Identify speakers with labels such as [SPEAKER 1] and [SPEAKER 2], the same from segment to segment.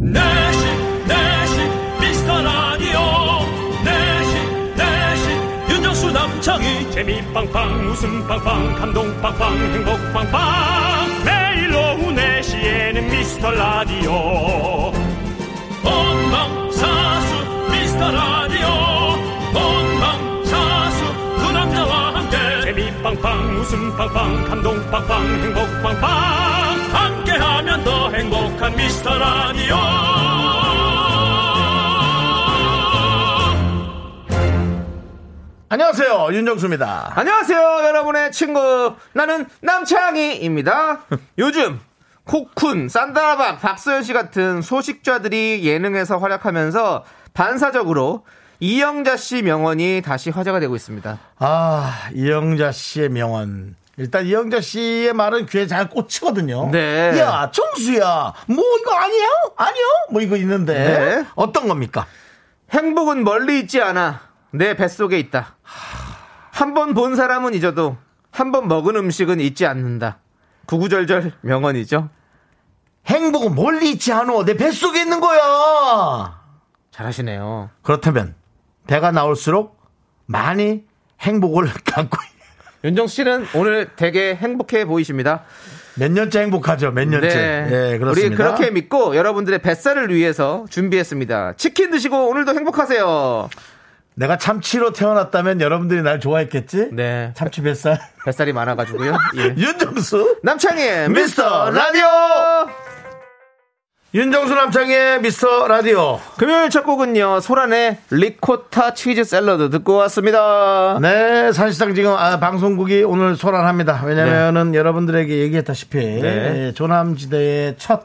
[SPEAKER 1] 내시 내시 미스터라디오 내시 내시 윤정수 남창희
[SPEAKER 2] 재미 빵빵 웃음 빵빵 감동 빵빵 행복 빵빵 매일 오후 4시에는 미스터 라디오
[SPEAKER 1] 본방사수 미스터라디오 본방사수 그 남자와 함께
[SPEAKER 2] 재미 빵빵 웃음 빵빵 감동 빵빵 행복 빵빵
[SPEAKER 1] 함께하면 더 행복한 미스터라디오
[SPEAKER 3] 안녕하세요 윤정수입니다.
[SPEAKER 4] 안녕하세요, 여러분의 친구. 나는 남창희입니다. 요즘 코쿤, 산다라박, 박소연 씨 같은 소식자들이 예능에서 활약하면서 반사적으로 이영자 씨 명언이 다시 화제가 되고 있습니다.
[SPEAKER 3] 아 이영자 씨의 명언. 일단 이영자 씨의 말은 귀에 잘 꽂히거든요.
[SPEAKER 4] 네.
[SPEAKER 3] 야 정수야, 뭐 이거 아니야? 아니요? 뭐 이거 있는데
[SPEAKER 4] 네.
[SPEAKER 3] 어떤 겁니까?
[SPEAKER 4] 행복은 멀리 있지 않아. 내 뱃속에 있다. 한 번 본 사람은 잊어도 한 번 먹은 음식은 잊지 않는다. 구구절절 명언이죠.
[SPEAKER 3] 행복은 멀리 있지 않어. 내 뱃속에 있는 거야.
[SPEAKER 4] 잘하시네요.
[SPEAKER 3] 그렇다면 배가 나올수록 많이 행복을 갖고
[SPEAKER 4] 윤정 씨는 오늘 되게 행복해 보이십니다.
[SPEAKER 3] 몇 년째 행복하죠. 몇 년째. 예, 그렇습니다.
[SPEAKER 4] 우리 네. 그렇게 믿고 여러분들의 뱃살을 위해서 준비했습니다. 치킨 드시고 오늘도 행복하세요.
[SPEAKER 3] 내가 참치로 태어났다면 여러분들이 날 좋아했겠지?
[SPEAKER 4] 네.
[SPEAKER 3] 참치 뱃살.
[SPEAKER 4] 뱃살이 많아가지고요. 예.
[SPEAKER 3] 윤정수
[SPEAKER 4] 남창희의
[SPEAKER 3] 미스터 라디오. 윤정수 남창의 미스터 라디오.
[SPEAKER 4] 금요일 첫 곡은요. 소란의 리코타 치즈 샐러드 듣고 왔습니다.
[SPEAKER 3] 네, 사실상 지금 아, 방송국이 오늘 소란합니다. 왜냐면은 여러분들에게 얘기했다시피
[SPEAKER 4] 네.
[SPEAKER 3] 예, 조남지대의 첫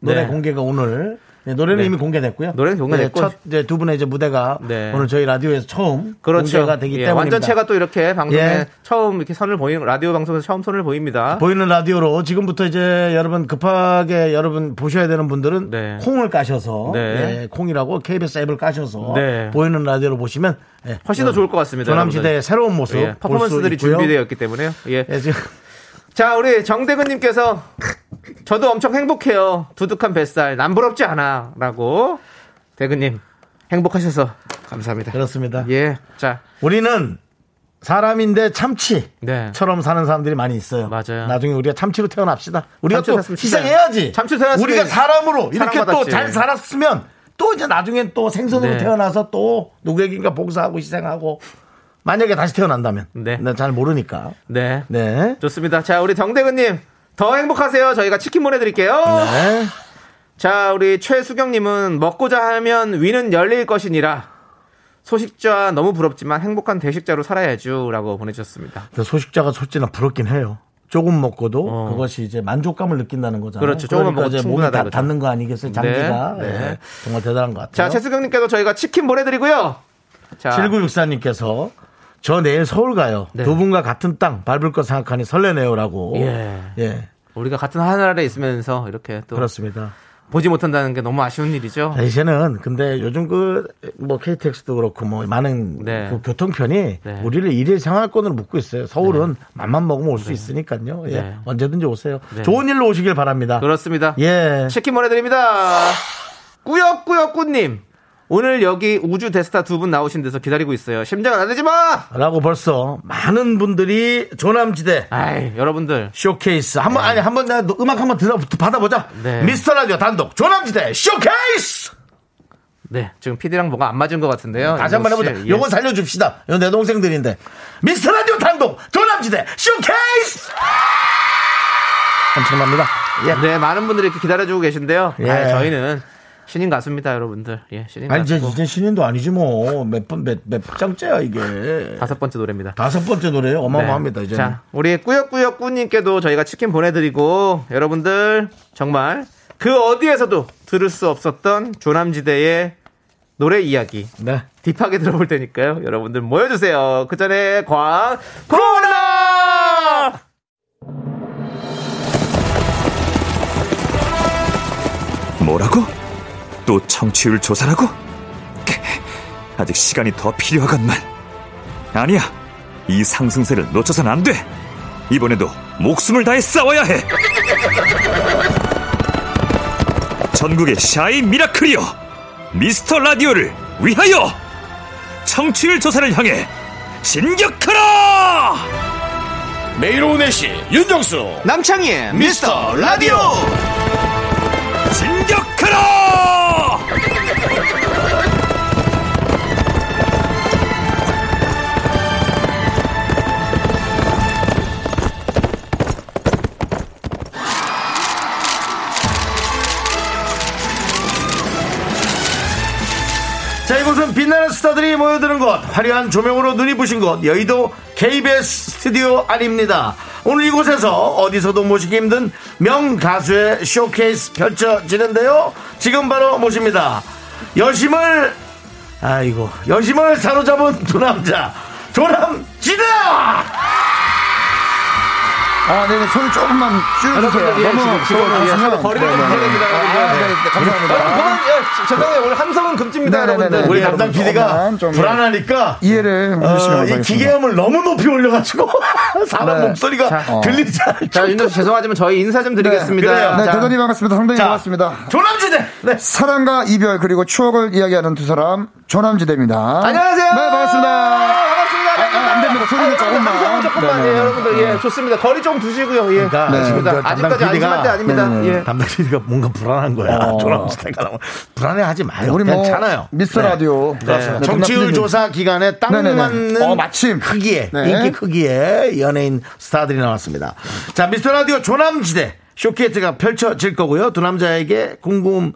[SPEAKER 3] 노래
[SPEAKER 4] 네.
[SPEAKER 3] 공개가 오늘 예, 노래는 이미 공개됐고요.
[SPEAKER 4] 노래는 공개됐고.
[SPEAKER 3] 예, 첫 이제 두 분의 이제 무대가
[SPEAKER 4] 네.
[SPEAKER 3] 오늘 저희 라디오에서 처음
[SPEAKER 4] 그렇죠.
[SPEAKER 3] 공개가 되기
[SPEAKER 4] 예,
[SPEAKER 3] 때문입니다.
[SPEAKER 4] 완전체가 또 이렇게 방송에
[SPEAKER 3] 예.
[SPEAKER 4] 처음 이렇게 선을 보이는 라디오 방송에서 처음 선을 보입니다.
[SPEAKER 3] 보이는 라디오로 지금부터 이제 여러분 급하게 여러분 보셔야 되는 분들은
[SPEAKER 4] 네.
[SPEAKER 3] 콩을 까셔서
[SPEAKER 4] 네.
[SPEAKER 3] 예, 콩이라고 KBS 앱을 까셔서
[SPEAKER 4] 네.
[SPEAKER 3] 보이는 라디오로 보시면 예,
[SPEAKER 4] 훨씬 더 좋을 것 같습니다.
[SPEAKER 3] 조남지대의
[SPEAKER 4] 여러분들.
[SPEAKER 3] 새로운 모습
[SPEAKER 4] 예,
[SPEAKER 3] 볼수
[SPEAKER 4] 퍼포먼스들이
[SPEAKER 3] 있고요.
[SPEAKER 4] 준비되어 있기 때문에요. 예.
[SPEAKER 3] 예, 지금
[SPEAKER 4] 자, 우리 정대근님께서 저도 엄청 행복해요. 두둑한 뱃살, 남 부럽지 않아. 라고. 대근님, 행복하셔서 감사합니다.
[SPEAKER 3] 그렇습니다.
[SPEAKER 4] 예. 자,
[SPEAKER 3] 우리는 사람인데 참치처럼
[SPEAKER 4] 네.
[SPEAKER 3] 사는 사람들이 많이 있어요.
[SPEAKER 4] 맞아요.
[SPEAKER 3] 나중에 우리가 참치로 태어납시다. 우리가
[SPEAKER 4] 참치로
[SPEAKER 3] 또
[SPEAKER 4] 살았으면 진짜-
[SPEAKER 3] 희생해야지.
[SPEAKER 4] 참치로 살았으면
[SPEAKER 3] 우리가 사람으로 이렇게 또
[SPEAKER 4] 사랑받았지.
[SPEAKER 3] 잘 살았으면 또 이제 나중엔 또 생선으로
[SPEAKER 4] 네.
[SPEAKER 3] 태어나서 또 누구에게인가 봉사하고 희생하고 만약에 다시 태어난다면
[SPEAKER 4] 네.
[SPEAKER 3] 난 잘 모르니까.
[SPEAKER 4] 네.
[SPEAKER 3] 네.
[SPEAKER 4] 좋습니다. 자, 우리 정대근님, 더 행복하세요. 저희가 치킨 보내드릴게요.
[SPEAKER 3] 네.
[SPEAKER 4] 자, 우리 최수경님은 먹고자 하면 위는 열릴 것이니라. 소식자 너무 부럽지만 행복한 대식자로 살아야죠. 라고 보내주셨습니다.
[SPEAKER 3] 근데 소식자가 솔직히나 부럽긴 해요. 조금 먹고도 그것이 이제 만족감을 느낀다는 거잖아요.
[SPEAKER 4] 어. 그렇죠. 조금만
[SPEAKER 3] 그러니까
[SPEAKER 4] 먹어도
[SPEAKER 3] 이제 몸이
[SPEAKER 4] 충분하다는
[SPEAKER 3] 다
[SPEAKER 4] 거죠.
[SPEAKER 3] 닿는 거 아니겠어요? 장기가.
[SPEAKER 4] 네.
[SPEAKER 3] 예.
[SPEAKER 4] 네.
[SPEAKER 3] 정말 대단한 것 같아요.
[SPEAKER 4] 자, 최수경님께도 저희가 치킨 보내드리고요. 자,
[SPEAKER 3] 7964님께서 저 내일 서울 가요.
[SPEAKER 4] 네.
[SPEAKER 3] 두 분과 같은 땅 밟을 거 생각하니 설레네요라고.
[SPEAKER 4] 예.
[SPEAKER 3] 예,
[SPEAKER 4] 우리가 같은 하늘에 있으면서 이렇게 또
[SPEAKER 3] 그렇습니다. 네.
[SPEAKER 4] 보지 못한다는 게 너무 아쉬운 일이죠.
[SPEAKER 3] 이제는 근데 요즘 그 뭐 KTX도 그렇고 뭐 많은
[SPEAKER 4] 네.
[SPEAKER 3] 그 교통편이
[SPEAKER 4] 네.
[SPEAKER 3] 우리를 일일 생활권으로 묶고 있어요. 서울은 맘만 먹으면 올 수 있으니까요. 예.
[SPEAKER 4] 네.
[SPEAKER 3] 언제든지 오세요.
[SPEAKER 4] 네.
[SPEAKER 3] 좋은 일로 오시길 바랍니다.
[SPEAKER 4] 그렇습니다.
[SPEAKER 3] 예.
[SPEAKER 4] 치킨 보내드립니다. 꾸역꾸역꾸님. 오늘 여기 우주 대스타 두 분 나오신 데서 기다리고 있어요. 심장 안 되지 마!
[SPEAKER 3] 라고 벌써 많은 분들이 조남지대
[SPEAKER 4] 아이, 여러분들.
[SPEAKER 3] 쇼케이스 한번 아니 한번 내가 너- 음악 한번 들어 받아보자.
[SPEAKER 4] 네.
[SPEAKER 3] 미스터 라디오 단독 조남지대 쇼케이스.
[SPEAKER 4] 네. 지금 PD랑 뭐가 안 맞은 것 같은데요.
[SPEAKER 3] 다시 한 번
[SPEAKER 4] 윤정 씨,
[SPEAKER 3] 해보자.
[SPEAKER 4] 예.
[SPEAKER 3] 요건 살려줍시다. 이건 내 동생들인데. 미스터 라디오 단독 조남지대 쇼케이스! 엄청납니다. 예.
[SPEAKER 4] 네, 많은 분들이 이렇게 기다려주고 계신데요.
[SPEAKER 3] 예.
[SPEAKER 4] 아이, 저희는 신인 가수입니다, 여러분들. 예, 신인
[SPEAKER 3] 아니, 이제,
[SPEAKER 4] 가수고.
[SPEAKER 3] 이제 신인도 아니지 뭐. 몇 번, 몇, 몇 장째야, 이게.
[SPEAKER 4] 다섯 번째 노래입니다.
[SPEAKER 3] 다섯 번째 노래요? 어마어마합니다,
[SPEAKER 4] 네.
[SPEAKER 3] 이제.
[SPEAKER 4] 자, 우리 꾸역꾸역꾸님께도 저희가 치킨 보내드리고 여러분들 정말 그 어디에서도 들을 수 없었던 조남지대의 노래 이야기
[SPEAKER 3] 네.
[SPEAKER 4] 딥하게 들어볼 테니까요. 여러분들 모여주세요. 그 전에 광 코너.
[SPEAKER 5] 뭐라고? 또 청취율 조사라고? 아직 시간이 더 필요하건만. 아니야. 이 상승세를 놓쳐선 안 돼. 이번에도 목숨을 다해 싸워야 해. 전국의 샤이 미라클이요 미스터 라디오를 위하여 청취율 조사를 향해 진격하라!
[SPEAKER 6] 매일 오후 4시 윤정수
[SPEAKER 4] 남창희의 미스터 라디오
[SPEAKER 5] 진격하라!
[SPEAKER 3] 자 이곳은 빛나는 스타들이 모여드는 곳 화려한 조명으로 눈이 부신 곳 여의도 KBS 스튜디오 아닙니다 오늘 이곳에서 어디서도 모시기 힘든 명가수의 쇼케이스 펼쳐지는데요 지금 바로 모십니다 여심을 아이고 여심을 사로잡은 두 남자 조남지다
[SPEAKER 7] 아, 네네. 손 조금만 줄여주세요.
[SPEAKER 4] 여러분들, 예,
[SPEAKER 7] 너무
[SPEAKER 4] 지금 지금
[SPEAKER 7] 부러워하시면.
[SPEAKER 4] 거리를 좀 벌려주다가
[SPEAKER 7] 아,
[SPEAKER 4] 그냥,
[SPEAKER 7] 네, 네. 감사합니다.
[SPEAKER 4] 그만 예, 죄송해요 오늘 함성은 금지입니다
[SPEAKER 7] 네네네네.
[SPEAKER 4] 여러분들
[SPEAKER 3] 우리
[SPEAKER 7] 네,
[SPEAKER 3] 담당
[SPEAKER 7] 여러분,
[SPEAKER 3] PD가
[SPEAKER 7] 조금만 좀, 예.
[SPEAKER 3] 불안하니까
[SPEAKER 7] 이해를
[SPEAKER 3] 어,
[SPEAKER 7] 해주시면
[SPEAKER 3] 이
[SPEAKER 7] 감사하겠습니다.
[SPEAKER 3] 기계음을 너무 높이 올려가지고 사람
[SPEAKER 7] 네.
[SPEAKER 3] 목소리가
[SPEAKER 7] 자, 어.
[SPEAKER 3] 들리지 않죠
[SPEAKER 4] 자 윤정 씨 죄송하지만 저희 인사 좀 드리겠습니다
[SPEAKER 3] 그래요.
[SPEAKER 7] 네,
[SPEAKER 4] 자,
[SPEAKER 7] 대단히 반갑습니다. 상당히
[SPEAKER 3] 자,
[SPEAKER 7] 반갑습니다.
[SPEAKER 3] 조남지대 네.
[SPEAKER 7] 사랑과 이별 그리고 추억을 이야기하는 두 사람 조남지대입니다.
[SPEAKER 4] 안녕하세요
[SPEAKER 7] 네, 반갑습니다.
[SPEAKER 4] 반갑습니다
[SPEAKER 7] 아, 아, 안 됩니다.
[SPEAKER 4] 아,
[SPEAKER 7] 소리는
[SPEAKER 4] 여러분들,
[SPEAKER 7] 조금만.
[SPEAKER 4] 함성은 조금만
[SPEAKER 7] 네네.
[SPEAKER 4] 예, 여러분들 예 좋습니다 거리 좀 두시고요 예
[SPEAKER 3] 그러니까 지금 그
[SPEAKER 4] 좋습니다.
[SPEAKER 3] 담당
[SPEAKER 4] 아직까지
[SPEAKER 3] PD가 네,
[SPEAKER 4] 안심할 때 아닙니다 예
[SPEAKER 3] 담당 PD가 뭔가 불안한 거야.
[SPEAKER 7] 어.
[SPEAKER 3] 조남지대가 나오면 불안해하지 마요.
[SPEAKER 7] 우리 뭐
[SPEAKER 3] 괜찮아요.
[SPEAKER 7] 미스터 라디오.
[SPEAKER 3] 그렇습니다.
[SPEAKER 7] 네,
[SPEAKER 3] 정치율
[SPEAKER 7] 정답
[SPEAKER 3] 조사 기간에 딱
[SPEAKER 7] 네네네.
[SPEAKER 3] 맞는
[SPEAKER 7] 어, 마침.
[SPEAKER 3] 크기에
[SPEAKER 7] 네.
[SPEAKER 3] 인기 크기에 연예인 스타들이 나왔습니다. 자 미스터 라디오 조남지대 쇼케이트가 펼쳐질 거고요. 두 남자에게 궁금한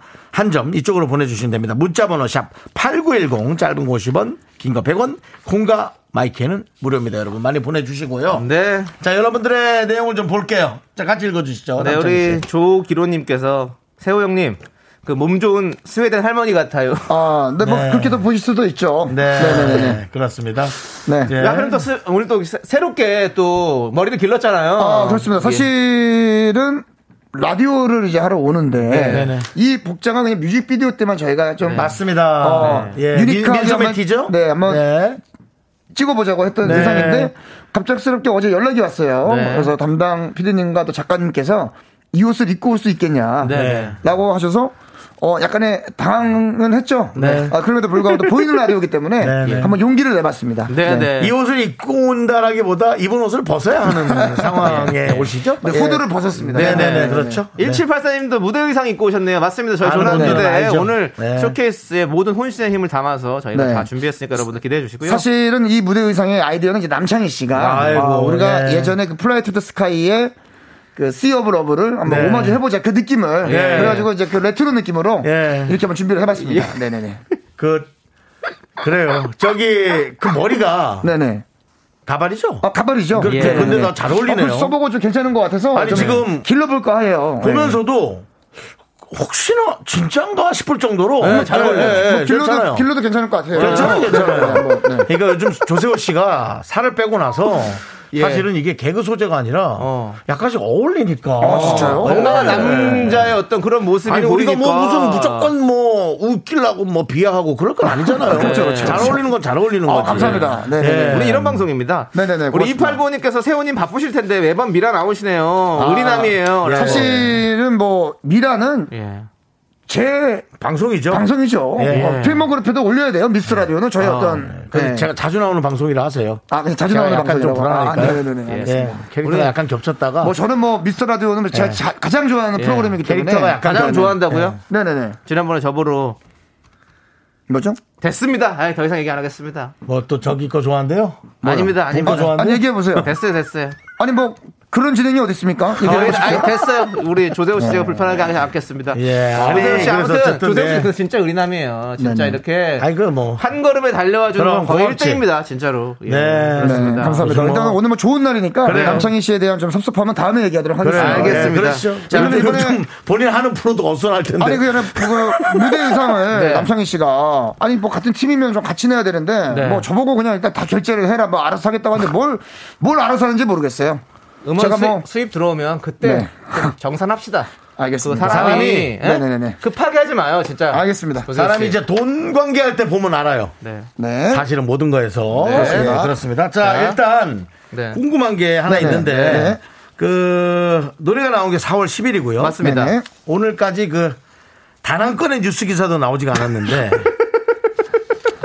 [SPEAKER 3] 점 이쪽으로 보내주시면 됩니다. 문자번호 샵 #8910 짧은 거 50원, 긴 거 100원, 콩과 마이크는 무료입니다. 여러분 많이 보내주시고요.
[SPEAKER 4] 네.
[SPEAKER 3] 자 여러분들의 내용을 좀 볼게요. 자 같이 읽어주시죠.
[SPEAKER 4] 네,
[SPEAKER 3] 남창희
[SPEAKER 4] 우리
[SPEAKER 3] 씨.
[SPEAKER 4] 조기로님께서 세호 형님 그 몸 좋은 스웨덴 할머니 같아요.
[SPEAKER 7] 아, 네, 뭐
[SPEAKER 3] 네.
[SPEAKER 7] 그렇게도 보실 수도 있죠.
[SPEAKER 3] 네,
[SPEAKER 7] 네네네.
[SPEAKER 3] 그렇습니다.
[SPEAKER 7] 네.
[SPEAKER 3] 예.
[SPEAKER 4] 야, 그럼 또 스- 오늘 또 새- 새롭게 또 머리를 길렀잖아요.
[SPEAKER 3] 어,
[SPEAKER 7] 아,
[SPEAKER 3] 예.
[SPEAKER 7] 그렇습니다. 사실은 라디오를 이제 하러 오는데
[SPEAKER 3] 네네. 네.
[SPEAKER 7] 이 복장은 그냥 뮤직비디오 때만 저희가 좀
[SPEAKER 3] 맞습니다.
[SPEAKER 7] 어,
[SPEAKER 3] 예.
[SPEAKER 7] 유니크하게 한번-
[SPEAKER 3] 민소매티죠?
[SPEAKER 7] 네, 한번
[SPEAKER 3] 네.
[SPEAKER 7] 찍어보자고 했던
[SPEAKER 3] 네.
[SPEAKER 7] 의상인데 갑작스럽게 어제 연락이 왔어요.
[SPEAKER 3] 네.
[SPEAKER 7] 그래서 담당 피디님과 또 작가님께서 이 옷을 입고 올 수 있겠냐라고
[SPEAKER 3] 네.
[SPEAKER 7] 하셔서 어 약간의 당황은 했죠.
[SPEAKER 3] 네.
[SPEAKER 7] 아, 그럼에도 불구하고 또 보이는 라디오기 때문에
[SPEAKER 3] 네, 네.
[SPEAKER 7] 한번 용기를 내봤습니다.
[SPEAKER 4] 네, 네.
[SPEAKER 3] 이 옷을 입고 온다라기보다 입은 옷을 벗어야 하는 상황에 오시죠?
[SPEAKER 7] 네, 후드를 벗었습니다.
[SPEAKER 3] 네, 네, 네, 그렇죠. 네.
[SPEAKER 4] 1784님도 무대 의상 입고 오셨네요. 맞습니다. 저희
[SPEAKER 3] 아, 네,
[SPEAKER 4] 조남지대
[SPEAKER 3] 알죠.
[SPEAKER 4] 오늘
[SPEAKER 3] 네.
[SPEAKER 4] 쇼케이스의 모든 혼신의 힘을 담아서 저희가
[SPEAKER 7] 네.
[SPEAKER 4] 다 준비했으니까 여러분들 기대해 주시고요.
[SPEAKER 7] 사실은 이 무대 의상의 아이디어는 이제 남창희 씨가
[SPEAKER 3] 아이고,
[SPEAKER 7] 어, 우리가
[SPEAKER 3] 예.
[SPEAKER 7] 예. 전에그 플라이 투 더 스카이의 그 씨 오브 러브를 한번
[SPEAKER 3] 네.
[SPEAKER 7] 오마주 해보자 그 느낌을
[SPEAKER 3] 예.
[SPEAKER 7] 그래가지고 이제 그 레트로 느낌으로
[SPEAKER 3] 예.
[SPEAKER 7] 이렇게 한번 준비를 해봤습니다. 네네네.
[SPEAKER 3] 그, 그래요. 저기, 그 머리가
[SPEAKER 7] 네네.
[SPEAKER 3] 가발이죠?
[SPEAKER 7] 아, 가발이죠.
[SPEAKER 3] 그-
[SPEAKER 7] 네네네.
[SPEAKER 3] 근데 나잘 어울리네요.
[SPEAKER 7] 어, 그거 써보고 좀 괜찮은 것 같아서
[SPEAKER 3] 아니,
[SPEAKER 7] 좀
[SPEAKER 3] 지금
[SPEAKER 7] 길러볼까 해요. 네.
[SPEAKER 3] 보면서도 혹시나 진짠가 싶을 정도로 잘
[SPEAKER 7] 네.
[SPEAKER 3] 어울려요.
[SPEAKER 7] 뭐 길러도 길러도 괜찮을 것 같아요.
[SPEAKER 3] 괜찮아요,
[SPEAKER 7] 네,
[SPEAKER 3] 괜찮아요.
[SPEAKER 7] 네, 한번, 네.
[SPEAKER 3] 그러니까 요즘 조세호 씨가 살을 빼고 나서 사실은 이게 개그 소재가 아니라 약간씩 어울리니까.
[SPEAKER 7] 아, 진짜요?
[SPEAKER 4] 건강한 남자의 어떤 그런 모습이
[SPEAKER 3] 네. 아니
[SPEAKER 4] 보이니까.
[SPEAKER 3] 우리가 뭐 무슨 무조건 뭐 웃기려고 뭐 비하하고 그렇죠, 그럴 건 아니잖아요. 잘 어울리는 건 잘 어울리는 거지.
[SPEAKER 7] 감사합니다. 네,
[SPEAKER 3] 예.
[SPEAKER 7] 네, 네.
[SPEAKER 4] 우리 이런 방송입니다.
[SPEAKER 7] 네네네,
[SPEAKER 4] 우리
[SPEAKER 7] 고맙습니다.
[SPEAKER 4] 2895님께서 세호님 바쁘실 텐데 매번 미라 나오시네요.
[SPEAKER 7] 예.
[SPEAKER 4] 의리남이에요.
[SPEAKER 3] 예.
[SPEAKER 4] 라고.
[SPEAKER 7] 사실은 뭐 미라는
[SPEAKER 4] 예.
[SPEAKER 7] 제
[SPEAKER 3] 방송이죠.
[SPEAKER 7] 방송이죠.
[SPEAKER 3] 예. 아,
[SPEAKER 7] 어, 필모그래프도 올려야 돼요. 미스 라디오는 저희 어떤
[SPEAKER 3] 근데
[SPEAKER 7] 네.
[SPEAKER 3] 제가 자주 나오는 방송이라 하세요.
[SPEAKER 7] 아 그냥 자주
[SPEAKER 3] 제가
[SPEAKER 7] 나오는
[SPEAKER 3] 약간 좀
[SPEAKER 7] 방송이라고. 아,
[SPEAKER 3] 불안하니까요.
[SPEAKER 7] 네네네.
[SPEAKER 3] 예.
[SPEAKER 7] 알겠습니다.
[SPEAKER 3] 캐릭터가 약간 겹쳤다가
[SPEAKER 7] 뭐 저는 뭐 미스터 라디오는 제가 자- 가장 좋아하는 프로그램이기 때문에
[SPEAKER 3] 예.
[SPEAKER 7] 네,
[SPEAKER 3] 캐릭터가 약간
[SPEAKER 4] 가장 좋아한다고요?
[SPEAKER 7] 네네네
[SPEAKER 4] 지난번에 저보러
[SPEAKER 7] 뭐죠?
[SPEAKER 4] 됐습니다. 아이, 더 이상 얘기 안 하겠습니다.
[SPEAKER 3] 뭐 또 저기 거 좋아한대요?
[SPEAKER 4] 아닙니다.
[SPEAKER 3] 본거
[SPEAKER 4] 아닙니다.
[SPEAKER 3] 좋아한대? 예.
[SPEAKER 7] 아니 얘기해 보세요.
[SPEAKER 4] 됐어요, 됐어요.
[SPEAKER 7] 아니 뭐 그런 진행이 어디 있습니까?
[SPEAKER 4] 어,
[SPEAKER 7] 얘기해 보십시오.
[SPEAKER 4] 아니, 됐어요. 우리 조세호 씨 제가 불편하게 하지 않겠습니다.
[SPEAKER 3] 예. 아니,
[SPEAKER 4] 조세호 씨
[SPEAKER 3] 그래서
[SPEAKER 4] 아무튼
[SPEAKER 3] 어쨌든,
[SPEAKER 4] 조세호
[SPEAKER 3] 네.
[SPEAKER 4] 씨 그 진짜 의리남이에요. 진짜
[SPEAKER 7] 네네.
[SPEAKER 4] 이렇게
[SPEAKER 3] 아니 그뭐
[SPEAKER 4] 한 걸음에 달려와 주는
[SPEAKER 3] 그럼
[SPEAKER 4] 건 거의
[SPEAKER 3] 고맙지.
[SPEAKER 4] 1등입니다. 진짜로. 예,
[SPEAKER 3] 네.
[SPEAKER 7] 네,
[SPEAKER 4] 그렇습니다.
[SPEAKER 7] 감사합니다.
[SPEAKER 3] 뭐-
[SPEAKER 7] 일단 오늘 뭐 좋은 날이니까
[SPEAKER 3] 그래요.
[SPEAKER 7] 남창희 씨에 대한 좀 섭섭함은 다음에 얘기하도록 하겠습니다.
[SPEAKER 4] 알겠습니다.
[SPEAKER 3] 예, 그렇죠.
[SPEAKER 7] 자,
[SPEAKER 3] 자, 근데
[SPEAKER 7] 이번에-
[SPEAKER 3] 요즘 본인 하는 프로도 어수선할 텐데.
[SPEAKER 7] 네. 아니 그냥 그 무대 의상을
[SPEAKER 4] 네.
[SPEAKER 7] 남창희 씨가 아니 뭐 같은 팀이면 좀 같이 내야 되는데
[SPEAKER 3] 네.
[SPEAKER 7] 뭐 저보고 그냥 일단 다 결제를 해라 뭐 알아서 하겠다고 하는데 뭘 뭘 알아서 하는지 모르겠어요.
[SPEAKER 4] 음원
[SPEAKER 7] 제가
[SPEAKER 4] 수입,
[SPEAKER 7] 뭐-
[SPEAKER 4] 수입 들어오면 그때
[SPEAKER 7] 네.
[SPEAKER 4] 좀 정산합시다.
[SPEAKER 3] 아,
[SPEAKER 4] 그
[SPEAKER 7] 알겠습니다.
[SPEAKER 4] 사람이 예?
[SPEAKER 7] 네네네.
[SPEAKER 4] 급하게 하지 마요, 진짜.
[SPEAKER 7] 알겠습니다.
[SPEAKER 4] 조세호
[SPEAKER 3] 사람이
[SPEAKER 4] 씨.
[SPEAKER 3] 이제 돈 관계할 때 보면 알아요.
[SPEAKER 4] 네.
[SPEAKER 7] 네.
[SPEAKER 3] 사실은 모든 거에서
[SPEAKER 7] 네.
[SPEAKER 3] 네, 그렇습니다. 자,
[SPEAKER 4] 자.
[SPEAKER 3] 일단
[SPEAKER 4] 네.
[SPEAKER 3] 궁금한 게 하나
[SPEAKER 7] 네네.
[SPEAKER 3] 있는데
[SPEAKER 7] 네.
[SPEAKER 3] 그 노래가 나온 게 4월 10일이고요.
[SPEAKER 4] 맞습니다.
[SPEAKER 7] 네네.
[SPEAKER 3] 오늘까지 그 단 한 건의 뉴스 기사도 나오지가 않았는데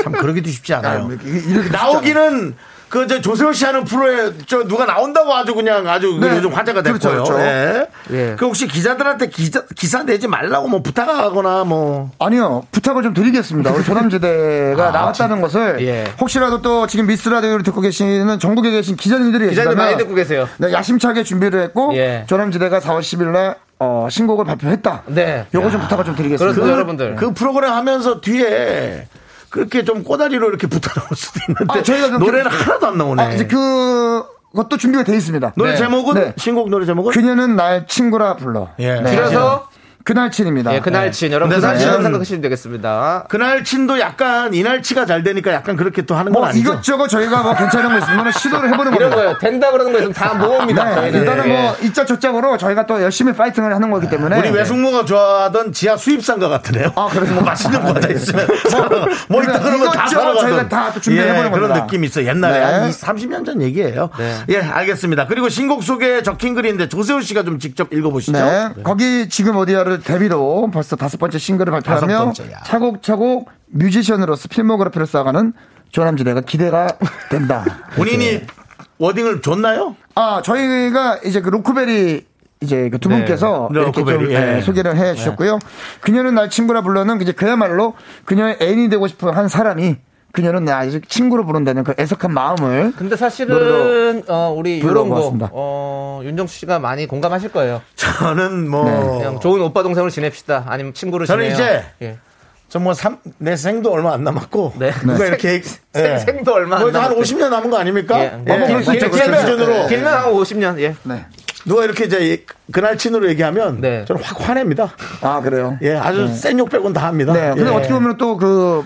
[SPEAKER 3] 참 그러기도 쉽지 않아요.
[SPEAKER 7] 야, 이렇게- 이렇게
[SPEAKER 3] 나오기는 그 저 조세호 씨 하는 프로에 저 누가 나온다고 아주 그냥 아주
[SPEAKER 7] 네.
[SPEAKER 3] 요즘 화제가 됐고요.
[SPEAKER 7] 그렇죠, 그렇죠.
[SPEAKER 3] 예.
[SPEAKER 4] 예.
[SPEAKER 3] 그 혹시 기자들한테 기자, 기사 내지 말라고 뭐 부탁하거나 뭐
[SPEAKER 7] 아니요 부탁을 좀 드리겠습니다. 우리 조남지대가 나왔다는 것을
[SPEAKER 4] 아, 예.
[SPEAKER 7] 혹시라도 또 지금 미스 라디오를 듣고 계시는 전국에 계신 기자님들이
[SPEAKER 4] 기자들
[SPEAKER 7] 계시다면
[SPEAKER 4] 많이 듣고 계세요.
[SPEAKER 7] 네, 야심차게 준비를 했고
[SPEAKER 4] 예.
[SPEAKER 7] 조남지대가 4월 10일날 어, 신곡을 발표했다.
[SPEAKER 4] 네.
[SPEAKER 7] 요거 좀 부탁을 좀 드리겠습니다.
[SPEAKER 4] 그렇습니다, 여러분들.
[SPEAKER 3] 그 프로그램 하면서 뒤에 그렇게 좀 꼬다리로 이렇게 붙어나올 수도 있는데
[SPEAKER 7] 아, 저희가 그렇게-
[SPEAKER 3] 노래는 하나도 안 나오네.
[SPEAKER 7] 아, 이제 그 것도 준비가 돼 있습니다.
[SPEAKER 3] 노래
[SPEAKER 4] 네.
[SPEAKER 3] 제목은
[SPEAKER 7] 네.
[SPEAKER 3] 신곡 노래 제목은
[SPEAKER 7] 그녀는 날 친구라 불러. 네.
[SPEAKER 3] 예.
[SPEAKER 4] 줄여서
[SPEAKER 7] 그날친입니다.
[SPEAKER 4] 예, 그날 친 여러분
[SPEAKER 3] 네. 근데
[SPEAKER 4] 그날
[SPEAKER 3] 사실은-
[SPEAKER 4] 친 생각하시면 되겠습니다.
[SPEAKER 3] 그날 친도 약간 이날치가 잘 되니까 약간 그렇게 또 하는 건
[SPEAKER 7] 뭐
[SPEAKER 3] 아니죠?
[SPEAKER 7] 이것저것 저희가 뭐 괜찮은 거 있으면 시도를 해보는
[SPEAKER 4] 이런
[SPEAKER 7] 겁니다.
[SPEAKER 4] 거예요. 된다 그러는 거 있으면
[SPEAKER 3] 아,
[SPEAKER 4] 다 모읍니다.
[SPEAKER 7] 네,
[SPEAKER 4] 저희는.
[SPEAKER 7] 일단은
[SPEAKER 4] 예.
[SPEAKER 7] 뭐 이자 저짝으로 저희가 또 열심히 파이팅을 하는 거기 때문에
[SPEAKER 3] 우리 외숙모가 좋아하던 지하 수입상가 같으네요.
[SPEAKER 7] 네. 아, 그래요?
[SPEAKER 3] 뭐 맛있는 거 다 있으면 사러- 뭐 있다
[SPEAKER 7] 그러니까
[SPEAKER 3] 그러면 다
[SPEAKER 7] 이것저것
[SPEAKER 3] 사러 가던 예,
[SPEAKER 7] 저희가 다또 준비해보는
[SPEAKER 3] 그런
[SPEAKER 7] 겁니다.
[SPEAKER 3] 느낌이 있어. 요 옛날에
[SPEAKER 7] 네.
[SPEAKER 3] 한 30년 전 얘기예요. 예, 알겠습니다. 그리고 신곡 속에 적힌 글인데 조세호 씨가 좀 직접 읽어보시죠.
[SPEAKER 7] 네. 거기 지금 어디야를 데뷔로 벌써 다섯 번째 싱글을
[SPEAKER 3] 다섯
[SPEAKER 7] 발표하며
[SPEAKER 3] 번째야.
[SPEAKER 7] 차곡차곡 뮤지션으로서 필모그래피를 쌓아가는 조남지대가 기대가 된다.
[SPEAKER 3] 본인이
[SPEAKER 7] 네.
[SPEAKER 3] 워딩을 줬나요?
[SPEAKER 7] 아 저희가 이제 그 로크베리 이제 그 두 분께서
[SPEAKER 3] 네,
[SPEAKER 7] 이렇게 좀
[SPEAKER 3] 로크베리,
[SPEAKER 7] 예,
[SPEAKER 3] 예.
[SPEAKER 7] 소개를 해 주셨고요. 그녀는 날 친구라 불러는 이제 그야말로 그녀의 애인이 되고 싶은 한 사람이 그녀는 나 아직 친구로 부른다는 그 애석한 마음을
[SPEAKER 4] 근데 사실은 어, 우리 이런 거
[SPEAKER 7] 불러보았습니다.
[SPEAKER 4] 어, 윤정수 씨가 많이 공감하실 거예요.
[SPEAKER 3] 저는
[SPEAKER 4] 그냥
[SPEAKER 3] 뭐.
[SPEAKER 4] 좋은 오빠 동생으로 지냅시다. 아니면 친구로
[SPEAKER 3] 저는
[SPEAKER 4] 지내요.
[SPEAKER 3] 이제
[SPEAKER 4] 예.
[SPEAKER 3] 저뭐내 생도 얼마 안 남았고
[SPEAKER 4] 네.
[SPEAKER 3] 누가
[SPEAKER 4] 네.
[SPEAKER 3] 이렇게
[SPEAKER 4] 생- 생도 얼마 안
[SPEAKER 3] 뭐한
[SPEAKER 4] 남았대.
[SPEAKER 3] 50년 남은 예. 거 아닙니까?
[SPEAKER 4] 예.
[SPEAKER 3] 예.
[SPEAKER 4] 뭐
[SPEAKER 7] 그럴 수
[SPEAKER 3] 제
[SPEAKER 7] 있죠, 그럴 수 있죠.
[SPEAKER 3] 기준으로
[SPEAKER 4] 길면 한 50년. 예.
[SPEAKER 7] 네.
[SPEAKER 3] 누가 이렇게 이제 그날 친으로 얘기하면
[SPEAKER 4] 네.
[SPEAKER 3] 저는 확 화냅니다.
[SPEAKER 7] 아 그래요.
[SPEAKER 3] 예, 아주 센 욕 빼곤 다 합니다.
[SPEAKER 7] 네. 근데
[SPEAKER 3] 예.
[SPEAKER 7] 어떻게 보면 또 그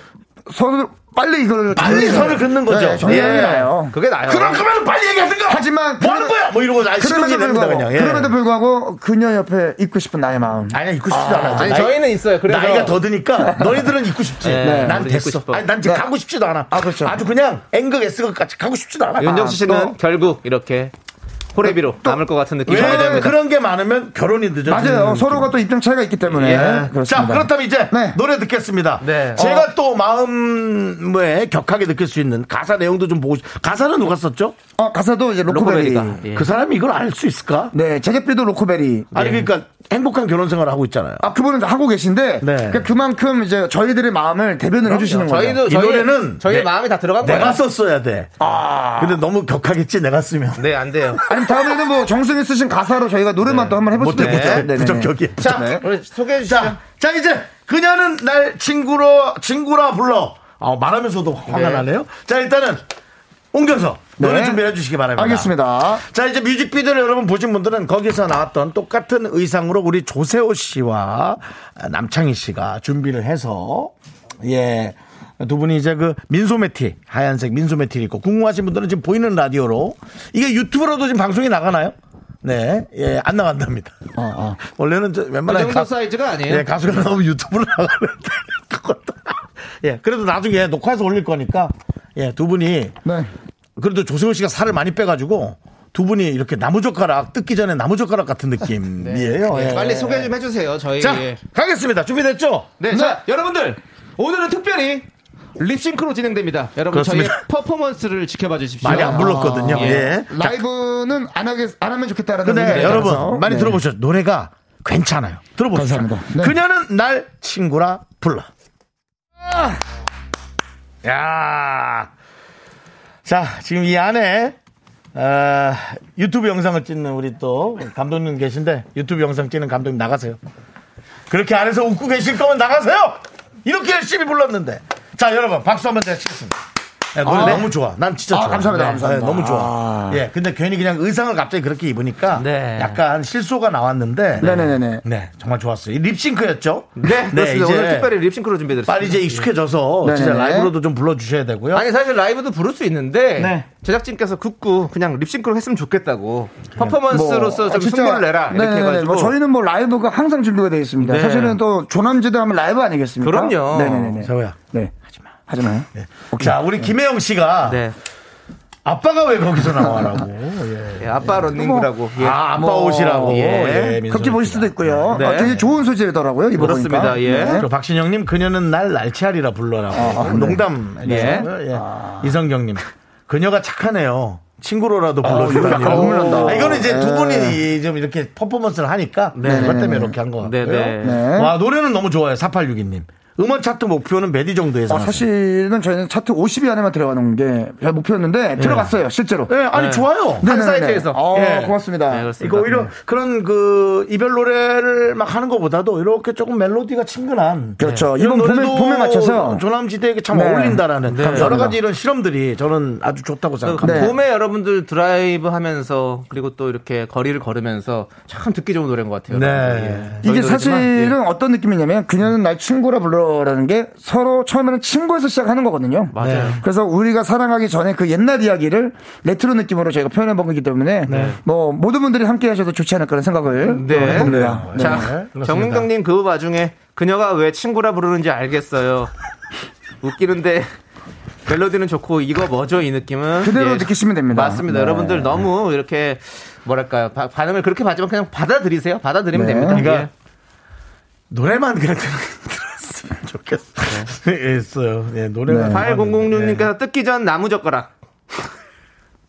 [SPEAKER 7] 선을 빨리 이걸 네,
[SPEAKER 3] 빨리 선을 긋는 거죠.
[SPEAKER 7] 정리하면
[SPEAKER 3] 예.
[SPEAKER 7] 나요.
[SPEAKER 4] 그게 나요.
[SPEAKER 3] 그럼 그만 빨리 얘기하든가.
[SPEAKER 7] 하지만
[SPEAKER 3] 뭐 하는
[SPEAKER 7] 그러-
[SPEAKER 3] 거야? 뭐 이러고 나 시끄럽게
[SPEAKER 7] 그럼에도
[SPEAKER 3] 됩니다
[SPEAKER 7] 불구하고
[SPEAKER 3] 그냥. 예.
[SPEAKER 7] 그럼에도 불구하고 그녀 옆에 있고 싶은 나의 마음.
[SPEAKER 3] 아니야 입고 싶지도 않아.
[SPEAKER 4] 아니 저희는 있어요. 그래서
[SPEAKER 3] 나이가 더 드니까 너희들은 입고 싶지.
[SPEAKER 4] 네,
[SPEAKER 3] 난
[SPEAKER 4] 우리 입고
[SPEAKER 3] 됐어.
[SPEAKER 4] 싶어.
[SPEAKER 3] 아니, 난 지금 가고 싶지도 않아. 아,
[SPEAKER 7] 그렇죠.
[SPEAKER 3] 주 그냥 N극 S극까지 가고 싶지도 않아.
[SPEAKER 4] 윤정수 씨는
[SPEAKER 7] 또-
[SPEAKER 4] 결국 이렇게 호레비로 남을 것 같은 느낌이 들게
[SPEAKER 3] 왜
[SPEAKER 4] 됩니다.
[SPEAKER 3] 그런 게 많으면 결혼이 늦어지는
[SPEAKER 7] 맞아요.
[SPEAKER 3] 느낌.
[SPEAKER 7] 서로가 또 입장 차이가 있기
[SPEAKER 3] 음.
[SPEAKER 7] 때문에
[SPEAKER 3] 예. 자,
[SPEAKER 7] 그렇습니다.
[SPEAKER 3] 그렇다면 이제
[SPEAKER 7] 네.
[SPEAKER 3] 노래 듣겠습니다.
[SPEAKER 4] 네.
[SPEAKER 3] 제가 또 마음에 격하게 느낄 수 있는 가사 내용도 좀 보고 싶... 가사는 누가 썼죠?
[SPEAKER 7] 어, 가사도 이제 로코베리.
[SPEAKER 4] 로코베리가. 예.
[SPEAKER 3] 그 사람이 이걸 알 수 있을까?
[SPEAKER 7] 네, 제작비도 로코베리.
[SPEAKER 3] 아니
[SPEAKER 4] 네.
[SPEAKER 3] 그러니까 행복한 결혼 생활을 하고 있잖아요.
[SPEAKER 7] 아, 그분은 다 하고 계신데
[SPEAKER 3] 네.
[SPEAKER 7] 그러니까 그만큼 이제 저희들의 마음을 대변을 해주시는 거예요.
[SPEAKER 4] 아, 저희도
[SPEAKER 3] 이
[SPEAKER 4] 저희
[SPEAKER 3] 노래는
[SPEAKER 4] 저희의
[SPEAKER 3] 내-
[SPEAKER 4] 마음이 다 들어간
[SPEAKER 3] 내가
[SPEAKER 4] 거예요. 아.
[SPEAKER 3] 썼어야 돼. 근데 너무 격하겠지 내가 쓰면.
[SPEAKER 4] 네, 안 돼요.
[SPEAKER 7] 아니 다음에는 뭐 정승이 쓰신 가사로 저희가 노래만 또 한번 해볼 수도
[SPEAKER 3] 네. 못해
[SPEAKER 7] 있겠죠.
[SPEAKER 3] 못해.
[SPEAKER 7] 네네네.
[SPEAKER 3] 부적격이야.
[SPEAKER 4] 자,
[SPEAKER 7] 네.
[SPEAKER 4] 우리 소개해 주시죠.
[SPEAKER 3] 자, 자 이제 그녀는 날 친구로 친구라 불러. 아, 말하면서도 화가
[SPEAKER 4] 네.
[SPEAKER 3] 나네요. 자 일단은 옮겨서 노래
[SPEAKER 7] 네.
[SPEAKER 3] 준비해 주시기 바랍니다.
[SPEAKER 7] 알겠습니다.
[SPEAKER 3] 자 이제 뮤직비디오를 여러분 보신 분들은 거기서 나왔던 똑같은 의상으로 우리 조세호 씨와 남창희 씨가 준비를 해서 예. 두 분이 이제 그 민소매 티 하얀색 민소매 티를 입고 궁금하신 분들은 지금 보이는 라디오로 이게 유튜브로도 지금 방송이 나가나요? 네, 예, 안 나간답니다. 원래는 저
[SPEAKER 4] 어, 그
[SPEAKER 3] 웬만한
[SPEAKER 4] 정도
[SPEAKER 3] 가-
[SPEAKER 4] 사이즈가 아니에요.
[SPEAKER 3] 예, 가수가 나오면 유튜브로 나가는데 그것도 예, 그래도 나중에 녹화해서 올릴 거니까 예, 두 분이
[SPEAKER 7] 네.
[SPEAKER 3] 그래도 조세호 씨가 살을 많이 빼가지고 두 분이 이렇게 나무젓가락 뜯기 전에 나무젓가락 같은 느낌이에요.
[SPEAKER 4] 예,
[SPEAKER 3] 예.
[SPEAKER 4] 빨리 소개 좀 해주세요. 저희.
[SPEAKER 3] 자
[SPEAKER 4] 예.
[SPEAKER 3] 가겠습니다. 준비됐죠?
[SPEAKER 4] 네, 자 여러분들 오늘은 특별히 립싱크로 진행됩니다. 여러분
[SPEAKER 3] 그렇습니다.
[SPEAKER 4] 저희 퍼포먼스를 지켜봐 주십시오.
[SPEAKER 3] 많이 안 불렀거든요.
[SPEAKER 4] 아,
[SPEAKER 3] 예.
[SPEAKER 4] 예.
[SPEAKER 7] 라이브는 안 하게 안 하면 좋겠다라는
[SPEAKER 3] 근데
[SPEAKER 7] 의견에
[SPEAKER 3] 여러분
[SPEAKER 7] 따라서.
[SPEAKER 3] 많이
[SPEAKER 7] 네.
[SPEAKER 3] 들어보셨죠? 노래가 괜찮아요. 들어보세요.
[SPEAKER 7] 감사합니다. 네.
[SPEAKER 3] 그녀는 날 친구라 불러. 아! 야. 자, 지금 이 안에 어, 유튜브 영상을 찍는 우리 또 감독님 계신데 유튜브 영상 찍는 감독님 나가세요. 그렇게 안에서 웃고 계실 거면 나가세요. 이렇게 열심히 불렀는데. 자, 여러분 박수 한번 드리겠습니다. 야, 노래 너무 좋아. 난 진짜
[SPEAKER 7] 아,
[SPEAKER 3] 좋아. 네,
[SPEAKER 7] 감사합니다, 감사합니다.
[SPEAKER 3] 너무 좋아.
[SPEAKER 7] 아.
[SPEAKER 3] 예, 근데 괜히 그냥 의상을 갑자기 그렇게 입으니까
[SPEAKER 4] 네.
[SPEAKER 3] 약간 실소가 나왔는데
[SPEAKER 7] 네네네네.
[SPEAKER 3] 네, 정말 좋았어요. 이 립싱크였죠?
[SPEAKER 4] 네, 그렇습니다. 오늘 특별히 립싱크로 준비해드렸습니다.
[SPEAKER 3] 빨리 이제 익숙해져서 진짜
[SPEAKER 7] 네네네.
[SPEAKER 3] 라이브로도 좀 불러주셔야 되고요.
[SPEAKER 4] 아니 사실 라이브도 부를 수 있는데
[SPEAKER 3] 네.
[SPEAKER 4] 제작진께서 극구 그냥 립싱크로 했으면 좋겠다고 퍼포먼스로서
[SPEAKER 7] 뭐,
[SPEAKER 4] 좀
[SPEAKER 7] 진짜-
[SPEAKER 4] 승부를 내라 이렇게
[SPEAKER 7] 네네네.
[SPEAKER 4] 해가지고
[SPEAKER 7] 뭐 저희는 뭐 라이브가 항상 준비가 되어 있습니다.
[SPEAKER 4] 네.
[SPEAKER 7] 사실은 또 조남지대 하면 라이브 아니겠습니까?
[SPEAKER 4] 그럼요.
[SPEAKER 7] 네네네.
[SPEAKER 3] 세호야.
[SPEAKER 7] 네. 하지 마. 하지 마요.
[SPEAKER 3] 자, 우리 김혜영 씨가
[SPEAKER 4] 네.
[SPEAKER 3] 아빠가 왜 거기서 나와라고. 예.
[SPEAKER 4] 예, 아빠 런닝구라고. 예.
[SPEAKER 3] 아, 아빠
[SPEAKER 7] 뭐,
[SPEAKER 3] 옷이라고.
[SPEAKER 4] 예.
[SPEAKER 3] 예, 민선
[SPEAKER 7] 그렇게 보실 수도 있고요.
[SPEAKER 4] 네.
[SPEAKER 7] 어, 되게 좋은 소재더라고요. 이거
[SPEAKER 4] 그렇습니다.
[SPEAKER 7] 보니까.
[SPEAKER 4] 예.
[SPEAKER 7] 네.
[SPEAKER 3] 그리고 박신영님 그녀는 날 날치알이라 불러라고 농담
[SPEAKER 4] 네.
[SPEAKER 3] 해주셨고요. 예. 이성경님 그녀가 착하네요 친구로라도
[SPEAKER 4] 아,
[SPEAKER 7] 이거
[SPEAKER 3] 불러주다니
[SPEAKER 7] 약간 억울한다.
[SPEAKER 3] 아, 이거는 이제 두
[SPEAKER 7] 네.
[SPEAKER 3] 분이 좀 이렇게 퍼포먼스를 하니까 그것 때문에 이렇게 한 것 같고요
[SPEAKER 4] 네, 네네.
[SPEAKER 7] 네.
[SPEAKER 3] 와 노래는 너무 좋아요 4862님 음원 차트 목표는 몇 위 정도 예상
[SPEAKER 7] 어, 사실은 저희는 차트 50위 안에만 들어가는 게별 목표였는데 들어갔어요 실제로.
[SPEAKER 3] 예, 아니 좋아요
[SPEAKER 7] 네네네.
[SPEAKER 4] 사이트에서.
[SPEAKER 7] 어,
[SPEAKER 3] 예.
[SPEAKER 7] 고맙습니다. 음.
[SPEAKER 4] 네, 그렇습니다.
[SPEAKER 3] 이거 오히려 그런 그 이별 노래를 막 하는 것보다도 이렇게 조금 멜로디가 친근한 네.
[SPEAKER 7] 그렇죠.
[SPEAKER 3] 이런
[SPEAKER 7] 이번 봄에, 봄에 맞춰서
[SPEAKER 3] 조남지대에게 참
[SPEAKER 7] 네.
[SPEAKER 3] 어울린다라는 여러
[SPEAKER 7] 감사합니다.
[SPEAKER 3] 가지 이런 실험들이 저는 아주 좋다고
[SPEAKER 4] 그
[SPEAKER 3] 생각합니다.
[SPEAKER 7] 네.
[SPEAKER 4] 봄에 여러분들 드라이브 하면서 그리고 또 이렇게 거리를 걸으면서 참 듣기 좋은 노래인 것 같아요.
[SPEAKER 3] 네.
[SPEAKER 4] 여러분들. 예.
[SPEAKER 7] 이게
[SPEAKER 4] 저희도 그렇지만, 예.
[SPEAKER 7] 사실은 어떤 느낌이냐면 그녀는 날 친구라 불러라는 게 서로 처음에는 친구에서 시작하는 거거든요.
[SPEAKER 4] 맞아요.
[SPEAKER 7] 그래서 우리가 사랑하기 전에 그 옛날 이야기를 레트로 느낌으로 저희가 표현해 본 거기 때문에 뭐 모든 분들이 함께 하셔도 좋지 않을까라는 생각을
[SPEAKER 4] 네.
[SPEAKER 7] 어, 해봅니다. 네.
[SPEAKER 4] 자, 정민경님 그 와중에 그녀가 왜 친구라 부르는지 알겠어요. 웃기는데 멜로디는 좋고 이거 뭐죠 이 느낌은
[SPEAKER 7] 그대로
[SPEAKER 4] 예.
[SPEAKER 7] 느끼시면 됩니다.
[SPEAKER 4] 맞습니다.
[SPEAKER 7] 네.
[SPEAKER 4] 여러분들 너무 이렇게 뭐랄까요 바- 반응을 그렇게 받지만 그냥 받아들이세요. 받아들이면
[SPEAKER 7] 네.
[SPEAKER 4] 됩니다. 예.
[SPEAKER 3] 그러니까 노래만 그냥 들었으면 좋겠어요. 예, 노래만. 네.
[SPEAKER 7] 네.
[SPEAKER 4] 8006님께서 네. 뜯기 전 나무젓가락.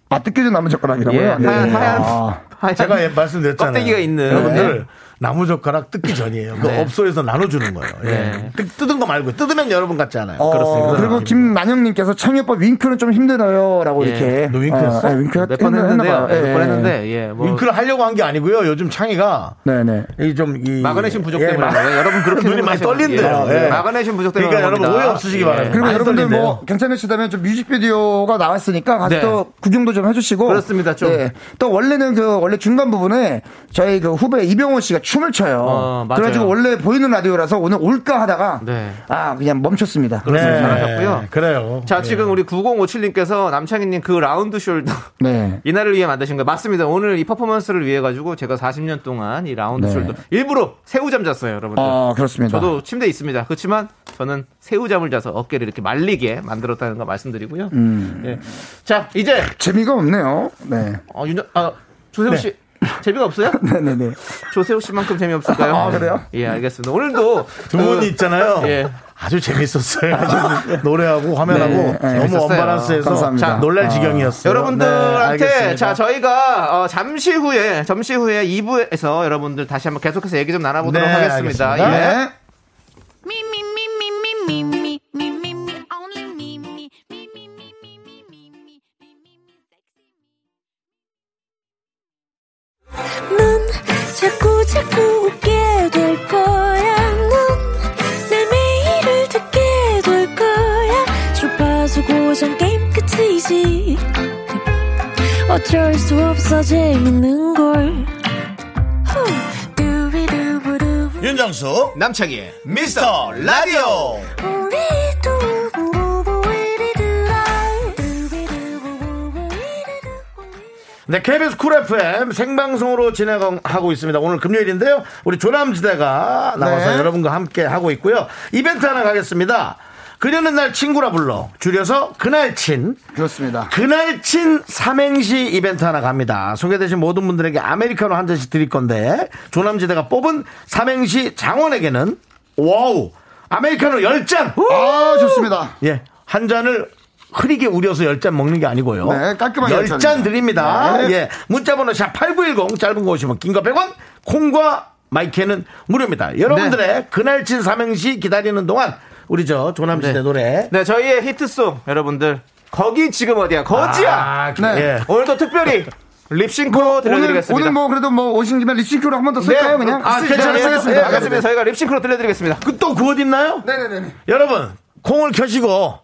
[SPEAKER 7] 아, 뜯겨진 나무 젓가락이라고요?
[SPEAKER 4] 예,
[SPEAKER 7] 네.
[SPEAKER 4] 하얀, 하얀,
[SPEAKER 7] 아.
[SPEAKER 4] 하얀
[SPEAKER 3] 제가 예, 말씀드렸잖아요.
[SPEAKER 4] 껍데기가 있는. 네.
[SPEAKER 7] 네.
[SPEAKER 3] 여러분들 나무젓가락 뜯기 전이에요. 그 업소에서 나눠주는 거예요. 예.
[SPEAKER 4] 네.
[SPEAKER 3] 뜯- 뜯은 거 말고 뜯으면 여러분 같지 않아요.
[SPEAKER 7] 어,
[SPEAKER 3] 그렇습니다.
[SPEAKER 7] 그리고 김만영님께서 창의법 윙크는 좀 힘들어요라고
[SPEAKER 4] 예.
[SPEAKER 7] 이렇게.
[SPEAKER 3] 너 윙크였어?
[SPEAKER 7] 어, 예, 윙크
[SPEAKER 4] 몇번
[SPEAKER 7] 했나
[SPEAKER 4] 했는데요. 네,
[SPEAKER 7] 봐요.
[SPEAKER 3] 네.
[SPEAKER 7] 예,
[SPEAKER 4] 몇번
[SPEAKER 7] 예.
[SPEAKER 4] 했는데 예, 뭐
[SPEAKER 3] 윙크를 하려고 한 게 아니고요. 요즘 창의가
[SPEAKER 7] 네네.
[SPEAKER 3] 이좀이
[SPEAKER 4] 마그네슘 부족 때문에 그런 거예요. 여러분 그렇게
[SPEAKER 3] 음. 눈이 많이
[SPEAKER 4] 생각하시면-
[SPEAKER 3] 떨린대요.
[SPEAKER 4] 예.
[SPEAKER 3] 예.
[SPEAKER 4] 마그네슘 부족
[SPEAKER 3] 그러니까
[SPEAKER 4] 때문에 그런
[SPEAKER 3] 여러분
[SPEAKER 4] 겁니다.
[SPEAKER 3] 오해 없으시기
[SPEAKER 4] 예.
[SPEAKER 3] 바랍니다.
[SPEAKER 7] 그리고
[SPEAKER 3] 많이
[SPEAKER 7] 여러분들 뭐
[SPEAKER 3] 떨리네요.
[SPEAKER 7] 괜찮으시다면 좀 뮤직비디오가 나왔으니까 같이
[SPEAKER 4] 네.
[SPEAKER 7] 또 구경도 좀 해주시고 네.
[SPEAKER 4] 그렇습니다, 좀.
[SPEAKER 7] 또 원래는 그 원래 중간 부분에 저희 그 후배 이병헌 씨가 춤을 춰요.
[SPEAKER 4] 어, 맞아요.
[SPEAKER 7] 그래가지고 원래 보이는 라디오라서 오늘 올까 하다가
[SPEAKER 4] 네.
[SPEAKER 7] 아 그냥 멈췄습니다.
[SPEAKER 3] 네.
[SPEAKER 4] 잘하셨고요.
[SPEAKER 3] 그래요.
[SPEAKER 4] 자, 지금 우리 9057님께서 남창희님 그 라운드 숄더.
[SPEAKER 7] 네.
[SPEAKER 4] 이날을 위해 만드신 거 맞습니다. 오늘 이 퍼포먼스를 위해 가지고 제가 40년 동안 이 라운드
[SPEAKER 7] 네.
[SPEAKER 4] 숄더 일부러 새우잠 잤어요, 여러분들.
[SPEAKER 7] 아 그렇습니다.
[SPEAKER 4] 저도 침대에 있습니다. 그렇지만 저는 새우잠을 자서 어깨를 이렇게 말리게 만들었다는 거 말씀드리고요.
[SPEAKER 3] 음.
[SPEAKER 4] 예. 자, 이제
[SPEAKER 7] 재미가 없네요. 네.
[SPEAKER 4] 어, 윤정
[SPEAKER 3] 네.
[SPEAKER 4] 아, 조세호 씨 재미가 없어요?
[SPEAKER 7] 네네네.
[SPEAKER 4] 조세호 씨만큼 재미없을까요?
[SPEAKER 7] 아, 그래요?
[SPEAKER 4] 예, 알겠습니다. 오늘도
[SPEAKER 3] 두 분이
[SPEAKER 4] 그-
[SPEAKER 3] 있잖아요.
[SPEAKER 4] 예.
[SPEAKER 3] 아주 재밌었어요. 아주 노래하고 화면하고
[SPEAKER 7] 네, 네.
[SPEAKER 3] 너무
[SPEAKER 4] 재밌었어요.
[SPEAKER 3] 언밸런스해서
[SPEAKER 7] 감사합니다.
[SPEAKER 3] 자, 놀랄
[SPEAKER 7] 아.
[SPEAKER 3] 지경이었어요.
[SPEAKER 4] 여러분들한테
[SPEAKER 3] 네,
[SPEAKER 4] 자 저희가 어, 잠시 후에 잠시 후에 2부에서 여러분들 다시 한번 계속해서 얘기 좀 나눠보도록
[SPEAKER 3] 네,
[SPEAKER 4] 하겠습니다.
[SPEAKER 3] 알겠습니다.
[SPEAKER 4] 예.
[SPEAKER 7] 네.
[SPEAKER 8] Me, me, me, me, me, me, me, me, me, me, only me, me, me, me, me, me, me, me, me, me, me, me, sexy.
[SPEAKER 9] 넌 자꾸 자꾸 웃게 될 거야. 넌내 매일을 듣게 될 거야. 주파수 고정 게임 끝이지. 어쩔 수 없어 재밌는 걸. 후. 두비두부두.
[SPEAKER 3] 윤정수
[SPEAKER 4] 남창희의
[SPEAKER 3] 미스터 라디오
[SPEAKER 9] 우리 두부부부 이리들아. 두비두부부부 이리두부.
[SPEAKER 3] 네, KBS 쿨 FM 생방송으로 진행하고 있습니다. 오늘 금요일인데요. 우리 조남지대가 나와서
[SPEAKER 7] 네.
[SPEAKER 3] 여러분과 함께 하고 있고요. 이벤트 하나 가겠습니다. 그녀는 날 친구라 불러 줄여서 그날 친
[SPEAKER 7] 그렇습니다.
[SPEAKER 3] 그날 친 삼행시 이벤트 하나 갑니다. 소개되신 모든 분들에게 아메리카노 한 잔씩 드릴 건데 조남지대가 뽑은 삼행시 장원에게는 와우 아메리카노 10잔
[SPEAKER 7] 아 좋습니다.
[SPEAKER 3] 예, 한 잔을 흐리게 우려서 열 잔 먹는 게 아니고요.
[SPEAKER 7] 네, 깔끔하게 열
[SPEAKER 3] 열 잔
[SPEAKER 7] 잔입니다.
[SPEAKER 3] 드립니다.
[SPEAKER 7] 네.
[SPEAKER 3] 예. 문자번호 샵8910 짧은 거 오시면 긴거 100원, 콩과 마이크는 무료입니다. 여러분들의
[SPEAKER 7] 네.
[SPEAKER 3] 그날 친 삼행시 기다리는 동안 우리 저 조남지대
[SPEAKER 4] 네.
[SPEAKER 3] 노래.
[SPEAKER 4] 네 저희의 히트송 여러분들 거기 지금 어디야 거지야
[SPEAKER 3] 아,
[SPEAKER 7] 네.
[SPEAKER 3] 예.
[SPEAKER 4] 오늘도 특별히 립싱크
[SPEAKER 7] 오늘
[SPEAKER 4] 들려드리겠습니다.
[SPEAKER 7] 오늘 뭐 그래도 뭐 오신 김에 립싱크로 한 번 더 쓸까요 그냥? 네,
[SPEAKER 4] 아,
[SPEAKER 3] 네,
[SPEAKER 7] 쓰-
[SPEAKER 4] 괜찮아요.
[SPEAKER 7] 쓰겠습니다.
[SPEAKER 4] 예, 알겠습니다. 저희가 립싱크로 들려드리겠습니다.
[SPEAKER 3] 그 또 구옷 있나요?
[SPEAKER 7] 네네네.
[SPEAKER 3] 여러분, 콩을 켜시고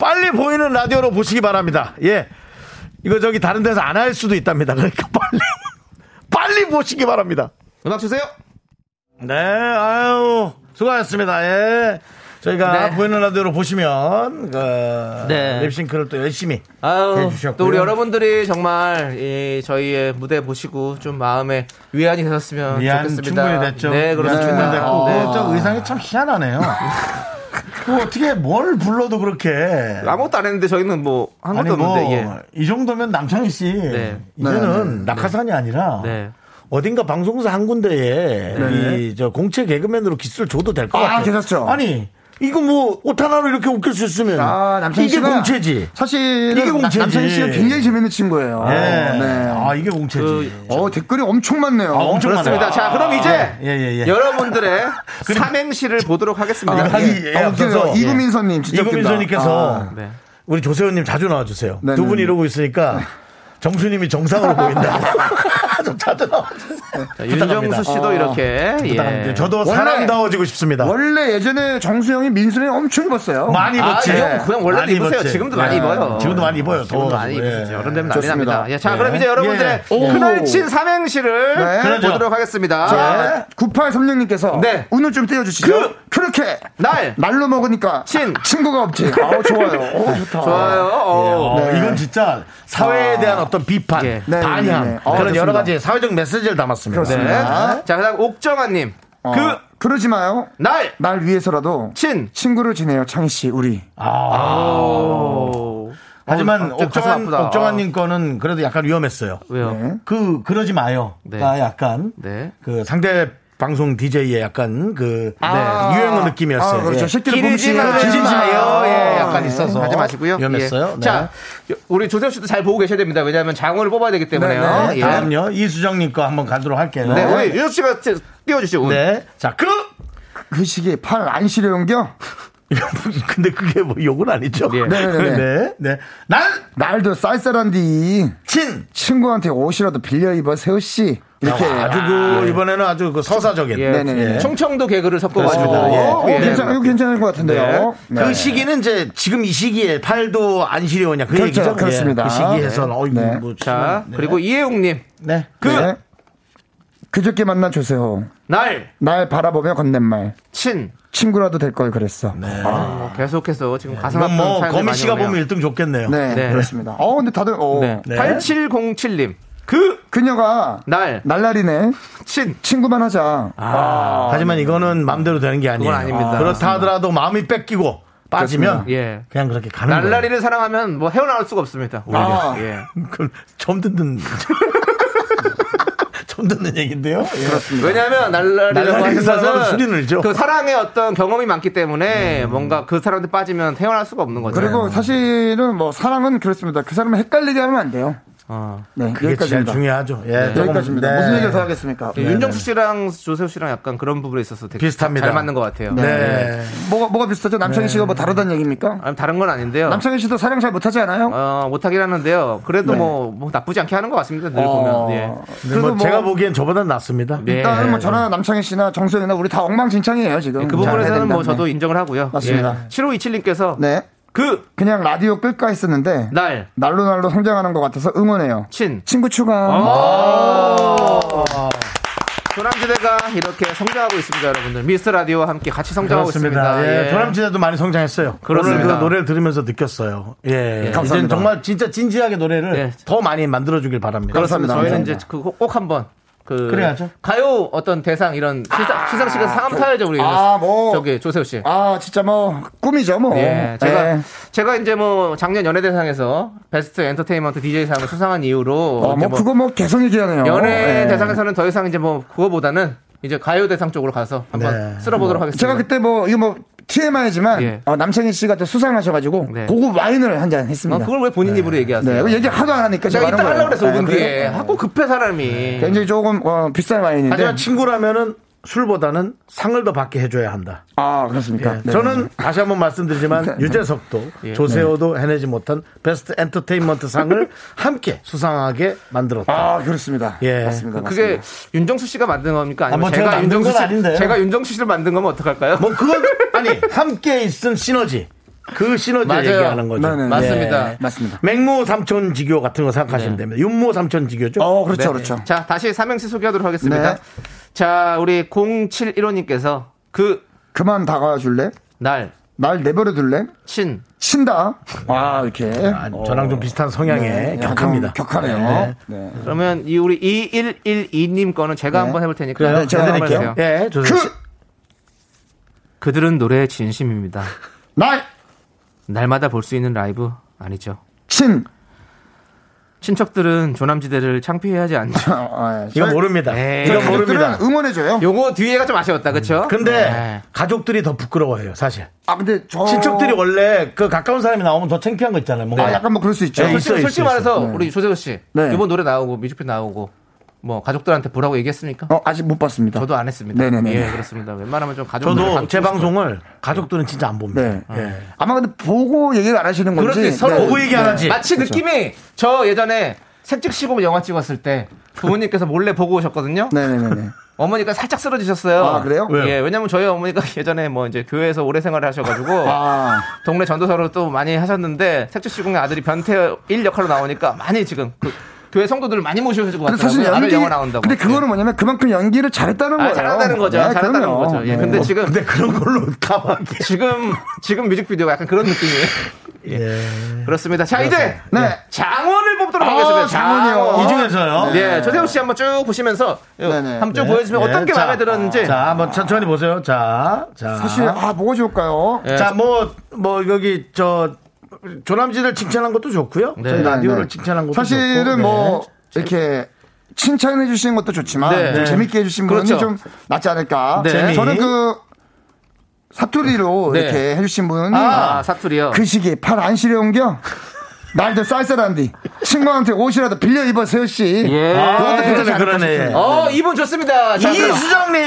[SPEAKER 3] 빨리 보이는 라디오로 보시기 바랍니다. 예. 이거 저기 다른 데서 안 할 수도 있답니다. 그러니까 빨리, 빨리 보시기 바랍니다.
[SPEAKER 4] 음악 주세요.
[SPEAKER 3] 네, 아유, 수고하셨습니다. 예. 저희가
[SPEAKER 4] 네.
[SPEAKER 3] 보이는 라디오로 보시면, 그,
[SPEAKER 4] 네.
[SPEAKER 3] 립싱크를 또 열심히
[SPEAKER 4] 아유,
[SPEAKER 3] 해주셨고요.
[SPEAKER 4] 또 우리 여러분들이 정말 이 저희의 무대 보시고 좀 마음에 위안이 되셨으면
[SPEAKER 3] 미안,
[SPEAKER 4] 어, 좋겠습니다.
[SPEAKER 3] 충분히 됐죠.
[SPEAKER 4] 네, 그렇습니다.
[SPEAKER 3] 충분히 됐고.
[SPEAKER 4] 네.
[SPEAKER 3] 네, 저 의상이 참 희한하네요. 그 어떻게 뭘 불러도 그렇게.
[SPEAKER 4] 예. 아무것도 안 했는데 저희는 뭐, 한
[SPEAKER 3] 아니
[SPEAKER 4] 것도
[SPEAKER 3] 뭐,
[SPEAKER 4] 없는데, 예.
[SPEAKER 3] 이 정도면 남창희 씨. 이제는 낙하산이 아니라.
[SPEAKER 4] 네.
[SPEAKER 3] 어딘가 방송사 한 군데에 이 저 공채 개그맨으로 기술 줘도 될 것
[SPEAKER 7] 아,
[SPEAKER 3] 같아요.
[SPEAKER 7] 괜찮죠?
[SPEAKER 3] 아니 이거 뭐 옷 하나로 이렇게 웃길 수 있으면
[SPEAKER 7] 아, 남창희
[SPEAKER 3] 이게
[SPEAKER 7] 씨가
[SPEAKER 3] 공채지.
[SPEAKER 7] 사실
[SPEAKER 3] 이게 공채지.
[SPEAKER 7] 남창희 씨가 굉장히 재밌는 친구예요.
[SPEAKER 3] 예.
[SPEAKER 7] 네.
[SPEAKER 3] 아 이게 공채지.
[SPEAKER 7] 어, 댓글이 엄청 많네요.
[SPEAKER 3] 아, 엄청
[SPEAKER 4] 그,
[SPEAKER 3] 많아요.
[SPEAKER 4] 그렇습니다. 자, 그럼 이제
[SPEAKER 3] 예, 예, 예.
[SPEAKER 4] 여러분들의 삼행시를 보도록 하겠습니다.
[SPEAKER 3] 아,
[SPEAKER 4] 예.
[SPEAKER 3] 이- 예,
[SPEAKER 7] 아, 웃기네요.
[SPEAKER 3] 앞서서, 예.
[SPEAKER 7] 이구민선님 진짜 아.
[SPEAKER 3] 이금민선님께서
[SPEAKER 7] 웃긴다.
[SPEAKER 4] 네.
[SPEAKER 3] 우리 조세호님 자주 나와주세요.
[SPEAKER 7] 네,
[SPEAKER 3] 두
[SPEAKER 7] 네,
[SPEAKER 3] 분
[SPEAKER 7] 네.
[SPEAKER 3] 이러고 있으니까 정수님이 정상으로 보인다. 좀 자주 나와주세요.
[SPEAKER 4] 자, 윤정수 씨도 이렇게.
[SPEAKER 3] 어, 부탁합니다.
[SPEAKER 4] 예.
[SPEAKER 3] 저도
[SPEAKER 7] 원래-
[SPEAKER 3] 사람다워지고
[SPEAKER 7] 아.
[SPEAKER 3] 싶습니다.
[SPEAKER 7] 원래 예전에 정수영이 민수는 엄청 입었어요. 예.
[SPEAKER 3] 많이
[SPEAKER 4] 아,
[SPEAKER 3] 입었지.
[SPEAKER 4] 형, 그냥 원래도
[SPEAKER 3] 많이
[SPEAKER 4] 입으세요.
[SPEAKER 3] 입었지.
[SPEAKER 4] 지금도 많이
[SPEAKER 3] 예.
[SPEAKER 4] 입어요.
[SPEAKER 3] 지금도 많이 입어요.
[SPEAKER 4] 지금도
[SPEAKER 3] 더워서. 예.
[SPEAKER 4] 많이 입었죠. 여름 되면 난리
[SPEAKER 7] 좋습니다.
[SPEAKER 4] 납니다. 예, 자,
[SPEAKER 3] 예.
[SPEAKER 4] 그럼 이제 여러분들의
[SPEAKER 3] 예. 오.
[SPEAKER 4] 그날친 삼행시를
[SPEAKER 7] 네.
[SPEAKER 3] 그러죠.
[SPEAKER 4] 보도록 하겠습니다.
[SPEAKER 3] 예.
[SPEAKER 7] 자, 9836님께서
[SPEAKER 4] 네.
[SPEAKER 7] 운을 아, 좀 떼어주시죠. 그, 렇게
[SPEAKER 4] 날.
[SPEAKER 7] 날로 먹으니까
[SPEAKER 4] 친.
[SPEAKER 7] 친구가 없지. 아, 좋아요.
[SPEAKER 3] 그,
[SPEAKER 7] 어, 좋다.
[SPEAKER 4] 좋아요. 어.
[SPEAKER 3] 어, 이건 진짜 사회에 대한 어떤 비판,
[SPEAKER 4] 예.
[SPEAKER 7] 네,
[SPEAKER 3] 반향
[SPEAKER 7] 네, 네. 어,
[SPEAKER 3] 그런 여러
[SPEAKER 7] 좋습니다.
[SPEAKER 3] 가지 사회적 메시지를 담았습니다.
[SPEAKER 4] 네.
[SPEAKER 7] 그렇습니다.
[SPEAKER 3] 어.
[SPEAKER 7] 좋습니다.
[SPEAKER 4] 자, 그다음 옥정아님.
[SPEAKER 7] 어, 그러지 마요.
[SPEAKER 4] 날.
[SPEAKER 7] 날 위해서라도
[SPEAKER 4] 친.
[SPEAKER 7] 친구를 지내요, 창희 씨, 우리.
[SPEAKER 3] 하지만
[SPEAKER 4] 갑자기 가슴
[SPEAKER 3] 옥정한
[SPEAKER 4] 아프다.
[SPEAKER 3] 옥정한님 거는 그래도 약간 위험했어요.
[SPEAKER 4] 왜요?
[SPEAKER 7] 네.
[SPEAKER 3] 그 그러지 마요가
[SPEAKER 4] 네.
[SPEAKER 3] 약간
[SPEAKER 4] 네.
[SPEAKER 3] 그 상대 방송 DJ의 약간 그
[SPEAKER 7] 아.
[SPEAKER 3] 유행어 느낌이었어요.
[SPEAKER 7] 아, 그렇죠.
[SPEAKER 3] 예.
[SPEAKER 7] 새끼를
[SPEAKER 4] 길이지
[SPEAKER 7] 봄씨에
[SPEAKER 4] 마요.
[SPEAKER 3] 길이지 마요.
[SPEAKER 7] 아,
[SPEAKER 3] 예, 약간 있어서.
[SPEAKER 4] 하지 마시고요.
[SPEAKER 3] 위험했어요.
[SPEAKER 4] 예.
[SPEAKER 3] 네.
[SPEAKER 4] 자, 요- 우리 조세호 씨도 잘 보고 계셔야 됩니다. 왜냐하면 장어를 뽑아야 되기 때문에요.
[SPEAKER 7] 네,
[SPEAKER 4] 예.
[SPEAKER 3] 다음요 이수정님 거 한번 가도록 할게요.
[SPEAKER 4] 네, 우리 유석 씨가 띄- 띄워주시죠. 운.
[SPEAKER 3] 네. 자, 그
[SPEAKER 7] 그 시기에 팔 안 시려운겨?
[SPEAKER 3] 근데 그게 뭐 욕은 아니죠.
[SPEAKER 4] 예.
[SPEAKER 7] 네네네.
[SPEAKER 3] 네. 네. 난
[SPEAKER 7] 날도 쌀쌀한디
[SPEAKER 3] 친.
[SPEAKER 7] 친구한테 옷이라도 빌려 입어 세호 씨 이렇게
[SPEAKER 3] 아주 그 이번에는 아주 그 서사적인.
[SPEAKER 4] 예.
[SPEAKER 7] 네네네.
[SPEAKER 4] 충청도 개그를
[SPEAKER 3] 그렇습니다. 예.
[SPEAKER 4] 섞어가지고.
[SPEAKER 7] 어,
[SPEAKER 4] 예.
[SPEAKER 7] 괜찮, 이거 괜찮을 것 같은데요. 네.
[SPEAKER 3] 그 시기는 이제 지금 이 시기에 팔도 안 시려우냐 그
[SPEAKER 7] 그렇죠.
[SPEAKER 3] 얘기죠.
[SPEAKER 7] 그렇습니다.
[SPEAKER 3] 예. 그 시기에선 어이구
[SPEAKER 7] 네.
[SPEAKER 3] 뭐
[SPEAKER 4] 자,
[SPEAKER 3] 정말, 네.
[SPEAKER 4] 그리고 이혜웅님.
[SPEAKER 3] 네.
[SPEAKER 7] 그 그저께 만난 조세호
[SPEAKER 4] 날,
[SPEAKER 7] 날 바라보며 건넨말
[SPEAKER 4] 친.
[SPEAKER 7] 친구라도 될 걸 그랬어.
[SPEAKER 3] 네.
[SPEAKER 4] 어, 계속해서 지금 가슴
[SPEAKER 3] 이건
[SPEAKER 4] 아픈
[SPEAKER 3] 뭐
[SPEAKER 4] 사연이
[SPEAKER 3] 거미
[SPEAKER 4] 많이
[SPEAKER 3] 씨가
[SPEAKER 4] 오네요.
[SPEAKER 3] 보면 1등 좋겠네요.
[SPEAKER 7] 네,
[SPEAKER 4] 네.
[SPEAKER 7] 그렇습니다. 어 근데 다들 어
[SPEAKER 4] 네.
[SPEAKER 3] 네.
[SPEAKER 4] 8707님. 그,
[SPEAKER 7] 그녀가
[SPEAKER 4] 날,
[SPEAKER 7] 날라리네
[SPEAKER 4] 친.
[SPEAKER 7] 친구만 하자.
[SPEAKER 3] 아, 하지만 이거는 마음대로 되는 게 아니에요.
[SPEAKER 4] 아, 네. 그건 아닙니다.
[SPEAKER 3] 그렇다 하더라도 마음이 뺏기고 빠지면
[SPEAKER 4] 그렇습니다. 예.
[SPEAKER 3] 그냥 그렇게 가는 거예요.
[SPEAKER 4] 날라리를 사랑하면 뭐 헤어나올 수가 없습니다. 오히려.
[SPEAKER 7] 아.
[SPEAKER 4] 예.
[SPEAKER 3] 그럼 처음 듣는 처음 듣는 얘기인데요. 예.
[SPEAKER 4] 왜냐하면 날라리라고
[SPEAKER 3] 날라리를
[SPEAKER 4] 하는
[SPEAKER 3] 사랑하면 술이
[SPEAKER 4] 거는
[SPEAKER 3] 늘죠. 음.
[SPEAKER 4] 그 사랑의 어떤 경험이 많기 때문에 뭔가 그 사람한테 빠지면 헤어날 수가 없는 거죠.
[SPEAKER 7] 그리고
[SPEAKER 3] 네.
[SPEAKER 7] 사실은 뭐 사랑은 그렇습니다. 그 사람을 헷갈리게 하면 안 돼요.
[SPEAKER 4] 어.
[SPEAKER 7] 네,
[SPEAKER 3] 그게 제일
[SPEAKER 7] 여기까지입니다.
[SPEAKER 3] 중요하죠. 예, 조금,
[SPEAKER 7] 여기까지입니다.
[SPEAKER 3] 네.
[SPEAKER 7] 무슨 얘기를 더 하겠습니까?
[SPEAKER 4] 윤정수 씨랑 조세호 씨랑 약간 그런 부분에 있어서 되게
[SPEAKER 3] 비슷합니다.
[SPEAKER 4] 잘 맞는 것 같아요.
[SPEAKER 3] 네.
[SPEAKER 7] 뭐가 뭐가 비슷하죠? 남창희 씨가 뭐 다르다는 얘기입니까?
[SPEAKER 4] 아니, 다른 건 네. 아닌데요.
[SPEAKER 7] 남창희 씨도 사랑 잘 못하지 않아요?
[SPEAKER 4] 어, 못하긴 하는데요. 그래도
[SPEAKER 3] 네.
[SPEAKER 4] 뭐, 뭐 나쁘지 않게 하는 것 같습니다. 늘 보면. 예.
[SPEAKER 3] 근데 뭐 제가 보기엔 저보다 낫습니다.
[SPEAKER 4] 네.
[SPEAKER 7] 어. 일단은 뭐 저나 남창희 씨나 정수영이나 우리 다 엉망진창이에요 지금.
[SPEAKER 4] 그
[SPEAKER 7] 잘해야
[SPEAKER 4] 부분에서는
[SPEAKER 7] 된다.
[SPEAKER 4] 뭐 저도 인정을 하고요.
[SPEAKER 7] 맞습니다.
[SPEAKER 4] 7527님께서
[SPEAKER 7] 네
[SPEAKER 4] 그,
[SPEAKER 7] 그냥 라디오 끌까 했었는데
[SPEAKER 4] 날,
[SPEAKER 7] 날로 날로 성장하는 것 같아서 응원해요.
[SPEAKER 4] 친.
[SPEAKER 7] 친구 추가.
[SPEAKER 4] 아,
[SPEAKER 7] 뭐.
[SPEAKER 3] 어.
[SPEAKER 4] 조남지대가 이렇게 성장하고 있습니다, 여러분들. 미스터 라디오와 함께 같이 성장하고
[SPEAKER 3] 그렇습니다.
[SPEAKER 4] 있습니다.
[SPEAKER 3] 예. 조남지대도 많이 성장했어요.
[SPEAKER 4] 그렇습니다.
[SPEAKER 3] 오늘 그 노래를 들으면서 느꼈어요. 예. 이제는
[SPEAKER 7] 감사합니다.
[SPEAKER 3] 정말 진짜 진지하게 노래를
[SPEAKER 4] 예.
[SPEAKER 3] 더 많이 만들어주길 바랍니다.
[SPEAKER 7] 그렇습니다.
[SPEAKER 4] 저희는
[SPEAKER 7] 감사합니다.
[SPEAKER 4] 이제 그꼭 거 한번 그
[SPEAKER 3] 그래야죠.
[SPEAKER 4] 가요 어떤 대상 이런 시상 시상식에서 상암 타야죠 우리
[SPEAKER 7] 아, 뭐.
[SPEAKER 4] 저기 조세호 씨.
[SPEAKER 7] 아 진짜 뭐 꿈이죠 뭐.
[SPEAKER 4] 예, 제가
[SPEAKER 7] 예.
[SPEAKER 4] 제가 이제 뭐 작년 연예대상에서 베스트 엔터테인먼트 DJ상을 수상한 이후로
[SPEAKER 7] 어,
[SPEAKER 4] 이제
[SPEAKER 7] 뭐 그거 뭐 계속 얘기하네요.
[SPEAKER 4] 연예
[SPEAKER 7] 예.
[SPEAKER 4] 대상에서는 더 이상 이제 뭐 그거보다는 이제 가요 대상 쪽으로 가서 한번
[SPEAKER 3] 네.
[SPEAKER 4] 쓸어보도록 하겠습니다.
[SPEAKER 7] 제가 그때 뭐 이거 뭐 TMI지만 어,
[SPEAKER 4] 예.
[SPEAKER 7] 남창희 씨가 또 수상하셔가지고
[SPEAKER 4] 네.
[SPEAKER 7] 고급 와인을 한
[SPEAKER 4] 어,
[SPEAKER 7] 잔 했습니다.
[SPEAKER 4] 그걸 왜 본인 입으로
[SPEAKER 7] 네,
[SPEAKER 4] 얘기하세요?
[SPEAKER 7] 이거 얘기 하도 안 하니까
[SPEAKER 4] 제가
[SPEAKER 7] 제가
[SPEAKER 4] 이따
[SPEAKER 7] 하는
[SPEAKER 4] 하려고 그랬어
[SPEAKER 7] 거예요.
[SPEAKER 4] 5분
[SPEAKER 7] 네,
[SPEAKER 4] 뒤에
[SPEAKER 7] 그래요? 네,
[SPEAKER 4] 하고 급해 사람이
[SPEAKER 7] 굉장히 조금 어, 비싼 와인인데.
[SPEAKER 3] 하지만
[SPEAKER 4] 네.
[SPEAKER 3] 친구라면은 술보다는 상을 더 받게 해줘야 한다.
[SPEAKER 7] 아 그렇습니까? 네.
[SPEAKER 3] 예, 저는 다시 한번
[SPEAKER 4] 네.
[SPEAKER 3] 말씀드리지만 유재석도 조세호도 해내지 못한 베스트 엔터테인먼트 상을 함께 수상하게 만들었다.
[SPEAKER 7] 아 그렇습니다.
[SPEAKER 3] 예.
[SPEAKER 7] 맞습니다.
[SPEAKER 4] 그게 윤정수 씨가 만든 겁니까? 아니면
[SPEAKER 3] 아, 뭐 제가
[SPEAKER 4] 제가
[SPEAKER 3] 만든
[SPEAKER 4] 윤정수
[SPEAKER 3] 건
[SPEAKER 4] 씨
[SPEAKER 3] 아닌데요.
[SPEAKER 4] 제가 윤정수 씨를 만든 거면 어떡할까요?
[SPEAKER 3] 뭐 그건 아니 함께 있은 시너지 그 시너지
[SPEAKER 4] 맞아요.
[SPEAKER 3] 얘기하는 거죠.
[SPEAKER 7] 네네네.
[SPEAKER 4] 맞습니다. 네.
[SPEAKER 7] 네, 맞습니다.
[SPEAKER 3] 맹모 삼촌 지교 같은 거 생각하시면 됩니다. 윤모 삼촌 지교죠.
[SPEAKER 7] 어 그렇죠
[SPEAKER 3] 네.
[SPEAKER 7] 그렇죠.
[SPEAKER 4] 자, 다시 삼행시 소개하도록 하겠습니다.
[SPEAKER 7] 네.
[SPEAKER 4] 자, 우리 071호님께서 그,
[SPEAKER 7] 그만 다가와 줄래?
[SPEAKER 4] 날,
[SPEAKER 7] 날 내버려 둘래?
[SPEAKER 4] 친,
[SPEAKER 7] 친다. 와 이렇게.
[SPEAKER 3] 아, 저랑 좀 비슷한 성향에 격합니다.
[SPEAKER 7] 좀 어. 네, 격하네요.
[SPEAKER 3] 네.
[SPEAKER 7] 네.
[SPEAKER 4] 그러면 이 우리 2112님 거는 제가 한번 해볼 테니까
[SPEAKER 7] 네, 제가
[SPEAKER 3] 네,
[SPEAKER 4] 한번
[SPEAKER 3] 그
[SPEAKER 7] 해드릴게요. 예.
[SPEAKER 4] 해보세요.
[SPEAKER 3] 예, 조세호 씨.
[SPEAKER 7] 그
[SPEAKER 4] 그들은 노래에 진심입니다.
[SPEAKER 7] 날,
[SPEAKER 4] 날마다 볼 수 있는 라이브 아니죠.
[SPEAKER 7] 친.
[SPEAKER 4] 친척들은 조남지대를 창피해 하지 않죠.
[SPEAKER 7] 아, 아,
[SPEAKER 3] 이건 모릅니다.
[SPEAKER 4] 에이.
[SPEAKER 3] 이건
[SPEAKER 7] 가족들은
[SPEAKER 3] 모릅니다.
[SPEAKER 7] 응원해줘요.
[SPEAKER 4] 요거 뒤에가 좀 아쉬웠다, 그쵸?
[SPEAKER 3] 근데
[SPEAKER 4] 네.
[SPEAKER 3] 가족들이 더 부끄러워해요, 사실.
[SPEAKER 7] 아, 근데 저.
[SPEAKER 3] 친척들이 원래 그 가까운 사람이 나오면 더 창피한 거 있잖아요. 뭔가.
[SPEAKER 7] 아, 약간 뭐 그럴 수 있죠.
[SPEAKER 3] 네, 있어,
[SPEAKER 4] 솔직히, 솔직히
[SPEAKER 3] 있어,
[SPEAKER 4] 말해서
[SPEAKER 7] 있어. 네.
[SPEAKER 4] 우리 조세호 씨
[SPEAKER 7] 네.
[SPEAKER 4] 이번 노래 나오고 뮤직비디오 나오고 뭐 가족들한테 보라고 얘기했습니까?
[SPEAKER 7] 어, 아직 못 봤습니다.
[SPEAKER 4] 저도 안 했습니다.
[SPEAKER 7] 네네네.
[SPEAKER 4] 예, 그렇습니다. 웬만하면 좀 가족
[SPEAKER 3] 저도 제 방송을 가족들은 진짜 안
[SPEAKER 7] 네.
[SPEAKER 3] 봅니다. 예.
[SPEAKER 7] 아마 근데 보고 얘기를 안 하시는 건지. 네.
[SPEAKER 4] 그렇지, 서로
[SPEAKER 3] 보고 얘기 안 하지.
[SPEAKER 4] 마치 느낌이 저 예전에 색즉 시공 영화 찍었을 때 부모님께서 몰래 보고 오셨거든요.
[SPEAKER 7] 네네네.
[SPEAKER 4] 어머니가 살짝 쓰러지셨어요.
[SPEAKER 7] 아, 그래요?
[SPEAKER 3] 왜요?
[SPEAKER 4] 예, 왜냐면 저희 어머니가 예전에 뭐 이제 교회에서 오래 생활을 하셔가지고
[SPEAKER 7] 아,
[SPEAKER 4] 동네 전도사로 또 많이 하셨는데 색주 시공의 아들이 변태 일 역할로 나오니까 많이 지금 그 교회 성도들을 많이 모셔가지고
[SPEAKER 7] 근데 사실
[SPEAKER 4] 왔더라고요. 아들
[SPEAKER 7] 연기.
[SPEAKER 4] 영화 나온다고. 예.
[SPEAKER 7] 근데 그거는 뭐냐면 그만큼 연기를 잘했다는
[SPEAKER 4] 아,
[SPEAKER 7] 거예요.
[SPEAKER 4] 잘한다는 거죠.
[SPEAKER 7] 네,
[SPEAKER 4] 잘한다는
[SPEAKER 7] 그럼요.
[SPEAKER 4] 거죠. 예,
[SPEAKER 7] 네.
[SPEAKER 4] 근데 지금
[SPEAKER 3] 근데 그런 걸로 가방에.
[SPEAKER 4] 지금 지금 뮤직비디오가 약간 그런 느낌이에요. 예. 그렇습니다. 자 이제
[SPEAKER 7] 네.
[SPEAKER 4] 장원을 뽑도록
[SPEAKER 7] 아,
[SPEAKER 4] 하겠습니다.
[SPEAKER 7] 장원이요.
[SPEAKER 3] 이 중에서요?
[SPEAKER 4] 예, 조세호 씨 한번 쭉 보시면서
[SPEAKER 7] 네네.
[SPEAKER 4] 한번 쭉
[SPEAKER 3] 네.
[SPEAKER 4] 보여주면
[SPEAKER 3] 네.
[SPEAKER 4] 어떤 게
[SPEAKER 3] 자,
[SPEAKER 4] 마음에 들었는지.
[SPEAKER 3] 자, 한번 천천히 보세요. 자, 자.
[SPEAKER 7] 사실, 아, 뭐가 좋을까요? 네,
[SPEAKER 4] 예.
[SPEAKER 3] 자, 뭐, 뭐, 여기, 저, 조남지를 칭찬한 것도 좋고요.
[SPEAKER 4] 네.
[SPEAKER 3] 저희
[SPEAKER 7] 네,
[SPEAKER 3] 라디오를
[SPEAKER 7] 네.
[SPEAKER 3] 칭찬한 것도
[SPEAKER 7] 사실은
[SPEAKER 3] 좋고.
[SPEAKER 7] 뭐 이렇게 칭찬해 주신 것도 좋지만
[SPEAKER 4] 네.
[SPEAKER 7] 좀
[SPEAKER 4] 네.
[SPEAKER 7] 재밌게 해주신
[SPEAKER 4] 그렇죠.
[SPEAKER 7] 분이 좀 낫지 않을까.
[SPEAKER 4] 네. 재미.
[SPEAKER 7] 저는 그 사투리로
[SPEAKER 4] 네.
[SPEAKER 7] 이렇게 해주신 분이
[SPEAKER 4] 아, 사투리요.
[SPEAKER 7] 그 시기에 팔 안 시려운겨. 날도 쌀쌀한디 친구한테 옷이라도 빌려 입어 세요 씨.
[SPEAKER 4] 예.
[SPEAKER 7] 그것도
[SPEAKER 3] 아,
[SPEAKER 7] 괜찮지
[SPEAKER 3] 그러네,
[SPEAKER 7] 않을까
[SPEAKER 3] 그러네.
[SPEAKER 7] 싶어요.
[SPEAKER 4] 어, 이분 좋습니다. 자, 그럼
[SPEAKER 3] 이수정님!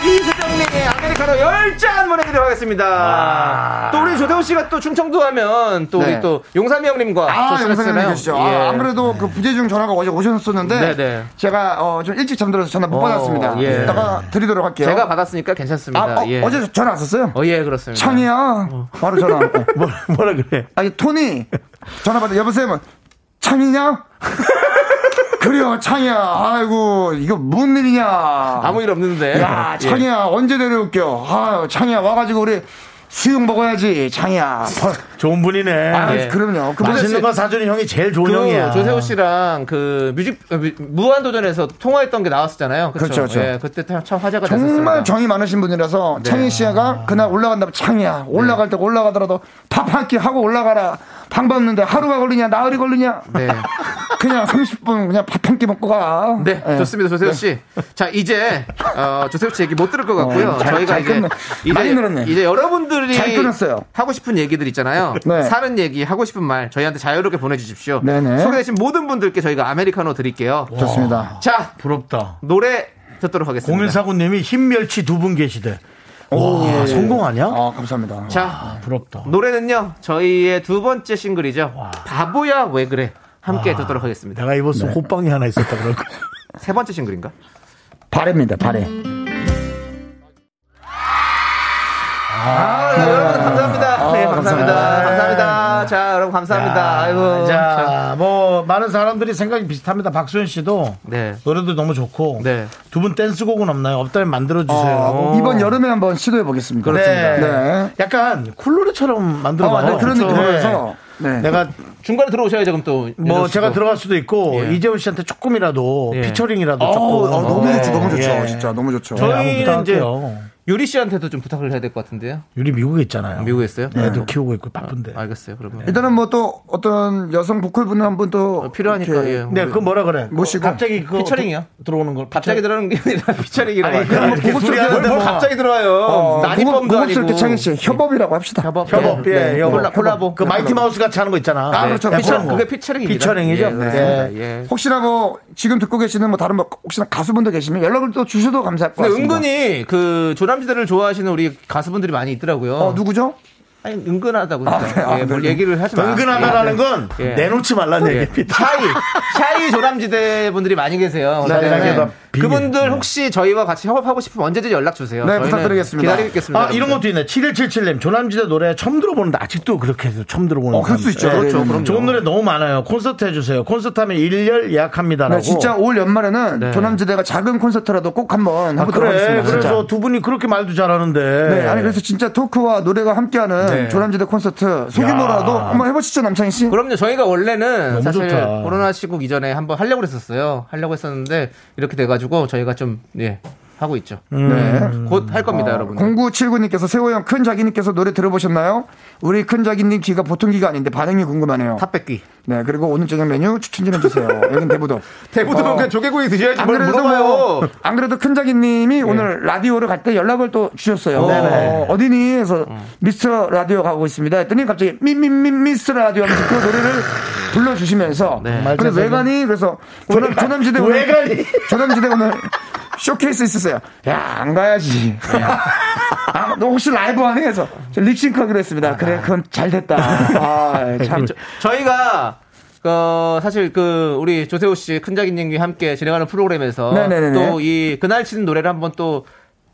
[SPEAKER 4] 이수정님의 아메리카노 10잔 보내드리도록 하겠습니다. 또 우리 조대호 씨가 또 충청도 하면 또
[SPEAKER 7] 아. 네.
[SPEAKER 4] 우리 또 용삼이 형님과
[SPEAKER 7] 아,
[SPEAKER 4] 또
[SPEAKER 7] 영상에
[SPEAKER 4] 쓰셨잖아요.
[SPEAKER 7] 계시죠.
[SPEAKER 4] 예.
[SPEAKER 7] 아, 안 그래도 그 부재중 전화가 어제 오셨었는데
[SPEAKER 4] 네, 네.
[SPEAKER 7] 제가 어, 좀 일찍 잠들어서 전화 못
[SPEAKER 4] 어,
[SPEAKER 7] 받았습니다.
[SPEAKER 4] 예.
[SPEAKER 7] 이따가 드리도록 할게요.
[SPEAKER 4] 제가 받았으니까 괜찮습니다.
[SPEAKER 7] 아, 어,
[SPEAKER 4] 예.
[SPEAKER 7] 어제 전화 왔었어요?
[SPEAKER 4] 어, 예, 그렇습니다.
[SPEAKER 7] 창이야. 바로 전화. 왔고.
[SPEAKER 3] 뭐, 뭐라 그래?
[SPEAKER 7] 아니 톤이 전화 받아 여보세요. 뭐, 창이냐? 그래요 창이야. 아이고 이거 무슨 일이냐.
[SPEAKER 4] 아무 일 예. 없는데.
[SPEAKER 7] 야 창이야 언제 내려올게요. 아유 창이야 와가지고 우리 수육 먹어야지 창이야.
[SPEAKER 3] 좋은 분이네.
[SPEAKER 7] 아,
[SPEAKER 4] 예.
[SPEAKER 7] 그럼요. 그
[SPEAKER 3] 맛있는 거 사주는 형이 제일 좋은
[SPEAKER 4] 그
[SPEAKER 3] 형이야.
[SPEAKER 4] 조세호 씨랑 그 뮤직 어, 뮤- 무한도전에서 통화했던 게 나왔었잖아요. 그쵸?
[SPEAKER 7] 그렇죠, 그렇죠.
[SPEAKER 4] 예, 그때 참 화제가
[SPEAKER 7] 정말
[SPEAKER 4] 됐었습니다.
[SPEAKER 7] 정이 많으신 분이라서
[SPEAKER 4] 네.
[SPEAKER 7] 창희 씨가 그날 올라간다면 창이야 올라갈 때 올라가더라도 밥 한 끼 하고 올라가라 방 밟는데 하루가 걸리냐 나흘이 걸리냐
[SPEAKER 4] 네.
[SPEAKER 7] 그냥 30분 그냥 밥 한 끼 먹고 가.
[SPEAKER 4] 네,
[SPEAKER 7] 예.
[SPEAKER 4] 좋습니다, 조세호 씨. 자, 이제 어, 조세호 씨 얘기 못 들을 것 같고요.
[SPEAKER 7] 어, 잘-
[SPEAKER 4] 저희가
[SPEAKER 7] 잘
[SPEAKER 4] 이제
[SPEAKER 7] 끊네.
[SPEAKER 4] 이제,
[SPEAKER 7] 많이 늘었네.
[SPEAKER 4] 이제 여러분들이
[SPEAKER 7] 잘 끊었어요.
[SPEAKER 4] 하고 싶은 얘기들 있잖아요.
[SPEAKER 7] 네.
[SPEAKER 4] 사는 얘기, 하고 싶은 말 저희한테 자유롭게 보내주십시오.
[SPEAKER 7] 네네.
[SPEAKER 4] 소개되신 모든 분들께 저희가 아메리카노 드릴게요.
[SPEAKER 7] 좋습니다.
[SPEAKER 4] 자,
[SPEAKER 3] 부럽다.
[SPEAKER 4] 노래 듣도록 하겠습니다.
[SPEAKER 3] 공일사구님이 흰 멸치 두 분 계시대.
[SPEAKER 4] 예,
[SPEAKER 3] 와, 성공하냐?
[SPEAKER 7] 아 감사합니다.
[SPEAKER 4] 자,
[SPEAKER 3] 부럽다.
[SPEAKER 4] 노래는요 저희의 두 번째 싱글이죠. 바보야 왜 그래. 함께 듣도록 하겠습니다.
[SPEAKER 3] 내가 입었으면 호빵이 하나 있었다 그럴 거야.
[SPEAKER 4] 세 번째 싱글인가?
[SPEAKER 7] 바래입니다 바래.
[SPEAKER 4] 네. 아, 여러분 감사합니다. 네, 감사합니다.
[SPEAKER 3] 감사합니다.
[SPEAKER 4] 감사합니다. 자, 여러분 감사합니다. 아이고. 자.
[SPEAKER 3] 자, 뭐 많은 사람들이 생각이 비슷합니다. 박수현 씨도
[SPEAKER 4] 네.
[SPEAKER 3] 노래도 너무 좋고
[SPEAKER 4] 네.
[SPEAKER 3] 두 분 댄스곡은 없나요? 없다면 만들어 주세요.
[SPEAKER 7] 어, 이번 여름에 한번 시도해 보겠습니다.
[SPEAKER 3] 네.
[SPEAKER 7] 네.
[SPEAKER 3] 약간 쿨노래처럼 만들어
[SPEAKER 7] 아,
[SPEAKER 3] 봐요. 그렇죠.
[SPEAKER 7] 네, 그런 느낌으로서 네.
[SPEAKER 3] 내가
[SPEAKER 4] 중간에 들어오셔야죠, 그럼 또.
[SPEAKER 3] 뭐
[SPEAKER 4] 윤정 씨도.
[SPEAKER 3] 제가 들어갈 수도 있고
[SPEAKER 4] 예.
[SPEAKER 3] 이재훈 씨한테 조금이라도
[SPEAKER 4] 예.
[SPEAKER 3] 피처링이라도
[SPEAKER 7] 어,
[SPEAKER 3] 조금
[SPEAKER 7] 어,
[SPEAKER 4] 네.
[SPEAKER 7] 너무 좋죠, 너무 좋죠,
[SPEAKER 3] 예.
[SPEAKER 7] 진짜 너무 좋죠.
[SPEAKER 3] 저희-
[SPEAKER 7] 네.
[SPEAKER 3] 저희는
[SPEAKER 4] 한번
[SPEAKER 3] 이제
[SPEAKER 4] 부탁할게요. 유리 씨한테도 좀 부탁을 해야 될 것 같은데요.
[SPEAKER 3] 유리 미국에 있잖아요. 네,
[SPEAKER 4] 미국에 있어요? 아,
[SPEAKER 3] 애도 키우고 있고 바쁜데.
[SPEAKER 4] 알겠어요, 그러면.
[SPEAKER 7] 일단은 뭐 또 어떤 여성 보컬 분을 한분또
[SPEAKER 4] 어, 필요하니까, 예.
[SPEAKER 3] 네, 그 뭐라 그래?
[SPEAKER 7] 모시고.
[SPEAKER 3] 갑자기 그
[SPEAKER 4] 피처링이요?
[SPEAKER 3] 들어오는 걸
[SPEAKER 4] 갑자기 들어오는 게 네. 아니라 피처링이라고.
[SPEAKER 3] 아니, 그럼
[SPEAKER 4] 하죠.
[SPEAKER 3] 고급스럽게
[SPEAKER 4] 둘이 하는데 뭘
[SPEAKER 3] 뭐.
[SPEAKER 4] 갑자기 들어와요. 난입범도
[SPEAKER 7] 고급스럽게
[SPEAKER 4] 아니고.
[SPEAKER 7] 창희 씨 협업이라고 합시다.
[SPEAKER 4] 예, 협업.
[SPEAKER 3] 협업,
[SPEAKER 4] 네,
[SPEAKER 3] 예,
[SPEAKER 4] 네.
[SPEAKER 3] 협업.
[SPEAKER 4] 콜라- 콜라보.
[SPEAKER 3] 그 마이티 마우스 같이 하는 거 있잖아.
[SPEAKER 7] 아,
[SPEAKER 3] 네.
[SPEAKER 7] 그렇죠.
[SPEAKER 3] 그런
[SPEAKER 4] 피처,
[SPEAKER 3] 거.
[SPEAKER 4] 그게 뭐. 피처링입니다.
[SPEAKER 3] 피처링이죠?
[SPEAKER 4] 예, 그렇습니다.
[SPEAKER 3] 네.
[SPEAKER 4] 예.
[SPEAKER 7] 혹시나 뭐 지금 듣고 계시는 뭐 다른 뭐 혹시나 가수분들 계시면 연락을 또 주셔도 감사할 것
[SPEAKER 4] 근데
[SPEAKER 7] 같습니다.
[SPEAKER 4] 네, 은근히 그 조남지대를 좋아하시는 우리 가수분들이 많이 있더라고요.
[SPEAKER 7] 어 누구죠?
[SPEAKER 4] 아니, 은근하다고.
[SPEAKER 7] 그래요? 아,
[SPEAKER 4] 예, 뭘
[SPEAKER 7] 그래요?
[SPEAKER 4] 얘기를 하지 마.
[SPEAKER 3] 은근하다라는
[SPEAKER 4] 예.
[SPEAKER 3] 건
[SPEAKER 4] 예.
[SPEAKER 3] 내놓지 말라는
[SPEAKER 4] 예.
[SPEAKER 3] 얘기입니다.
[SPEAKER 4] 샤이, 샤이 조남지대 분들이 많이 계세요.
[SPEAKER 7] 네,
[SPEAKER 4] 그래서
[SPEAKER 7] 네, 네.
[SPEAKER 4] 그분들 혹시 저희와 같이 협업하고 싶으면 언제든지 연락 주세요.
[SPEAKER 7] 네,
[SPEAKER 4] 저희는
[SPEAKER 7] 부탁드리겠습니다.
[SPEAKER 4] 기다리겠습니다.
[SPEAKER 3] 아, 이런 것도 있네. 7177님, 조남지대 노래 처음 들어보는데 아직도 그렇게 해서 처음 들어보는
[SPEAKER 7] 어, 그럴 수
[SPEAKER 3] 사람들.
[SPEAKER 7] 있죠.
[SPEAKER 3] 예.
[SPEAKER 7] 그렇죠.
[SPEAKER 4] 그럼요.
[SPEAKER 3] 좋은 노래 너무 많아요. 콘서트 해주세요. 콘서트 하면 일렬 예약합니다라고.
[SPEAKER 7] 네, 진짜 올 연말에는
[SPEAKER 4] 네.
[SPEAKER 7] 조남지대가 작은 콘서트라도 꼭 한번
[SPEAKER 3] 아,
[SPEAKER 7] 해보도록
[SPEAKER 3] 그래.
[SPEAKER 7] 하겠습니다. 진짜.
[SPEAKER 3] 그래서 두 분이 그렇게 말도 잘하는데.
[SPEAKER 7] 네, 아니 그래서 진짜 토크와 노래가 함께하는 조남지대 콘서트 소규모라도
[SPEAKER 3] 네. 야.
[SPEAKER 7] 한번 해보시죠 남창희 씨.
[SPEAKER 4] 그럼요. 저희가 원래는 사실
[SPEAKER 3] 좋다.
[SPEAKER 4] 코로나 시국 이전에 한번 하려고 그랬었어요. 하려고 했었는데 이렇게 돼가지고 저희가 좀 예. 하고 있죠.
[SPEAKER 7] 네.
[SPEAKER 4] 곧 할 겁니다, 여러분.
[SPEAKER 7] 0979님께서 세호 형, 큰 자기님께서 노래 들어보셨나요? 우리 큰 자기님 귀가 보통 귀가 아닌데 반응이 궁금하네요.
[SPEAKER 4] 탑백기.
[SPEAKER 7] 네, 그리고 오늘 저녁 메뉴 추천 좀 해주세요. 여긴 대부도.
[SPEAKER 4] 대부분은 어. 아, 그냥 조개구이 드셔야지
[SPEAKER 7] 안
[SPEAKER 4] 뭘
[SPEAKER 7] 그래도
[SPEAKER 4] 물어봐요. 예.
[SPEAKER 7] 뭐, 안 그래도 큰 자기님이 오늘 라디오를 갈 때 연락을 또 주셨어요. 어, 어디니? 해서 미스터 라디오 가고 있습니다. 했더니 갑자기 미미미 미스터 라디오 하면서 그 노래를 불러주시면서.
[SPEAKER 4] 네.
[SPEAKER 7] 그래서 외관이 그래서 조남, 조남지대 오늘.
[SPEAKER 3] 외관이.
[SPEAKER 7] 조남지대 오늘 쇼케이스 있었어요. 야, 안 가야지.
[SPEAKER 4] 네.
[SPEAKER 7] 아, 너 혹시 라이브 하니? 해서 저 립싱크하기로 했습니다. 그래, 그건 잘 됐다. 아, 참.
[SPEAKER 4] 저희가 어, 사실 그 우리 조세호 씨 큰자기님과 함께 진행하는 프로그램에서
[SPEAKER 7] 네네네네.
[SPEAKER 4] 또 이 그날 치는 노래를 한번 또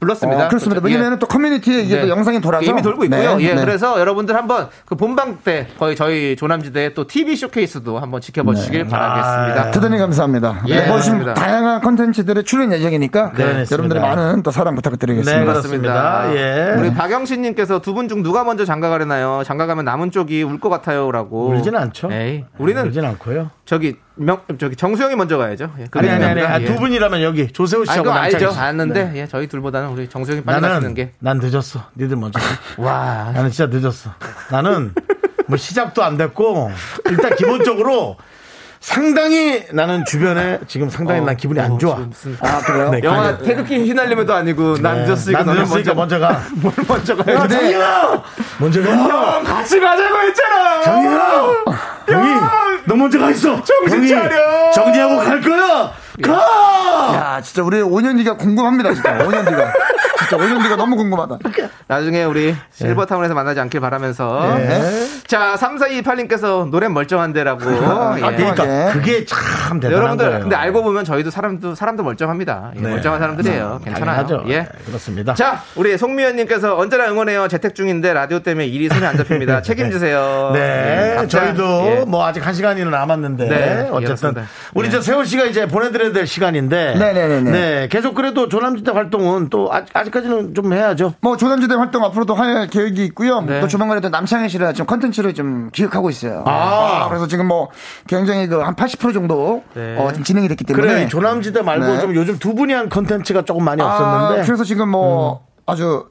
[SPEAKER 4] 불렀습니다.
[SPEAKER 7] 어, 그렇습니다.
[SPEAKER 4] 예.
[SPEAKER 7] 왜냐면 또 커뮤니티에 이게
[SPEAKER 4] 네.
[SPEAKER 7] 또 영상이 돌아서
[SPEAKER 4] 이미 돌고 있고요.
[SPEAKER 7] 네,
[SPEAKER 4] 예,
[SPEAKER 7] 네.
[SPEAKER 4] 그래서 여러분들 한번 그 본방 때 거의 저희 조남지대 또 TV 쇼케이스도 한번 지켜봐
[SPEAKER 7] 네.
[SPEAKER 4] 주시길 바라겠습니다.
[SPEAKER 7] 대단히 감사합니다.
[SPEAKER 4] 예,
[SPEAKER 7] 네, 뭐 지금
[SPEAKER 4] 감사합니다.
[SPEAKER 7] 다양한 컨텐츠들의 출연 예정이니까
[SPEAKER 3] 네, 그렇습니다.
[SPEAKER 7] 여러분들의 많은 또 사랑 부탁드리겠습니다.
[SPEAKER 3] 네, 그렇습니다. 예.
[SPEAKER 4] 우리 박영신님께서 두 분 중 누가 먼저 장가 가려나요? 장가 가면 남은 쪽이 울 것 같아요라고.
[SPEAKER 3] 울진 않죠.
[SPEAKER 4] 에이, 우리는
[SPEAKER 3] 울진 않고요.
[SPEAKER 4] 저기 명 저기 정수영이 먼저 가야죠. 예,
[SPEAKER 3] 아니 아니 아니, 아니.
[SPEAKER 4] 예.
[SPEAKER 3] 두 분이라면 여기 조세호
[SPEAKER 4] 아,
[SPEAKER 3] 씨하고
[SPEAKER 4] 그거 알죠.
[SPEAKER 3] 남창희 씨. 네.
[SPEAKER 4] 아는데 예, 저희 둘보다는 우리 정수영이 빨리 나는... 는
[SPEAKER 3] 나는
[SPEAKER 4] 게.
[SPEAKER 3] 난 늦었어. 니들 먼저.
[SPEAKER 4] 와.
[SPEAKER 3] 나는 진짜 늦었어. 나는 뭐 시작도 안 됐고 일단 기본적으로 상당히 나는 주변에 지금 상당히
[SPEAKER 7] 어,
[SPEAKER 3] 난 기분이 안 좋아.
[SPEAKER 7] 아, 그래요?
[SPEAKER 3] 네,
[SPEAKER 4] 영화
[SPEAKER 3] 그래요.
[SPEAKER 4] 태극기 휘날리면도 아니고 난
[SPEAKER 3] 네,
[SPEAKER 4] 늦었으니까
[SPEAKER 3] 난
[SPEAKER 4] 너는
[SPEAKER 3] 늦었으니까 먼저 가.
[SPEAKER 4] 뭘 먼저 가요.
[SPEAKER 3] 야, 정인아! 먼저 가.
[SPEAKER 4] 같이 가자고 했잖아.
[SPEAKER 3] 정인아! 형이 너 먼저 가 있어. 정신
[SPEAKER 4] 차려!
[SPEAKER 3] 정리하고 갈 거야. 가.
[SPEAKER 7] 야, 아, 진짜 우리 5년 뒤가 궁금합니다, 진짜. 5년 뒤가. 진짜 5년 뒤가 너무 궁금하다. 어?
[SPEAKER 4] 나중에
[SPEAKER 3] 네.
[SPEAKER 4] 우리 실버타운에서 만나지 않길 바라면서.
[SPEAKER 7] 네.
[SPEAKER 4] 자, 3428님께서 노래 멀쩡한데라고.
[SPEAKER 7] 어,
[SPEAKER 3] 아,
[SPEAKER 4] 예.
[SPEAKER 3] 그러니까
[SPEAKER 7] 예.
[SPEAKER 3] 그게 참 대단한
[SPEAKER 4] 여러분들,
[SPEAKER 3] 거예요.
[SPEAKER 4] 근데 알고 보면 저희도 사람도, 사람도 멀쩡합니다. 예, 멀쩡한 사람들이에요. 괜찮아요.
[SPEAKER 3] 당연하죠.
[SPEAKER 4] 예.
[SPEAKER 3] 네, 그렇습니다.
[SPEAKER 4] 자, 우리 송미연님께서 언제나 응원해요. 재택 중인데 라디오 때문에 일이 손에 안 잡힙니다. 책임지세요.
[SPEAKER 3] 네,
[SPEAKER 4] 예, 각자,
[SPEAKER 3] 저희도
[SPEAKER 4] 예.
[SPEAKER 3] 뭐 아직 한 시간이나 남았는데
[SPEAKER 4] 네,
[SPEAKER 3] 어쨌든
[SPEAKER 4] 이렇습니다.
[SPEAKER 3] 우리
[SPEAKER 4] 네.
[SPEAKER 3] 저 세호 씨가 이제 보내드려야 될 시간인데
[SPEAKER 7] 네, 네, 네, 네.
[SPEAKER 3] 네, 계속 그래도 조남지대 활동은 또 아직, 아직까지는 좀 해야죠.
[SPEAKER 7] 뭐 조남지대 활동 앞으로도 할 계획이 있고요.
[SPEAKER 4] 네.
[SPEAKER 7] 또 조만간에 또 남창희 씨랑 좀 컨텐츠를 좀 기획하고 있어요.
[SPEAKER 3] 아.
[SPEAKER 7] 그래서 지금 뭐 굉장히 그 한 80% 정도
[SPEAKER 4] 네.
[SPEAKER 7] 어, 지금 진행이 됐기 때문에
[SPEAKER 3] 그래 이 조남지대 말고
[SPEAKER 7] 네.
[SPEAKER 3] 좀 요즘 두 분이 한 컨텐츠가 조금 많이
[SPEAKER 7] 아,
[SPEAKER 3] 없었는데 음.
[SPEAKER 7] 그래서 지금 뭐 아주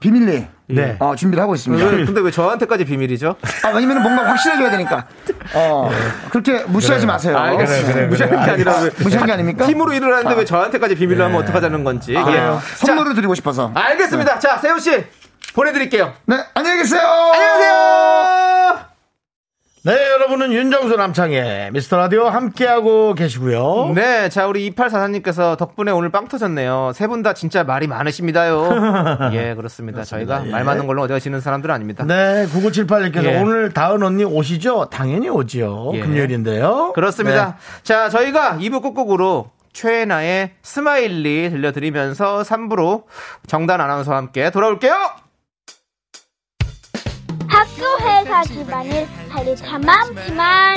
[SPEAKER 7] 비밀리
[SPEAKER 3] 네.
[SPEAKER 7] 어, 준비를 하고 있습니다.
[SPEAKER 4] 왜- 근데 왜 저한테까지 비밀이죠?
[SPEAKER 7] 아, 왜냐면 뭔가 확실해져야 되니까. 어, 그렇게 무시하지 마세요.
[SPEAKER 4] 알겠습니다.
[SPEAKER 7] 네.
[SPEAKER 4] 무시하는 게 아니라 왜
[SPEAKER 7] 무시한 게 아닙니까?
[SPEAKER 4] 팀으로 일을 하는데 왜 저한테까지 비밀로 하면 어떡하자는 건지. 예.
[SPEAKER 7] 아,
[SPEAKER 4] 자,
[SPEAKER 7] 선물을 드리고 싶어서.
[SPEAKER 4] 알겠습니다. 자, 세훈 씨 보내드릴게요.
[SPEAKER 7] 네, 안녕히 계세요.
[SPEAKER 4] 안녕하세요.
[SPEAKER 3] 네, 여러분은 윤정수 남창의 미스터 라디오 함께하고 계시고요.
[SPEAKER 4] 네, 자 우리 2844님께서 덕분에 오늘 빵 터졌네요. 세 분 다 진짜 말이 많으십니다요. 예, 그렇습니다. 저희가 말 많은 걸로 어디가 지는 사람들은 아닙니다.
[SPEAKER 3] 네, 9978님께서
[SPEAKER 4] 예.
[SPEAKER 3] 오늘 다은 언니 오시죠? 당연히 오지요.
[SPEAKER 4] 예.
[SPEAKER 3] 금요일인데요.
[SPEAKER 4] 그렇습니다. 자, 저희가 2부 끝곡으로 최애나의 스마일리 들려드리면서 3부로 정단 아나운서와 함께 돌아올게요.
[SPEAKER 9] 학교 회사 집안일 할일 참 많지만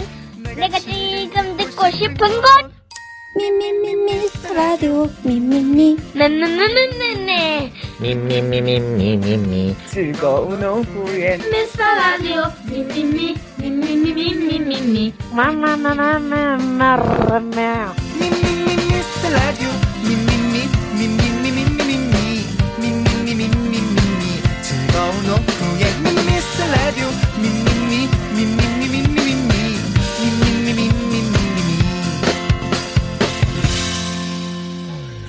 [SPEAKER 9] 내가 지금 듣고 싶은 건 미미미 미스터 라디오 미미미 네, 네네네네네
[SPEAKER 4] 즐거운 오후에
[SPEAKER 9] 미스터 라디오 미미미 미미미미미미미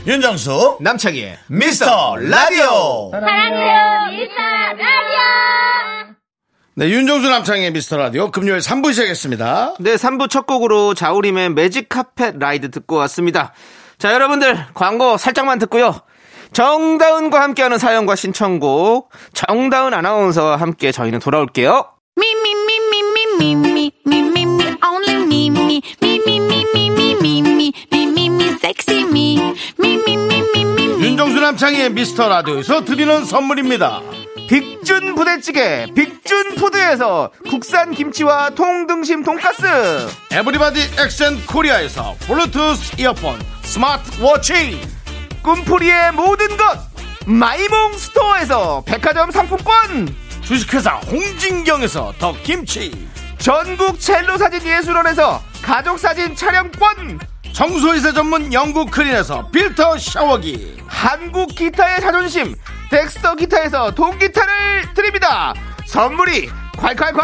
[SPEAKER 3] 네.
[SPEAKER 6] 윤정수
[SPEAKER 4] 남창희의
[SPEAKER 6] 미스터 라디오.
[SPEAKER 9] 사랑해요 미스터 라디오
[SPEAKER 6] 네, 윤정수 남창의 미스터 라디오 금요일 3부 시작했습니다.
[SPEAKER 4] 네, 3부 첫 곡으로 자우림의 매직 카펫 라이드 듣고 왔습니다. 자, 여러분들 광고 살짝만 듣고요. 정다은과 함께하는 사연과 신청곡 정다은 아나운서와 함께 저희는 돌아올게요.
[SPEAKER 8] Me, me, me, me, me, me, me, me, me, me, only me, me, me, me, me, me, me, me, me, me, me, me, sexy me, me, me, me, me, me, me.
[SPEAKER 6] 윤정수 남창의 미스터 라디오에서 드리는 선물입니다.
[SPEAKER 4] 빅준 부대찌개 빅준 푸드에서 국산 김치와 통등심 돈가스
[SPEAKER 6] 에브리바디 엑센 코리아에서 블루투스 이어폰, 스마트 워치,
[SPEAKER 4] 꿈풀이의 모든 것 마이몽 스토어에서 백화점 상품권
[SPEAKER 6] 주식회사 홍진경에서 더 김치,
[SPEAKER 4] 전국 첼로 사진 예술원에서 가족 사진 촬영권
[SPEAKER 3] 청소이사 전문 영국 크린에서 필터 샤워기
[SPEAKER 4] 한국 기타의 자존심 덱스터 기타에서 동기타를 드립니다 선물이 콸콸콸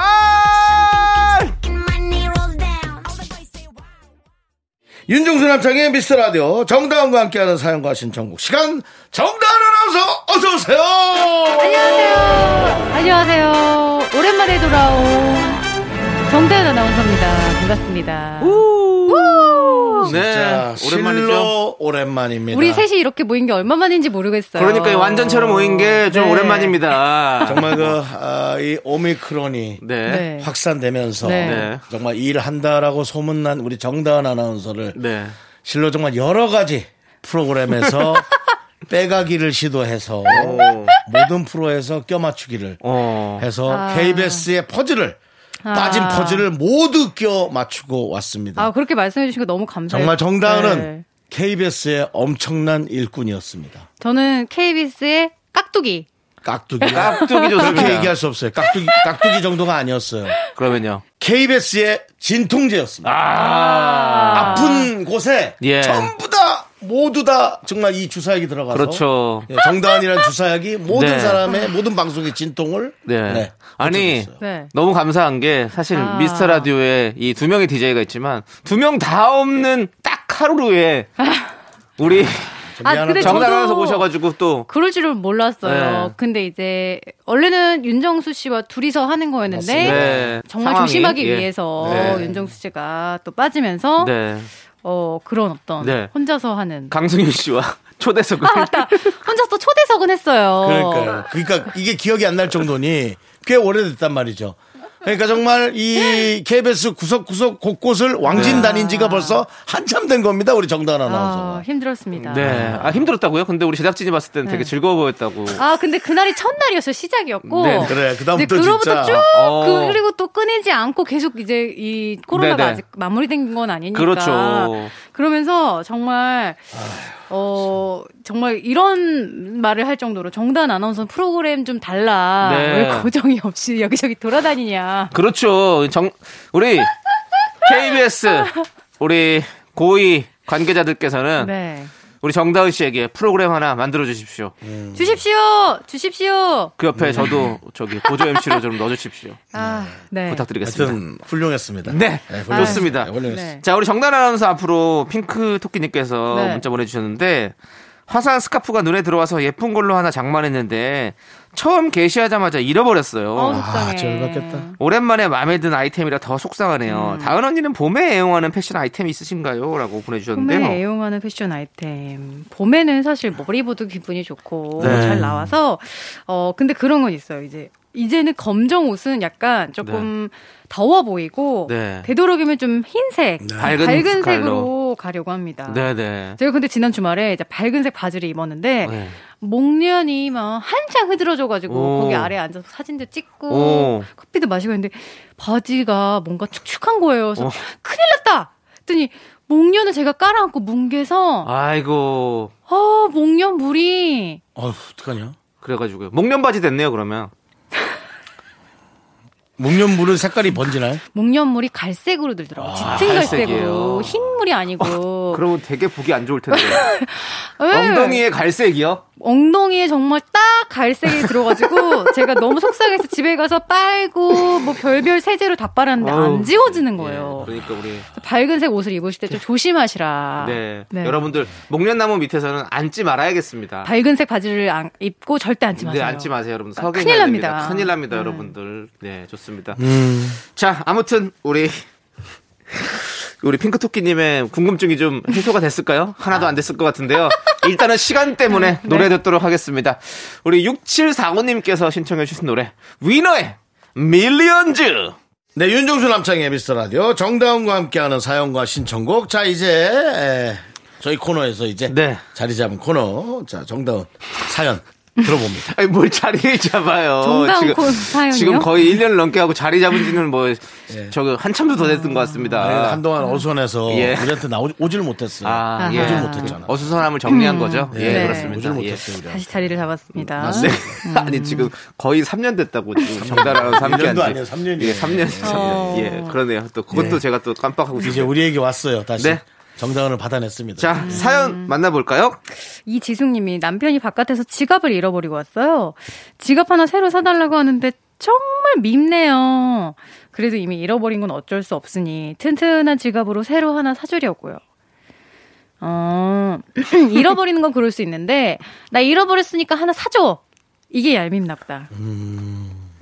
[SPEAKER 3] 윤종수 남창의 미스터 라디오 정다은과 함께하는 사연과 신청곡 시간 정다은 아나운서 어서 오세요.
[SPEAKER 10] 안녕하세요. 안녕하세요. 오랜만에 돌아온 정다은 아나운서입니다. 반갑습니다. 어.
[SPEAKER 4] 네,
[SPEAKER 3] 자, 네, 실로 오랜만입니다.
[SPEAKER 10] 우리 셋이 이렇게 모인 게 얼마만인지 모르겠어요.
[SPEAKER 4] 그러니까 이 완전체로 모인 게 좀
[SPEAKER 10] 네.
[SPEAKER 4] 오랜만입니다
[SPEAKER 3] 정말 그, 아, 이 오미크론이
[SPEAKER 4] 네.
[SPEAKER 10] 네.
[SPEAKER 3] 확산되면서
[SPEAKER 10] 네.
[SPEAKER 4] 네.
[SPEAKER 3] 정말 일한다라고 소문난 우리 정다은 아나운서를
[SPEAKER 4] 네.
[SPEAKER 3] 실로 정말 여러 가지 프로그램에서 빼가기를 시도해서 모든 프로에서 껴맞추기를
[SPEAKER 4] 어.
[SPEAKER 3] 해서
[SPEAKER 10] 아.
[SPEAKER 3] KBS의 퍼즐을 빠진
[SPEAKER 10] 아.
[SPEAKER 3] 퍼즐을 모두 껴 맞추고 왔습니다.
[SPEAKER 10] 아, 그렇게 말씀해 주신 거 너무 감사해요.
[SPEAKER 3] 정말 정다은은
[SPEAKER 10] 네.
[SPEAKER 3] KBS의 엄청난 일꾼이었습니다.
[SPEAKER 10] 저는 KBS의 깍두기.
[SPEAKER 3] 깍두기.
[SPEAKER 4] 깍두기
[SPEAKER 3] 그렇게
[SPEAKER 4] 좋습니다
[SPEAKER 3] 얘기할 수 없어요. 깍두기, 깍두기 정도가 아니었어요.
[SPEAKER 4] 그러면요
[SPEAKER 3] KBS의 진통제였습니다.
[SPEAKER 4] 아
[SPEAKER 3] 아픈 곳에
[SPEAKER 4] 예.
[SPEAKER 3] 전부 다 모두 다 정말 이 주사약이 들어가서
[SPEAKER 4] 그렇죠
[SPEAKER 3] 예, 정다은이라는 주사약이 모든
[SPEAKER 4] 네.
[SPEAKER 3] 사람의 모든 방송의 진통을
[SPEAKER 4] 네.
[SPEAKER 3] 네,
[SPEAKER 4] 아니
[SPEAKER 3] 고쳐줬어요.
[SPEAKER 10] 네.
[SPEAKER 4] 너무 감사한 게 사실
[SPEAKER 10] 아.
[SPEAKER 4] 미스터 라디오에 이 두 명의 DJ가 있지만 두 명 다 없는 딱 하루에 우리
[SPEAKER 10] 아, 근데
[SPEAKER 4] 정답 아나운서
[SPEAKER 10] 저도
[SPEAKER 4] 모셔가지고 또
[SPEAKER 10] 그럴 줄은 몰랐어요.
[SPEAKER 4] 네.
[SPEAKER 10] 근데 이제 원래는 윤정수 씨와 둘이서 하는 거였는데
[SPEAKER 4] 네.
[SPEAKER 10] 정말
[SPEAKER 4] 상황이,
[SPEAKER 10] 조심하기
[SPEAKER 4] 예.
[SPEAKER 10] 위해서
[SPEAKER 4] 네.
[SPEAKER 10] 윤정수 씨가 또 빠지면서
[SPEAKER 4] 네.
[SPEAKER 10] 어, 그런 어떤
[SPEAKER 4] 네.
[SPEAKER 10] 혼자서 하는
[SPEAKER 4] 강승윤 씨와 초대석을
[SPEAKER 10] 맞다. 혼자서 또 초대석은 했어요.
[SPEAKER 3] 그러니까요. 그러니까 이게 기억이 안 날 정도니 꽤 오래됐단 말이죠. 그러니까 정말 이 KBS 구석구석 곳곳을
[SPEAKER 4] 네.
[SPEAKER 3] 왕진 다닌 지가 벌써 한참 된 겁니다. 우리 정다은
[SPEAKER 10] 아,
[SPEAKER 3] 아나운서가.
[SPEAKER 10] 힘들었습니다.
[SPEAKER 4] 네. 아, 힘들었다고요? 근데 우리 제작진이 봤을 때는
[SPEAKER 10] 네.
[SPEAKER 4] 되게 즐거워 보였다고.
[SPEAKER 10] 아, 근데 그날이 첫날이었어요. 시작이었고.
[SPEAKER 4] 네,
[SPEAKER 3] 그래. 그다음부터
[SPEAKER 10] 이제 그로부터
[SPEAKER 3] 진짜.
[SPEAKER 10] 쭉
[SPEAKER 4] 어.
[SPEAKER 10] 그, 리고또 끊이지 않고 계속 이제 이 코로나가
[SPEAKER 4] 네네.
[SPEAKER 10] 아직 마무리된 건 아니니까.
[SPEAKER 4] 그렇죠.
[SPEAKER 10] 그러면서 정말 어 정말 이런 말을 할 정도로 정단 아나운서 프로그램 좀 달라.
[SPEAKER 4] 네.
[SPEAKER 10] 왜 고정이 없이 여기저기 돌아다니냐.
[SPEAKER 4] 그렇죠. 정, 우리 KBS, 우리 고위 관계자들께서는
[SPEAKER 10] 네.
[SPEAKER 4] 우리 정다은 씨에게 프로그램 하나 만들어 주십시오.
[SPEAKER 10] 주십시오. 주십시오.
[SPEAKER 4] 그
[SPEAKER 3] 네.
[SPEAKER 4] 옆에 저도 저기 보조 MC로 좀 넣어주십시오.
[SPEAKER 10] 아, 네.
[SPEAKER 4] 부탁드리겠습니다.
[SPEAKER 3] 하여튼 훌륭했습니다.
[SPEAKER 4] 네,
[SPEAKER 3] 훌륭했-
[SPEAKER 4] 좋습니다.
[SPEAKER 3] 네, 훌륭했습니다.
[SPEAKER 10] 네.
[SPEAKER 4] 자, 우리 정단 아나운서 앞으로 핑크 토끼님께서
[SPEAKER 10] 네.
[SPEAKER 4] 문자 보내주셨는데 화사한 스카프가 눈에 들어와서 예쁜 걸로 하나 장만했는데 처음 게시하자마자 잃어버렸어요.
[SPEAKER 10] 어, 속상해.
[SPEAKER 3] 아, 절박했다.
[SPEAKER 4] 오랜만에 마음에 든 아이템이라 더
[SPEAKER 10] 음.
[SPEAKER 4] 속상하네요. 다은 언니는 봄에 애용하는 패션 아이템 있으신가요? 라고 보내주셨는데요.
[SPEAKER 10] 봄에 애용하는 패션 아이템. 봄에는 사실 머리보도 기분이 좋고
[SPEAKER 4] 네.
[SPEAKER 10] 잘 나와서 어 근데 그런 건 있어요. 이제 이제는 검정 옷은 약간 조금 더워 보이고
[SPEAKER 4] 네.
[SPEAKER 10] 되도록이면 좀 흰색,
[SPEAKER 4] 밝은
[SPEAKER 10] 색으로 가려고 합니다.
[SPEAKER 4] 네네.
[SPEAKER 10] 제가 근데 지난 주말에 이제 밝은색 바지를 입었는데
[SPEAKER 4] 네.
[SPEAKER 10] 목련이 막 한창 흐드러져가지고
[SPEAKER 4] 오.
[SPEAKER 10] 거기 아래 앉아서 사진도 찍고
[SPEAKER 4] 오.
[SPEAKER 10] 커피도 마시고 했는데 바지가 뭔가 축축한 거예요.
[SPEAKER 4] 어.
[SPEAKER 10] 그래서 큰일 났다. 했더니 목련을 제가 깔아앉고 뭉개서
[SPEAKER 4] 아이고.
[SPEAKER 10] 어 목련 물이
[SPEAKER 3] 어휴, 어떡하냐.
[SPEAKER 4] 그래가지고요. 목련 바지 됐네요, 그러면.
[SPEAKER 3] 목련 물은 색깔이 번지나요?
[SPEAKER 10] 목련 물이 갈색으로 들더라고. 요 짙은
[SPEAKER 4] 아, 갈색이에요.
[SPEAKER 10] 갈색으로 흰 물이 아니고
[SPEAKER 4] 그러면 되게 보기 안 좋을 텐데.
[SPEAKER 10] 예.
[SPEAKER 4] 엉덩이에 갈색이요?
[SPEAKER 10] 엉덩이에 정말 딱 갈색이 들어가지고 제가 너무 속상해서 집에 가서 빨고 뭐 별별 세제로 다 빨았는데
[SPEAKER 4] 어우.
[SPEAKER 10] 안 지워지는 거예요.
[SPEAKER 4] 예, 그러니까 우리
[SPEAKER 10] 밝은색 옷을 입으실 때 좀 조심하시라.
[SPEAKER 4] 네. 여러분들 목련나무 밑에서는 앉지 말아야겠습니다.
[SPEAKER 10] 밝은색 바지를 안- 입고 절대 앉지 마세요.
[SPEAKER 4] 네, 앉지 마세요, 여러분.
[SPEAKER 10] 아,
[SPEAKER 4] 서게
[SPEAKER 10] 큰일
[SPEAKER 4] 가야 됩니다.
[SPEAKER 10] 납니다.
[SPEAKER 4] 큰일 납니다,
[SPEAKER 10] 네.
[SPEAKER 4] 여러분들. 네, 좋습니다. 자, 아무튼 우리 우리 핑크토끼님의 궁금증이 좀 해소가 됐을까요? 하나도 안 됐을 것 같은데요. 일단은 시간
[SPEAKER 10] 음,
[SPEAKER 4] 때문에
[SPEAKER 10] 네.
[SPEAKER 4] 노래 듣도록 하겠습니다. 우리 6745님께서 신청해 주신 노래 위너의 밀리언즈.
[SPEAKER 3] 네, 윤정수 남창의 미스터 라디오 정다운과 함께하는 사연과 신청곡. 자, 이제 에, 저희 코너에서 이제
[SPEAKER 4] 네.
[SPEAKER 3] 자리 잡은 코너. 자, 정다운 사연 들어봅니다.
[SPEAKER 4] 아니 뭘 자리 잡아요.
[SPEAKER 10] 정다운
[SPEAKER 4] 지금,
[SPEAKER 10] 콘그 사연이요?
[SPEAKER 4] 지금 거의 1년 넘게 하고 자리 잡은 지는 뭐 저거 한참도 더 됐던 것
[SPEAKER 3] 아니, 네,
[SPEAKER 4] 같습니다.
[SPEAKER 3] 한동안 어선에서
[SPEAKER 4] 예.
[SPEAKER 3] 우리한테 나오질 못했어요.
[SPEAKER 4] 아,
[SPEAKER 10] 아하.
[SPEAKER 4] 예.
[SPEAKER 10] 오질
[SPEAKER 3] 못했잖아.
[SPEAKER 4] 어수선함을 정리한 거죠? 예,
[SPEAKER 10] 네.
[SPEAKER 4] 그렇습니다.
[SPEAKER 3] 오질
[SPEAKER 4] 예.
[SPEAKER 3] 못했어요. 우리
[SPEAKER 10] 다시 자리를 잡았습니다.
[SPEAKER 4] 네. 아니 지금 거의 3년 됐다고 지금 정달하는 3년
[SPEAKER 3] 년도 아니에요, 삼 년이에요.
[SPEAKER 4] 예, 3년.
[SPEAKER 10] 어.
[SPEAKER 4] 예, 그러네요. 또 그것도 제가 또 깜빡하고
[SPEAKER 3] 이제
[SPEAKER 4] 있어요.
[SPEAKER 3] 우리에게 왔어요. 다시.
[SPEAKER 4] 네.
[SPEAKER 3] 정당을 받아냈습니다.
[SPEAKER 4] 자, 사연 만나볼까요?
[SPEAKER 10] 이지숙님이 남편이 바깥에서 지갑을 잃어버리고 왔어요. 지갑 하나 새로 사달라고 하는데 정말 밉네요. 그래도 이미 잃어버린 건 어쩔 수 없으니 튼튼한 지갑으로 새로 하나 사주려고요. 어, 잃어버리는 건 그럴 수 있는데 나 잃어버렸으니까 하나 사줘. 이게 얄밉나 보다.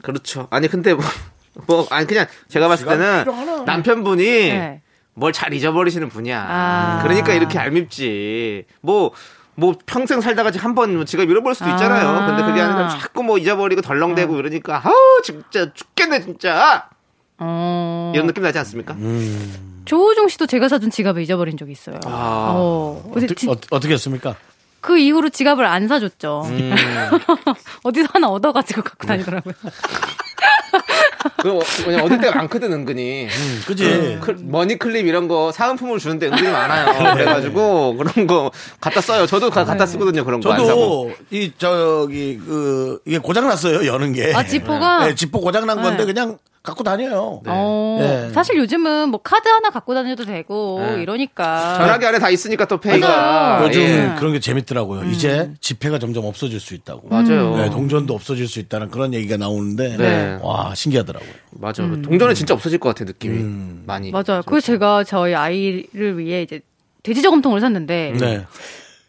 [SPEAKER 4] 그렇죠. 아니, 근데 뭐, 뭐, 아니, 그냥 제가 봤을 때는 남편분이
[SPEAKER 10] 네.
[SPEAKER 4] 뭘 잘 잊어버리시는 분이야.
[SPEAKER 10] 아.
[SPEAKER 4] 그러니까 이렇게 얄밉지. 뭐, 뭐 평생 살다가 한번 뭐 지갑 잃어버릴 수도 있잖아요.
[SPEAKER 10] 아.
[SPEAKER 4] 근데 그게 아니라 자꾸 뭐 잊어버리고 덜렁대고 이러니까 아우 진짜 죽겠네 진짜
[SPEAKER 10] 어,
[SPEAKER 4] 이런 느낌 나지 않습니까?
[SPEAKER 10] 조우종 씨도 제가 사준 지갑을 잊어버린 적이 있어요.
[SPEAKER 4] 아.
[SPEAKER 10] 어, 근데 지-
[SPEAKER 3] 어, 떻게 했습니까?
[SPEAKER 10] 그 이후로 지갑을 안 사줬죠.
[SPEAKER 3] 음.
[SPEAKER 10] 어디서 하나 얻어가지고
[SPEAKER 3] 네.
[SPEAKER 10] 갖고 다니더라고요.
[SPEAKER 4] 그 그냥 어릴 때 많거든 은근히
[SPEAKER 3] 음,
[SPEAKER 4] 음,
[SPEAKER 3] 그지?
[SPEAKER 4] 클- 머니 클립 이런 거 사은품을 주는데 은근히 많아요. 그래가지고 그런 거 갖다 써요. 저도 가- 갖다 쓰거든요 그런 거 안 사고.
[SPEAKER 3] 저도 이 저기 그 이게 고장 났어요 여는 게.
[SPEAKER 10] 아, 지퍼가?
[SPEAKER 3] 네, 지퍼 고장 난 건데 그냥 갖고 다녀요.
[SPEAKER 10] 어,
[SPEAKER 3] 네.
[SPEAKER 10] 사실 요즘은 뭐 카드 하나 갖고 다녀도 되고 이러니까.
[SPEAKER 4] 전화기 안에 다 있으니까 또 페이가
[SPEAKER 10] 맞아요.
[SPEAKER 3] 요즘
[SPEAKER 4] 예.
[SPEAKER 3] 그런 게 재밌더라고요. 이제 지폐가 점점 없어질 수 있다고.
[SPEAKER 4] 맞아요.
[SPEAKER 3] 네, 동전도 없어질 수 있다는 그런 얘기가 나오는데
[SPEAKER 4] 네.
[SPEAKER 3] 와 신기하더라고요.
[SPEAKER 4] 맞아. 동전은 진짜 없어질 것 같아 느낌이
[SPEAKER 3] 음.
[SPEAKER 4] 많이.
[SPEAKER 10] 음. 맞아요.
[SPEAKER 3] 그렇죠.
[SPEAKER 10] 그 제가 저희 아이를 위해 이제 돼지 저금통을
[SPEAKER 4] 음.
[SPEAKER 10] 샀는데
[SPEAKER 3] 네.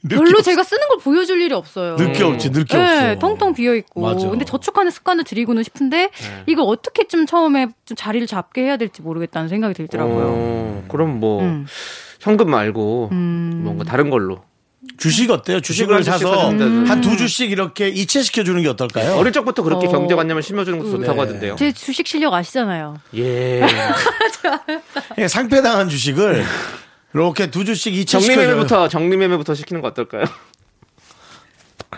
[SPEAKER 10] 별로 제가 쓰는 걸 보여줄 일이 없어요.
[SPEAKER 3] 늦게 없지, 늦게
[SPEAKER 10] 네,
[SPEAKER 3] 없어.
[SPEAKER 10] 통통 비어 있고.
[SPEAKER 3] 맞아. 네.
[SPEAKER 10] 근데 저축하는 습관을 들이고는 싶은데 이걸 어떻게 좀 처음에 좀 자리를 잡게 해야 될지 모르겠다는 생각이 들더라고요.
[SPEAKER 4] 어, 그럼 뭐
[SPEAKER 10] 음.
[SPEAKER 4] 현금 말고 뭔가 다른 걸로.
[SPEAKER 3] 주식 어때요? 주식을
[SPEAKER 4] 주식을
[SPEAKER 3] 사서
[SPEAKER 4] 주식을 음.
[SPEAKER 3] 한 두 주씩 이렇게 이체시켜 주는 게 어떨까요?
[SPEAKER 4] 어릴 적부터 그렇게
[SPEAKER 10] 어.
[SPEAKER 4] 경제관념을 심어주는 것도 좋다고
[SPEAKER 3] 네.
[SPEAKER 4] 하던데요.
[SPEAKER 10] 제 주식 실력 아시잖아요.
[SPEAKER 4] 예.
[SPEAKER 3] 예, 상패당한 주식을 이렇게 두 주씩 이체시켜 주는
[SPEAKER 4] 정리매매부터 정리매매부터 시키는 거 어떨까요? 아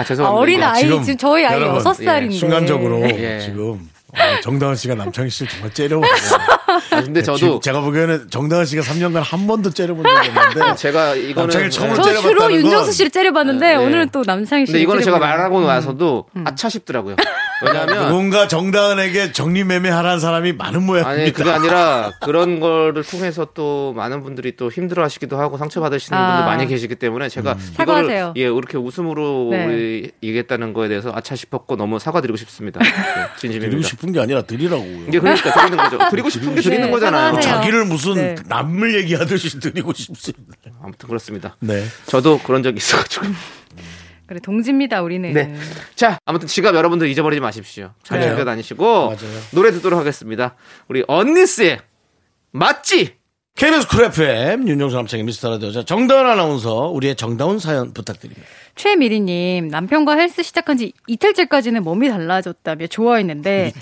[SPEAKER 10] 아,
[SPEAKER 4] 죄송합니다.
[SPEAKER 10] 어린 아이
[SPEAKER 3] 지금
[SPEAKER 10] 지금, 저희 아이
[SPEAKER 3] 여러분,
[SPEAKER 10] 여섯 살인데
[SPEAKER 3] 순간적으로
[SPEAKER 4] 예.
[SPEAKER 3] 지금 어, 정다은 씨가 남창희 씨를 정말 째려봤어요.
[SPEAKER 4] 아, 근데 저도
[SPEAKER 3] 네, 제가 보기에는 정다은 씨가 3년간 한 번도 째려본 적이 없는데
[SPEAKER 4] 제가 이거는 네.
[SPEAKER 3] 남창희 처음으로
[SPEAKER 10] 저
[SPEAKER 3] 째려봤다는
[SPEAKER 10] 주로
[SPEAKER 3] 건
[SPEAKER 10] 윤정수 씨를 째려봤는데 오늘은 또 남창희 씨.
[SPEAKER 4] 근데 네, 이거는 제가 말하고
[SPEAKER 10] 음.
[SPEAKER 4] 나서도 아차 싶더라고요.
[SPEAKER 10] 아.
[SPEAKER 4] 왜냐하면
[SPEAKER 3] 누군가 정다은에게 정리매매하라는 사람이 많은 모양입니다.
[SPEAKER 4] 아니 그게 아니라 그런 거를 통해서 또 많은 분들이 또 힘들어하시기도 하고 상처받으시는
[SPEAKER 10] 아.
[SPEAKER 4] 분들 많이 계시기 때문에 제가
[SPEAKER 3] 음.
[SPEAKER 4] 이거를
[SPEAKER 10] 사과하세요.
[SPEAKER 4] 예 이렇게 웃음으로
[SPEAKER 10] 네.
[SPEAKER 4] 우리 얘기했다는 거에 대해서 아차 싶었고 너무 사과드리고 싶습니다. 네,
[SPEAKER 3] 드리고
[SPEAKER 4] 진심입니다.
[SPEAKER 3] 싶은 게 아니라 드리라고요.
[SPEAKER 4] 이게 그러니까 드리는 거죠. 드리고 싶은 게 드리는
[SPEAKER 10] 네,
[SPEAKER 4] 거잖아요.
[SPEAKER 10] 사과하세요.
[SPEAKER 3] 자기를 무슨
[SPEAKER 10] 네.
[SPEAKER 3] 남을 얘기하듯이 드리고 싶습니다.
[SPEAKER 4] 아무튼 그렇습니다.
[SPEAKER 3] 네.
[SPEAKER 4] 저도 그런 적이 있어가지고.
[SPEAKER 10] 음. 그래 동지입니다 우리는.
[SPEAKER 4] 네. 자, 아무튼 지갑 여러분들 잊어버리지 마십시오. 잘
[SPEAKER 3] 그래요.
[SPEAKER 4] 챙겨 다니시고
[SPEAKER 3] 맞아요.
[SPEAKER 4] 노래 듣도록 하겠습니다. 우리 언니스의 맞지?
[SPEAKER 3] KBS 쿨 FM 윤정수 남창희 미스터라디오 자, 정다은 아나운서 우리의 정다운 사연 부탁드립니다.
[SPEAKER 10] 최미리님 남편과 헬스 시작한 지 이틀째까지는 몸이 달라졌다며 좋아했는데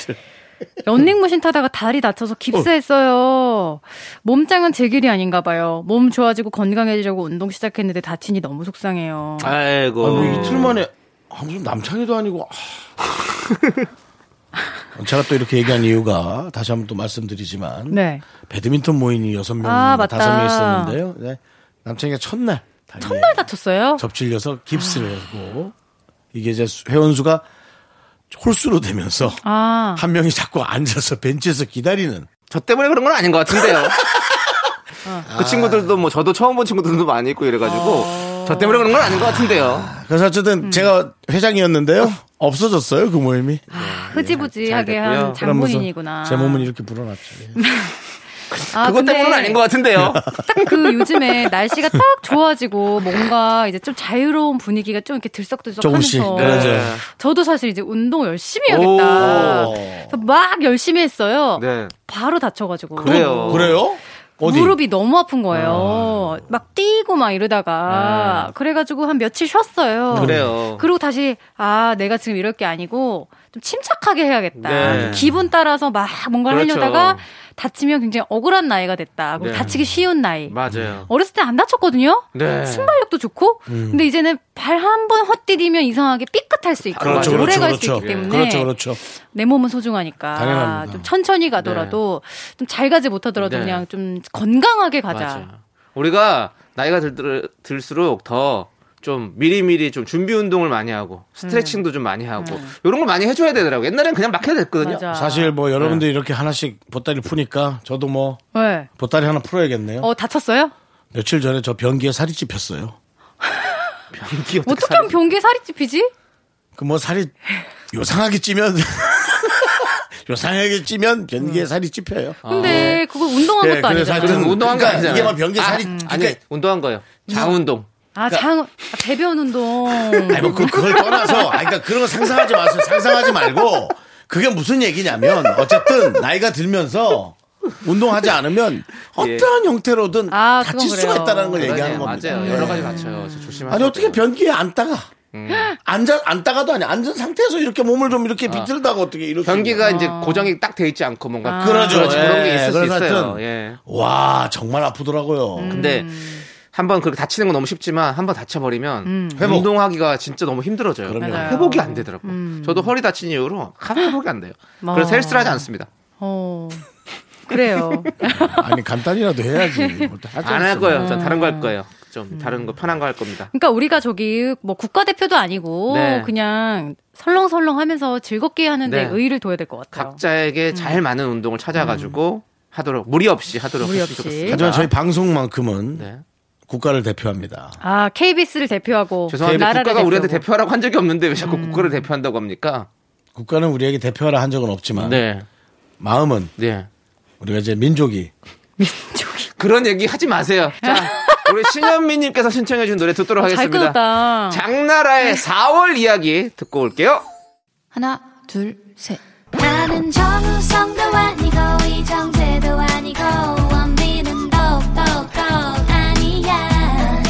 [SPEAKER 10] 런닝머신 타다가 다리 다쳐서 깁스했어요. 몸짱은 제 길이 아닌가 봐요. 몸 좋아지고 건강해지려고 운동 시작했는데 다치니 너무 속상해요.
[SPEAKER 4] 아이고.
[SPEAKER 3] 아니, 뭐 이틀 만에 아, 무슨 남창희도 아니고 아. 제가 또 이렇게 얘기한 이유가 다시 한번 또 말씀드리지만
[SPEAKER 10] 네.
[SPEAKER 4] 음.
[SPEAKER 3] 배드민턴 모임이 여섯 명
[SPEAKER 10] 아, 맞다.
[SPEAKER 3] 다섯 명 있었는데요. 네. 남창희가 첫날 다리에
[SPEAKER 10] 첫날 다쳤어요?
[SPEAKER 3] 접질려서 깁스를 하고 이게 이제 회원수가 홀수로 되면서
[SPEAKER 10] 아.
[SPEAKER 3] 한 명이 자꾸 앉아서 벤치에서 기다리는
[SPEAKER 4] 저 때문에 그런 건 아닌 것 같은데요. 그 친구들도 뭐 저도 처음 본 친구들도 많이 있고 이래가지고
[SPEAKER 10] 어.
[SPEAKER 4] 저 때문에 그런 건 아닌 것 같은데요.
[SPEAKER 3] 그래서
[SPEAKER 10] 음.
[SPEAKER 3] 어쨌든 제가 회장이었는데요. 없어졌어요 그 모임이.
[SPEAKER 10] 흐지부지하게
[SPEAKER 4] 아, 예, 잘 됐고요.
[SPEAKER 10] 아, 한
[SPEAKER 3] 그러면서
[SPEAKER 10] 장본인이구나. 음.
[SPEAKER 3] 제 몸은 이렇게 불어났죠. 예.
[SPEAKER 10] 아,
[SPEAKER 4] 그것
[SPEAKER 10] 근데
[SPEAKER 4] 때문은 아닌 것 같은데요.
[SPEAKER 10] 그 요즘에 날씨가 딱 좋아지고 뭔가 이제 좀 자유로운 분위기가 좀 이렇게 들썩들썩
[SPEAKER 3] 조금씩.
[SPEAKER 10] 하면서
[SPEAKER 3] 네.
[SPEAKER 10] 저도 사실 이제 운동 열심히 해야겠다. 그래서 막 열심히 했어요.
[SPEAKER 4] 네.
[SPEAKER 10] 바로 다쳐가지고.
[SPEAKER 4] 그래요.
[SPEAKER 3] 그래요? 어디?
[SPEAKER 10] 뭐 무릎이 너무 아픈 거예요. 막 뛰고 막 이러다가 그래가지고 한 며칠 쉬었어요.
[SPEAKER 4] 네. 그래요.
[SPEAKER 10] 리고 다시 아 내가 지금 이럴 게 아니고 좀 침착하게 해야겠다.
[SPEAKER 4] 네.
[SPEAKER 10] 좀 기분 따라서 막 뭔가를
[SPEAKER 4] 그렇죠.
[SPEAKER 10] 하려다가 다치면 굉장히 억울한 나이가 됐다. 그리고
[SPEAKER 4] 네.
[SPEAKER 10] 다치기 쉬운 나이.
[SPEAKER 4] 맞아요.
[SPEAKER 10] 어렸을 때 안 다쳤거든요.
[SPEAKER 4] 네.
[SPEAKER 10] 순발력도 좋고.
[SPEAKER 3] 음.
[SPEAKER 10] 근데 이제는 발 한 번 헛디디면 이상하게 삐끗할 수 있고
[SPEAKER 3] 그렇죠,
[SPEAKER 10] 오래
[SPEAKER 3] 그렇죠,
[SPEAKER 10] 갈 수
[SPEAKER 3] 그렇죠.
[SPEAKER 10] 뭐 있기 때문에
[SPEAKER 3] 그렇죠, 그렇죠.
[SPEAKER 10] 내 몸은 소중하니까
[SPEAKER 3] 당연합니다.
[SPEAKER 10] 좀 천천히 가더라도 좀 잘 가지 못하더라도
[SPEAKER 4] 네.
[SPEAKER 10] 그냥 좀 건강하게 가자.
[SPEAKER 4] 맞아. 우리가 나이가 들, 들수록 더 좀 미리미리 좀 준비 운동을 많이 하고 스트레칭도 좀 많이 하고 이런 걸 많이 해줘야 되더라고. 옛날엔 그냥 막 해야 됐거든요.
[SPEAKER 10] 음. 맞아.
[SPEAKER 3] 사실 뭐 여러분들이 이렇게 하나씩 보따리 푸니까 저도 뭐
[SPEAKER 10] 네.
[SPEAKER 3] 보따리 하나 풀어야겠네요.
[SPEAKER 10] 어 다쳤어요?
[SPEAKER 3] 며칠 전에 저 변기에 살이 찝혔어요.
[SPEAKER 10] 어떻게 하면 변기에 살이 찝히지?
[SPEAKER 3] 그 뭐 살이 요상하게 찌면 요상하게 찌면
[SPEAKER 4] 음.
[SPEAKER 3] 변기에 살이 찝혀요.
[SPEAKER 4] 아,
[SPEAKER 3] 예,
[SPEAKER 10] 근데
[SPEAKER 4] 네.
[SPEAKER 10] 그거 운동한 것도
[SPEAKER 3] 그래서
[SPEAKER 10] 아니잖아.
[SPEAKER 3] 하여튼
[SPEAKER 4] 운동한 거
[SPEAKER 3] 그러니까
[SPEAKER 4] 아니잖아요. 음.
[SPEAKER 3] 이게 막 변기에 살이
[SPEAKER 4] 아니
[SPEAKER 3] 그러니까
[SPEAKER 4] 운동한 거예요. 장운동.
[SPEAKER 10] 아, 장, 아, 배변 운동.
[SPEAKER 3] 아니 뭐 그, 그걸 떠나서 아니 그러니까 그런 거 상상하지 마세요. 상상하지 말고 그게 무슨 얘기냐면 어쨌든 나이가 들면서 운동하지 않으면 어떠한 형태로든
[SPEAKER 10] 아, 그건
[SPEAKER 3] 다칠 수가
[SPEAKER 10] 그래요.
[SPEAKER 3] 있다는 걸 얘기하는
[SPEAKER 4] 그러네요.
[SPEAKER 3] 겁니다.
[SPEAKER 4] 예.
[SPEAKER 3] 예.
[SPEAKER 4] 맞아요. 여러 가지 음. 맞춰요. 진짜 조심하세요.
[SPEAKER 3] 아니 어떻게 변기에 앉다가 앉아 앉다가도 아니 앉은 상태에서 이렇게 몸을 좀 이렇게 비틀다가 어떻게 이렇게
[SPEAKER 4] 아. 변기가 이제
[SPEAKER 10] 아.
[SPEAKER 4] 고정이 딱 돼 있지 않고 뭔가
[SPEAKER 3] 그러죠.
[SPEAKER 4] 그렇지, 그런 게
[SPEAKER 3] 예,
[SPEAKER 4] 있을 수
[SPEAKER 3] 그래서
[SPEAKER 4] 있어요.
[SPEAKER 3] 하여튼
[SPEAKER 4] 예.
[SPEAKER 3] 와 정말 아프더라고요.
[SPEAKER 10] 음.
[SPEAKER 4] 근데 한번 그렇게 다치는 건 너무 쉽지만 한번 다쳐버리면
[SPEAKER 3] 회복.
[SPEAKER 4] 운동하기가 진짜 너무 힘들어져요.
[SPEAKER 3] 그럼요.
[SPEAKER 10] 음. 맞아요. 음.
[SPEAKER 4] 회복이 안 되더라고요. 저도 허리 다친 이후로 한 회복이 안 돼요.
[SPEAKER 10] 뭐.
[SPEAKER 4] 그래서 헬스를 하지 않습니다.
[SPEAKER 10] 어. 그래요.
[SPEAKER 3] 아니 간단히라도 해야지. 뭐
[SPEAKER 4] 안 할 거예요. 전 다른 거
[SPEAKER 10] 음.
[SPEAKER 4] 할 거예요. 좀 다른 거 편한 거 할 겁니다.
[SPEAKER 10] 그러니까 우리가 저기 뭐 국가대표도 아니고
[SPEAKER 4] 네.
[SPEAKER 10] 그냥 설렁설렁 하면서 즐겁게 하는데
[SPEAKER 4] 네.
[SPEAKER 10] 의의를 둬야 될 것 같아요.
[SPEAKER 4] 각자에게 잘 맞는 운동을 찾아가지고 하도록 무리 없이 하도록
[SPEAKER 10] 음. 무리
[SPEAKER 4] 했으면
[SPEAKER 10] 없이.
[SPEAKER 4] 좋겠습니다.
[SPEAKER 3] 하지만 저희 방송만큼은
[SPEAKER 4] 네.
[SPEAKER 3] 국가를 대표합니다.
[SPEAKER 10] 아, KBS를 대표하고
[SPEAKER 4] 죄송합니다.
[SPEAKER 10] 나라를
[SPEAKER 4] 국가가 우리한테
[SPEAKER 10] 대표하고. 음.
[SPEAKER 4] 대표하라고 한 적이 없는데 왜 자꾸 국가를 대표한다고 합니까?
[SPEAKER 3] 국가는 우리에게 대표하라 한 적은 없지만
[SPEAKER 4] 네.
[SPEAKER 3] 마음은
[SPEAKER 4] 네.
[SPEAKER 3] 우리가 이제 민족이
[SPEAKER 4] 그런 얘기 하지 마세요. 자, 우리 신현미님께서 신청해준 노래 듣도록
[SPEAKER 10] 잘
[SPEAKER 4] 하겠습니다.
[SPEAKER 10] 끊었다. 네.
[SPEAKER 4] 장나라의 4월 이야기 듣고 올게요.
[SPEAKER 11] 하나, 둘, 셋.
[SPEAKER 9] 나는 정우성도 아니고 이정재도 아니고 원빈은 더욱더 아니야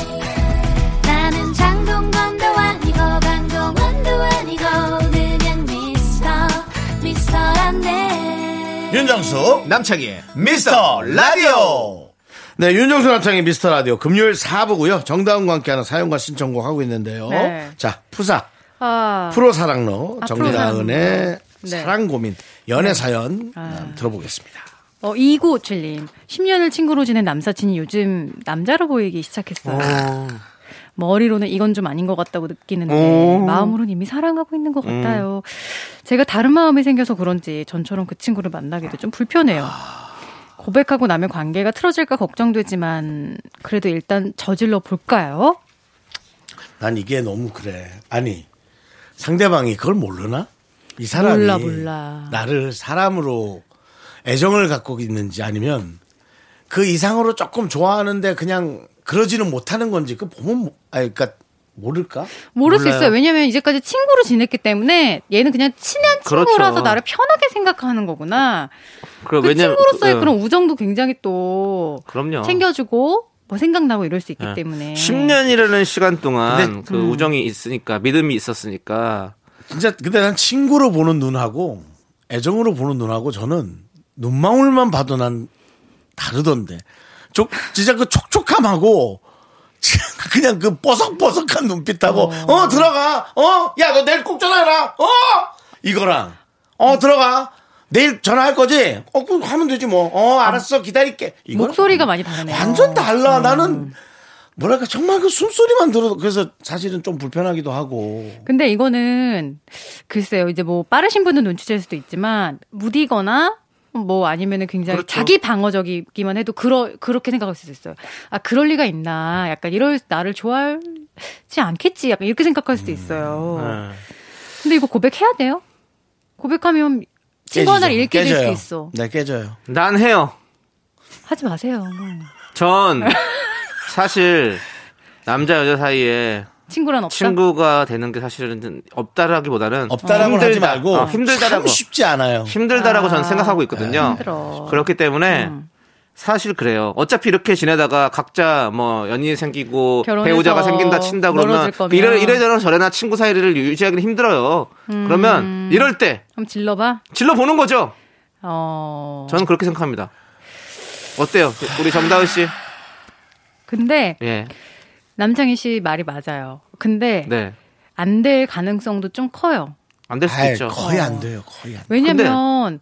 [SPEAKER 9] 나는 장동건도 아니고 강동원도 아니고 그냥 미스터 미스터란데
[SPEAKER 3] 윤정수 남창희 미스터 라디오 네 윤정수 남창희 미스터 라디오 금요일 4부고요 정다운과 함께하는 사연과 신청곡 하고 있는데요
[SPEAKER 10] 네.
[SPEAKER 3] 자 푸사
[SPEAKER 10] 아,
[SPEAKER 3] 프로사랑로
[SPEAKER 10] 아,
[SPEAKER 3] 정다은의
[SPEAKER 10] 네.
[SPEAKER 3] 사랑 고민 연애 사연 음, 들어보겠습니다
[SPEAKER 10] 어, 2957님. 10년을 친구로 지낸 남사친이 요즘 남자로 보이기 시작했어요. 머리로는 이건 좀 아닌 것 같다고 느끼는데 마음으로는 이미 사랑하고 있는 것 같아요. 제가 다른 마음이 생겨서 그런지 전처럼 그 친구를 만나기도 좀 불편해요. 고백하고 나면 관계가 틀어질까 걱정되지만 그래도 일단 저질러 볼까요?
[SPEAKER 3] 난 이게 너무 그래 아니 상대방이 그걸 모르나 이 사람이
[SPEAKER 10] 몰라, 몰라.
[SPEAKER 3] 나를 사람으로 애정을 갖고 있는지 아니면 그 이상으로 조금 좋아하는데 그냥 그러지는 못하는 건지 그 보면 모- 아니 그러니까 모를까?
[SPEAKER 10] 모를 수
[SPEAKER 3] 몰라요.
[SPEAKER 10] 있어요. 왜냐면 이제까지 친구로 지냈기 때문에 얘는 그냥 친한
[SPEAKER 4] 그렇죠.
[SPEAKER 10] 친구라서 나를 편하게 생각하는 거구나.
[SPEAKER 4] 그럼
[SPEAKER 10] 그
[SPEAKER 4] 왜냐면-
[SPEAKER 10] 친구로서의
[SPEAKER 4] 그-
[SPEAKER 10] 그런 우정도 굉장히 또
[SPEAKER 4] 그럼요.
[SPEAKER 10] 챙겨주고 뭐 생각나고 이럴 수 있기
[SPEAKER 4] 네.
[SPEAKER 10] 때문에 음.
[SPEAKER 4] 10년이라는 시간 동안 그 우정이 있으니까 믿음이 있었으니까
[SPEAKER 3] 진짜 근데 난 친구로 보는 눈하고 애정으로 보는 눈하고 저는 눈망울만 봐도 난 다르던데. 저, 진짜 그 촉촉함하고 그냥 그 뽀석뽀석한 눈빛하고 어, 들어가 어야 너 내일 꼭 전화해라 어 이거랑
[SPEAKER 10] 음.
[SPEAKER 3] 어 들어가 내일 전화할 거지 어 그럼 하면 되지 뭐 어 알았어 기다릴게 이거랑
[SPEAKER 10] 아, 목소리가 음. 많이 다르네요.
[SPEAKER 3] 완전 달라 나는 뭐랄까 정말 그 숨소리만 들어도 그래서 사실은 좀 불편하기도 하고
[SPEAKER 10] 근데 이거는 글쎄요 이제 뭐 빠르신 분은 눈치챌 수도 있지만 무디거나 뭐 아니면은 굉장히
[SPEAKER 3] 그렇죠.
[SPEAKER 10] 자기 방어적이기만 해도 그러 그렇게 생각할 수도 있어요. 아 그럴 리가 있나? 약간 이럴 나를 좋아하지 않겠지? 약간 이렇게 생각할
[SPEAKER 3] 음.
[SPEAKER 10] 수도 있어요.
[SPEAKER 3] 네.
[SPEAKER 10] 근데 이거 고백해야 돼요? 고백하면 친구 하나를 잃게 될 수
[SPEAKER 3] 깨져요.
[SPEAKER 10] 있어.
[SPEAKER 3] 네, 깨져요.
[SPEAKER 4] 난 해요.
[SPEAKER 10] 하지 마세요.
[SPEAKER 4] 전 사실 남자 여자 사이에
[SPEAKER 10] 친구란 없다.
[SPEAKER 4] 친구가 되는 게 사실은 없다라기보다는
[SPEAKER 3] 없다라고 하지
[SPEAKER 4] 어, 힘들다.
[SPEAKER 3] 말고
[SPEAKER 4] 어,
[SPEAKER 3] 참
[SPEAKER 4] 힘들다라고
[SPEAKER 3] 쉽지 않아요.
[SPEAKER 4] 힘들다라고 저는 생각하고 있거든요.
[SPEAKER 10] 힘들어. 음.
[SPEAKER 4] 그렇기 때문에 사실 그래요. 어차피 이렇게 지내다가 각자 뭐 연인이 생기고
[SPEAKER 10] 결혼해서
[SPEAKER 4] 배우자가 생긴다 친다 그러면
[SPEAKER 10] 멀어질 거면.
[SPEAKER 4] 이래 이래저래 저래나 친구 사이를 유지하기는 힘들어요.
[SPEAKER 10] 음.
[SPEAKER 4] 그러면 이럴 때
[SPEAKER 10] 한번 질러봐.
[SPEAKER 4] 질러 보는 거죠.
[SPEAKER 10] 어.
[SPEAKER 4] 저는 그렇게 생각합니다. 어때요, 우리 정다은 씨?
[SPEAKER 10] 근데
[SPEAKER 4] 예,
[SPEAKER 10] 남창희 씨 말이 맞아요. 근데
[SPEAKER 4] 네,
[SPEAKER 10] 안 될 가능성도 좀 커요.
[SPEAKER 4] 안 될 수도
[SPEAKER 3] 아이,
[SPEAKER 4] 있죠. 어.
[SPEAKER 3] 거의 안 돼요. 거의 안 돼요.
[SPEAKER 10] 왜냐면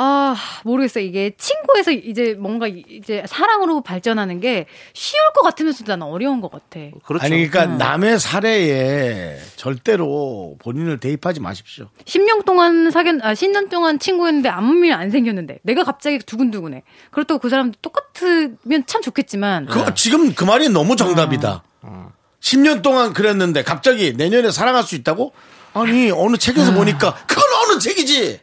[SPEAKER 10] 아, 모르겠어요. 이게 친구에서 이제 뭔가 이제 사랑으로 발전하는 게 쉬울 것 같으면서도 난 어려운 것 같아.
[SPEAKER 12] 그렇죠.
[SPEAKER 3] 아니 그러니까
[SPEAKER 10] 음.
[SPEAKER 3] 남의 사례에 절대로 본인을 대입하지 마십시오.
[SPEAKER 10] 10년 동안 사귄, 아, 10년 동안 친구였는데 아무 일 안 생겼는데 내가 갑자기 두근두근해. 그렇다고 그 사람도 똑같으면 참 좋겠지만.
[SPEAKER 3] 그
[SPEAKER 4] 네.
[SPEAKER 3] 지금 그 말이 너무 정답이다.
[SPEAKER 4] 음. 어.
[SPEAKER 3] 10년 동안 그랬는데 갑자기 내년에 사랑할 수 있다고? 아니 어느
[SPEAKER 4] 음.
[SPEAKER 3] 책에서 보니까 그건 어느 책이지.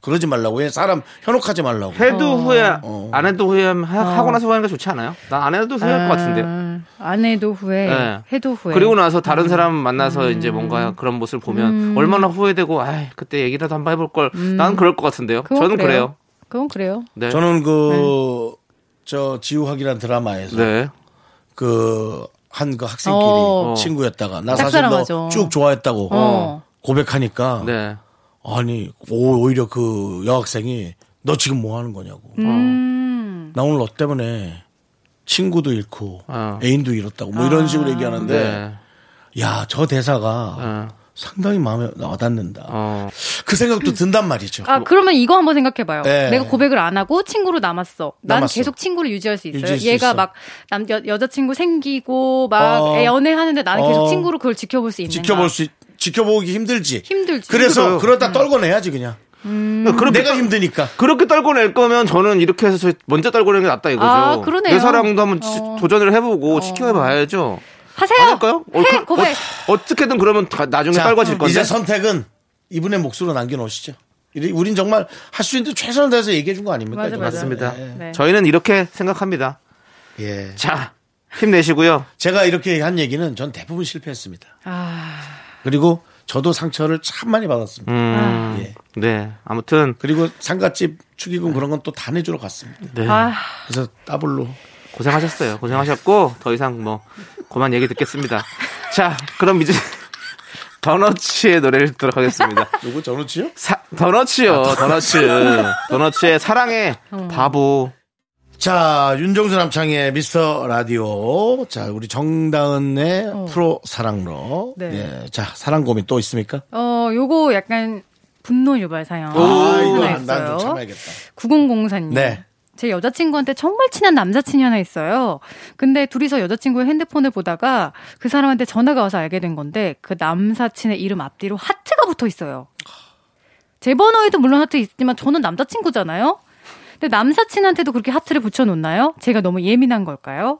[SPEAKER 3] 그러지 말라고 해. 사람 현혹하지 말라고.
[SPEAKER 4] 해도 후회,
[SPEAKER 3] 어.
[SPEAKER 4] 안 해도 후회하면 하- 하고 나서 후회하는 게 좋지 않아요? 난 안 해도 후회할 것 같은데.
[SPEAKER 10] 아, 안 해도 후회,
[SPEAKER 4] 네.
[SPEAKER 10] 해도 후회.
[SPEAKER 4] 그리고 나서 다른
[SPEAKER 10] 음.
[SPEAKER 4] 사람 만나서 이제 뭔가 그런 모습을 보면 얼마나 후회되고, 아 그때 얘기라도 한번 해볼 걸. 난 그럴 것 같은데요.
[SPEAKER 10] 음. 그건
[SPEAKER 4] 저는 그래요.
[SPEAKER 10] 그건 그래요.
[SPEAKER 4] 네.
[SPEAKER 3] 저는 그 저 지우학이란 드라마에서
[SPEAKER 4] 네.
[SPEAKER 3] 그 한 그 학생끼리
[SPEAKER 10] 어.
[SPEAKER 3] 친구였다가 나 사실
[SPEAKER 10] 짝사랑하죠.
[SPEAKER 3] 너 쭉 좋아했다고
[SPEAKER 10] 어.
[SPEAKER 3] 고백하니까
[SPEAKER 4] 네.
[SPEAKER 3] 아니 오, 오히려 그 여학생이 너 지금 뭐 하는 거냐고
[SPEAKER 10] 음.
[SPEAKER 3] 나 오늘 너 때문에 친구도 잃고
[SPEAKER 4] 어.
[SPEAKER 3] 애인도 잃었다고 뭐
[SPEAKER 10] 아.
[SPEAKER 3] 이런 식으로 얘기하는데
[SPEAKER 4] 네.
[SPEAKER 3] 야 저 대사가
[SPEAKER 4] 어.
[SPEAKER 3] 상당히 마음에 와닿는다
[SPEAKER 4] 어.
[SPEAKER 3] 그 생각도 든단 말이죠
[SPEAKER 10] 아, 그러면 이거 한번 생각해봐요.
[SPEAKER 3] 네.
[SPEAKER 10] 내가 고백을 안 하고 친구로 남았어. 난
[SPEAKER 3] 남았어.
[SPEAKER 10] 계속 친구를 유지할 수 있어요.
[SPEAKER 3] 유지할 수
[SPEAKER 10] 얘가
[SPEAKER 3] 있어.
[SPEAKER 10] 막 남, 여, 여자친구 생기고 막
[SPEAKER 3] 어.
[SPEAKER 10] 연애하는데 나는 계속
[SPEAKER 3] 어.
[SPEAKER 10] 친구로 그걸 지켜볼 수 있는.
[SPEAKER 3] 지켜볼 수 있- 지켜보기 힘들지
[SPEAKER 10] 네. 힘들지.
[SPEAKER 3] 그래서
[SPEAKER 4] 힘들어요. 음.
[SPEAKER 3] 그러다 떨궈내야지 그냥
[SPEAKER 10] 음. 네.
[SPEAKER 4] 그렇게,
[SPEAKER 3] 내가 힘드니까
[SPEAKER 4] 그렇게 떨궈낼 거면 저는 이렇게 해서 저- 먼저 떨궈내는 게 낫다 이거죠.
[SPEAKER 10] 아, 그러네요.
[SPEAKER 4] 내 사랑도 한번 지-
[SPEAKER 10] 어.
[SPEAKER 4] 도전을 해보고 지켜봐야죠.
[SPEAKER 10] 하세요.
[SPEAKER 4] 안 할까요?
[SPEAKER 10] 해
[SPEAKER 4] 어, 그-
[SPEAKER 10] 고백.
[SPEAKER 4] 어, 떻게든 그러면 다- 나중에
[SPEAKER 3] 자,
[SPEAKER 4] 떨궈질 건데.
[SPEAKER 3] 이제 선택은 이분의 몫으로 남겨놓으시죠 이리- 우린 정말 할 수 있는 최선을 다해서 얘기해 준 거 아닙니까
[SPEAKER 10] 맞아, 맞아.
[SPEAKER 4] 맞습니다.
[SPEAKER 10] 네.
[SPEAKER 4] 저희는 이렇게 생각합니다.
[SPEAKER 3] 예.
[SPEAKER 4] 자, 힘내시고요.
[SPEAKER 3] 제가 이렇게 한 얘기는 전 대부분 실패했습니다.
[SPEAKER 10] 아,
[SPEAKER 3] 그리고 저도 상처를 참 많이 받았습니다.
[SPEAKER 10] 아.
[SPEAKER 4] 음,
[SPEAKER 3] 예.
[SPEAKER 4] 네. 아무튼,
[SPEAKER 3] 그리고 상갓집 축의금 그런 건 또 다 내주러 갔습니다.
[SPEAKER 4] 네.
[SPEAKER 10] 아,
[SPEAKER 3] 그래서 따블로
[SPEAKER 4] 고생하셨어요. 고생하셨고, 더 이상 뭐, 그만 얘기 듣겠습니다. 자, 그럼 이제, 더너츠의 노래를 듣도록 하겠습니다.
[SPEAKER 3] 누구 전우치요?
[SPEAKER 4] 사-
[SPEAKER 10] 아,
[SPEAKER 4] 더너츠요, 더너츠. 더너츠의 사랑해, 바보.
[SPEAKER 3] 자 윤정수 남창의 미스터 라디오 자 우리 정다은의 프로 사랑로
[SPEAKER 10] 어. 네.
[SPEAKER 3] 예. 자 사랑 고민 또 있습니까?
[SPEAKER 10] 어, 요거 약간 분노 유발 사연.
[SPEAKER 3] 아 이거
[SPEAKER 10] 하나
[SPEAKER 3] 난좀
[SPEAKER 10] 있어요.
[SPEAKER 3] 참아야겠다.
[SPEAKER 10] 9004님.
[SPEAKER 3] 네.
[SPEAKER 10] 제 여자친구한테 정말 친한 남사친이 하나 있어요. 근데 둘이서 여자친구의 핸드폰을 보다가 그 사람한테 전화가 와서 알게 된 건데 그 남사친의 이름 앞뒤로 하트가 붙어 있어요. 제 번호에도 물론 하트 있지만 저는 남자친구잖아요? 근데 남사친한테도 그렇게 하트를 붙여놓나요? 제가 너무 예민한 걸까요?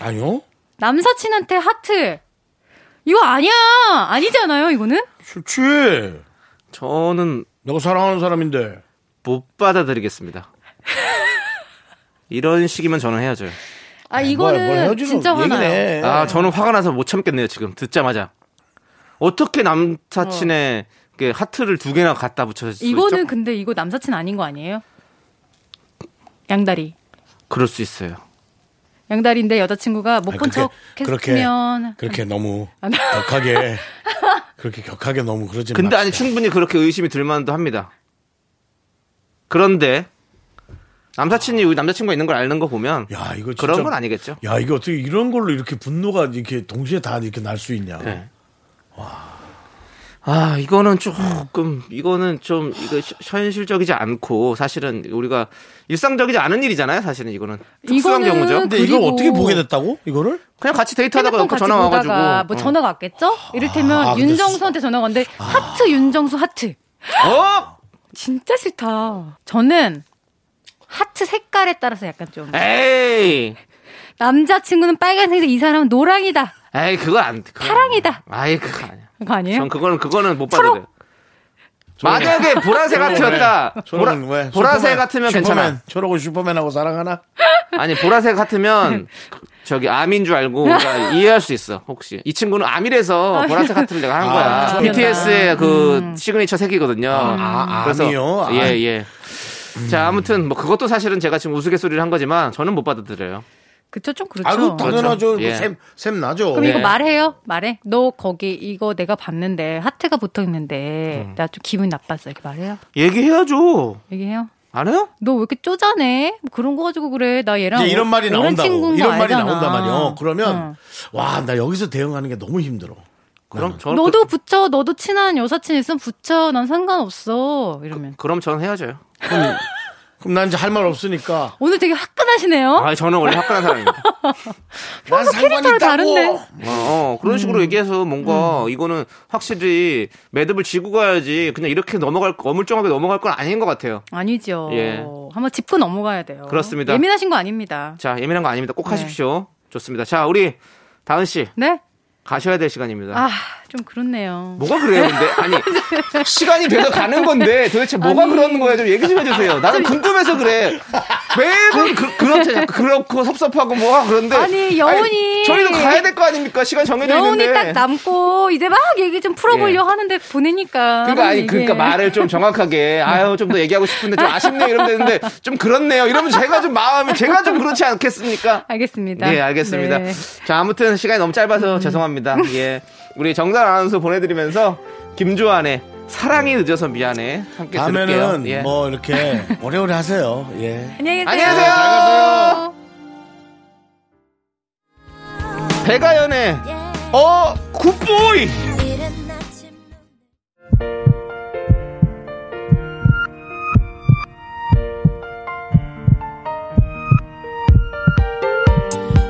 [SPEAKER 3] 아니요
[SPEAKER 10] 남사친한테 하트! 이거 아니야! 아니잖아요, 이거는?
[SPEAKER 3] 싫지
[SPEAKER 4] 저는
[SPEAKER 3] 내가 사랑하는 사람인데
[SPEAKER 4] 못 받아들이겠습니다. 이런 식이면 저는 헤어져요.
[SPEAKER 10] 아,
[SPEAKER 3] 뭘, 뭘
[SPEAKER 10] 이거는
[SPEAKER 3] 헤어지고
[SPEAKER 10] 진짜
[SPEAKER 3] 얘기네.
[SPEAKER 10] 화나요.
[SPEAKER 4] 아, 저는 화가 나서 못 참겠네요, 지금. 듣자마자. 어떻게 남사친의 그 하트를 두 개나 갖다 붙여서.
[SPEAKER 10] 어. 이거는 근데 이거 남사친 아닌 거 아니에요? 양다리.
[SPEAKER 4] 그럴 수 있어요.
[SPEAKER 10] 양다리인데 여자친구가 못 본 척
[SPEAKER 3] 그렇게-
[SPEAKER 10] 했으면 아,
[SPEAKER 3] 그렇게 너무
[SPEAKER 10] 안-
[SPEAKER 3] 격하게 그렇게 격하게 너무 그러지
[SPEAKER 4] 네, 근데 아니,
[SPEAKER 3] 맙시다.
[SPEAKER 4] 충분히 그렇게 의심이 들만도 합니다. 그런데, 남사친이 우리 남자친구가 있는 걸 아는 거 보면.
[SPEAKER 3] 야 이거 진짜-
[SPEAKER 4] 그런 건 아니겠죠?
[SPEAKER 3] 야 이거 어떻게 이런 걸로 이렇게 분노가 이렇게 동시에 다 이렇게 날 수 있냐?
[SPEAKER 4] 네. 아, 이거는 조금, 이거는 좀, 이거 시- 현실적이지 않고, 사실은 우리가 일상적이지 않은 일이잖아요, 사실은 이거는. 특수한
[SPEAKER 10] 이거는
[SPEAKER 4] 경우죠.
[SPEAKER 3] 근데 이걸
[SPEAKER 10] 그리고-
[SPEAKER 3] 어떻게 보게 됐다고? 이거를?
[SPEAKER 4] 그냥 같이 데이트하다가
[SPEAKER 10] 핸드폰
[SPEAKER 4] 옆에
[SPEAKER 10] 같이
[SPEAKER 4] 전화 와가지고.
[SPEAKER 10] 보다가 뭐
[SPEAKER 4] 어.
[SPEAKER 10] 전화가 왔겠죠? 이를테면
[SPEAKER 3] 아, 근데
[SPEAKER 10] 윤정수한테 전화가 왔는데 하트 윤정수 하트
[SPEAKER 4] 어?
[SPEAKER 10] 진짜 싫다. 저는 하트 색깔에 따라서 약간 좀
[SPEAKER 4] 에이!
[SPEAKER 10] 남자친구는 빨간색인데 이 사람은 노랑이다
[SPEAKER 4] 에이, 그거 안. 그거 안-
[SPEAKER 10] 파랑이다
[SPEAKER 4] 아이, 그거 아니야.
[SPEAKER 10] 그거 아니에요?
[SPEAKER 4] 전 그거는, 그거는 못
[SPEAKER 10] 예? 초록!
[SPEAKER 4] 받아들여요. 만약에 보라색 같았다. 보라,
[SPEAKER 3] 저는 왜?
[SPEAKER 4] 보라색
[SPEAKER 3] 슈퍼맨,
[SPEAKER 4] 같으면 괜찮아.
[SPEAKER 3] 슈퍼맨, 저러고 슈퍼맨하고 사랑하나?
[SPEAKER 4] 아니, 보라색 같으면 저기 암인 줄 알고 우리가 이해할 수 있어, 혹시. 이 친구는 암이라서 보라색 하트를 내가 한 거야.
[SPEAKER 3] 아,
[SPEAKER 4] BTS의 그
[SPEAKER 10] 음.
[SPEAKER 4] 시그니처 색이거든요.
[SPEAKER 3] 아, 암이요? 아. 음.
[SPEAKER 4] 예, 예. 자, 아무튼 뭐 그것도 사실은 제가 지금 우스갯소리를 한 거지만 저는 못 받아들여요.
[SPEAKER 10] 그쵸 좀 그렇죠.
[SPEAKER 3] 아이고 당연하죠.
[SPEAKER 4] 그렇죠. 예.
[SPEAKER 3] 샘, 샘 나죠.
[SPEAKER 10] 그럼 이거
[SPEAKER 4] 네.
[SPEAKER 10] 말해요? 말해? 너 거기 이거 내가 봤는데 하트가 붙어 있는데 나 좀 기분이 나빴어 이렇게 말해요?
[SPEAKER 4] 얘기해야죠.
[SPEAKER 10] 얘기해요?
[SPEAKER 4] 안 해요?
[SPEAKER 10] 너 왜 이렇게 쪼잔해? 뭐 그런 거 가지고 그래. 나 얘랑
[SPEAKER 3] 이제 이런
[SPEAKER 10] 오-
[SPEAKER 3] 말이
[SPEAKER 10] 오랜
[SPEAKER 3] 나온다고.
[SPEAKER 10] 친구인 거
[SPEAKER 3] 이런 말이
[SPEAKER 10] 알잖아.
[SPEAKER 3] 나온단 말이야. 어, 그러면
[SPEAKER 10] 어.
[SPEAKER 3] 와 나 여기서 대응하는 게 너무 힘들어. 네.
[SPEAKER 4] 그럼 저는
[SPEAKER 10] 너도 붙여. 너도 친한 여사친 있으면 붙여. 난 상관없어. 이러면
[SPEAKER 4] 그, 럼 저는 헤어져요.
[SPEAKER 3] 그럼, 그럼 난 이제 할 말 없으니까.
[SPEAKER 10] 오늘 되게 화끈하시네요. 어,
[SPEAKER 4] 아, 저는 원래 화끈한 사람입니다.
[SPEAKER 3] 난 상관이
[SPEAKER 10] 캐릭터랑
[SPEAKER 3] 있다고.
[SPEAKER 10] 다른데.
[SPEAKER 4] 어, 어, 그런
[SPEAKER 10] 음.
[SPEAKER 4] 식으로 얘기해서 뭔가 이거는 확실히 매듭을 지고 가야지 그냥 이렇게 넘어갈 거, 어물쩡하게 넘어갈 건 아닌 것 같아요.
[SPEAKER 10] 아니죠.
[SPEAKER 4] 예.
[SPEAKER 10] 한번 짚고 넘어가야 돼요.
[SPEAKER 4] 그렇습니다.
[SPEAKER 10] 예민하신 거 아닙니다.
[SPEAKER 4] 자, 예민한 거 아닙니다. 꼭 하십시오. 좋습니다. 자, 우리 다은 씨
[SPEAKER 10] 네?
[SPEAKER 4] 가셔야 될 시간입니다.
[SPEAKER 10] 아, 좀 그렇네요.
[SPEAKER 4] 뭐가 그래요, 근데? 아니, 시간이 돼서 가는 건데 도대체 뭐가 그러는 거야? 좀 얘기 좀 해주세요. 나는 궁금해서 그래. 매번 그, 그렇잖아. 그렇고 섭섭하고 뭐가 그런데.
[SPEAKER 10] 아니, 여운이.
[SPEAKER 4] 아니, 저희도 가야 될 거 아닙니까? 시간 정해져
[SPEAKER 10] 여운이
[SPEAKER 4] 있는데.
[SPEAKER 10] 딱 남고 이제 막 얘기 좀 풀어보려
[SPEAKER 4] 예.
[SPEAKER 10] 하는데 보내니까.
[SPEAKER 4] 그러니까 아니
[SPEAKER 10] 하는
[SPEAKER 4] 그러니까
[SPEAKER 10] 얘기에.
[SPEAKER 4] 말을 좀 정확하게 아유 좀 더 얘기하고 싶은데 좀 아쉽네요 이러면 되는데 좀 그렇네요 이러면 제가 좀 마음이 제가 좀 그렇지 않겠습니까?
[SPEAKER 10] 알겠습니다.
[SPEAKER 4] 네 음. 알겠습니다.
[SPEAKER 10] 네.
[SPEAKER 4] 자 아무튼 시간이 너무 짧아서 죄송합니다. 예 우리 정단 아나운서 보내드리면서 김주환의 사랑이 늦어서 미안해 함께 들을게요.
[SPEAKER 3] 다음에는
[SPEAKER 4] 예.
[SPEAKER 3] 뭐 이렇게 오래오래 하세요. 예.
[SPEAKER 10] 안녕히 계세요.
[SPEAKER 4] 안녕히 계세요. 배가연의 어 굿보이
[SPEAKER 9] 이른 예, 아침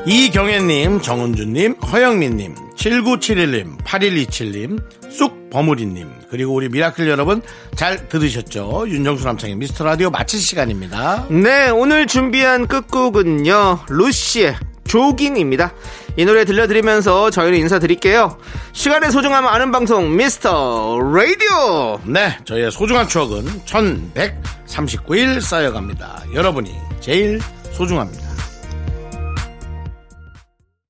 [SPEAKER 3] 이경혜님, 정은주님, 허영민님, 7971님, 8127님, 쑥 버무리님, 그리고 우리 미라클 여러분 잘 들으셨죠? 윤정수 남창의 미스터 라디오 마칠 시간입니다.
[SPEAKER 4] 네, 오늘 준비한 끝곡은요, 루시의 조깅입니다. 이 노래 들려드리면서 저희는 인사드릴게요. 시간의 소중함 아는 방송, 미스터 라디오!
[SPEAKER 3] 네, 저희의 소중한 추억은 1139일 쌓여갑니다. 여러분이 제일 소중합니다.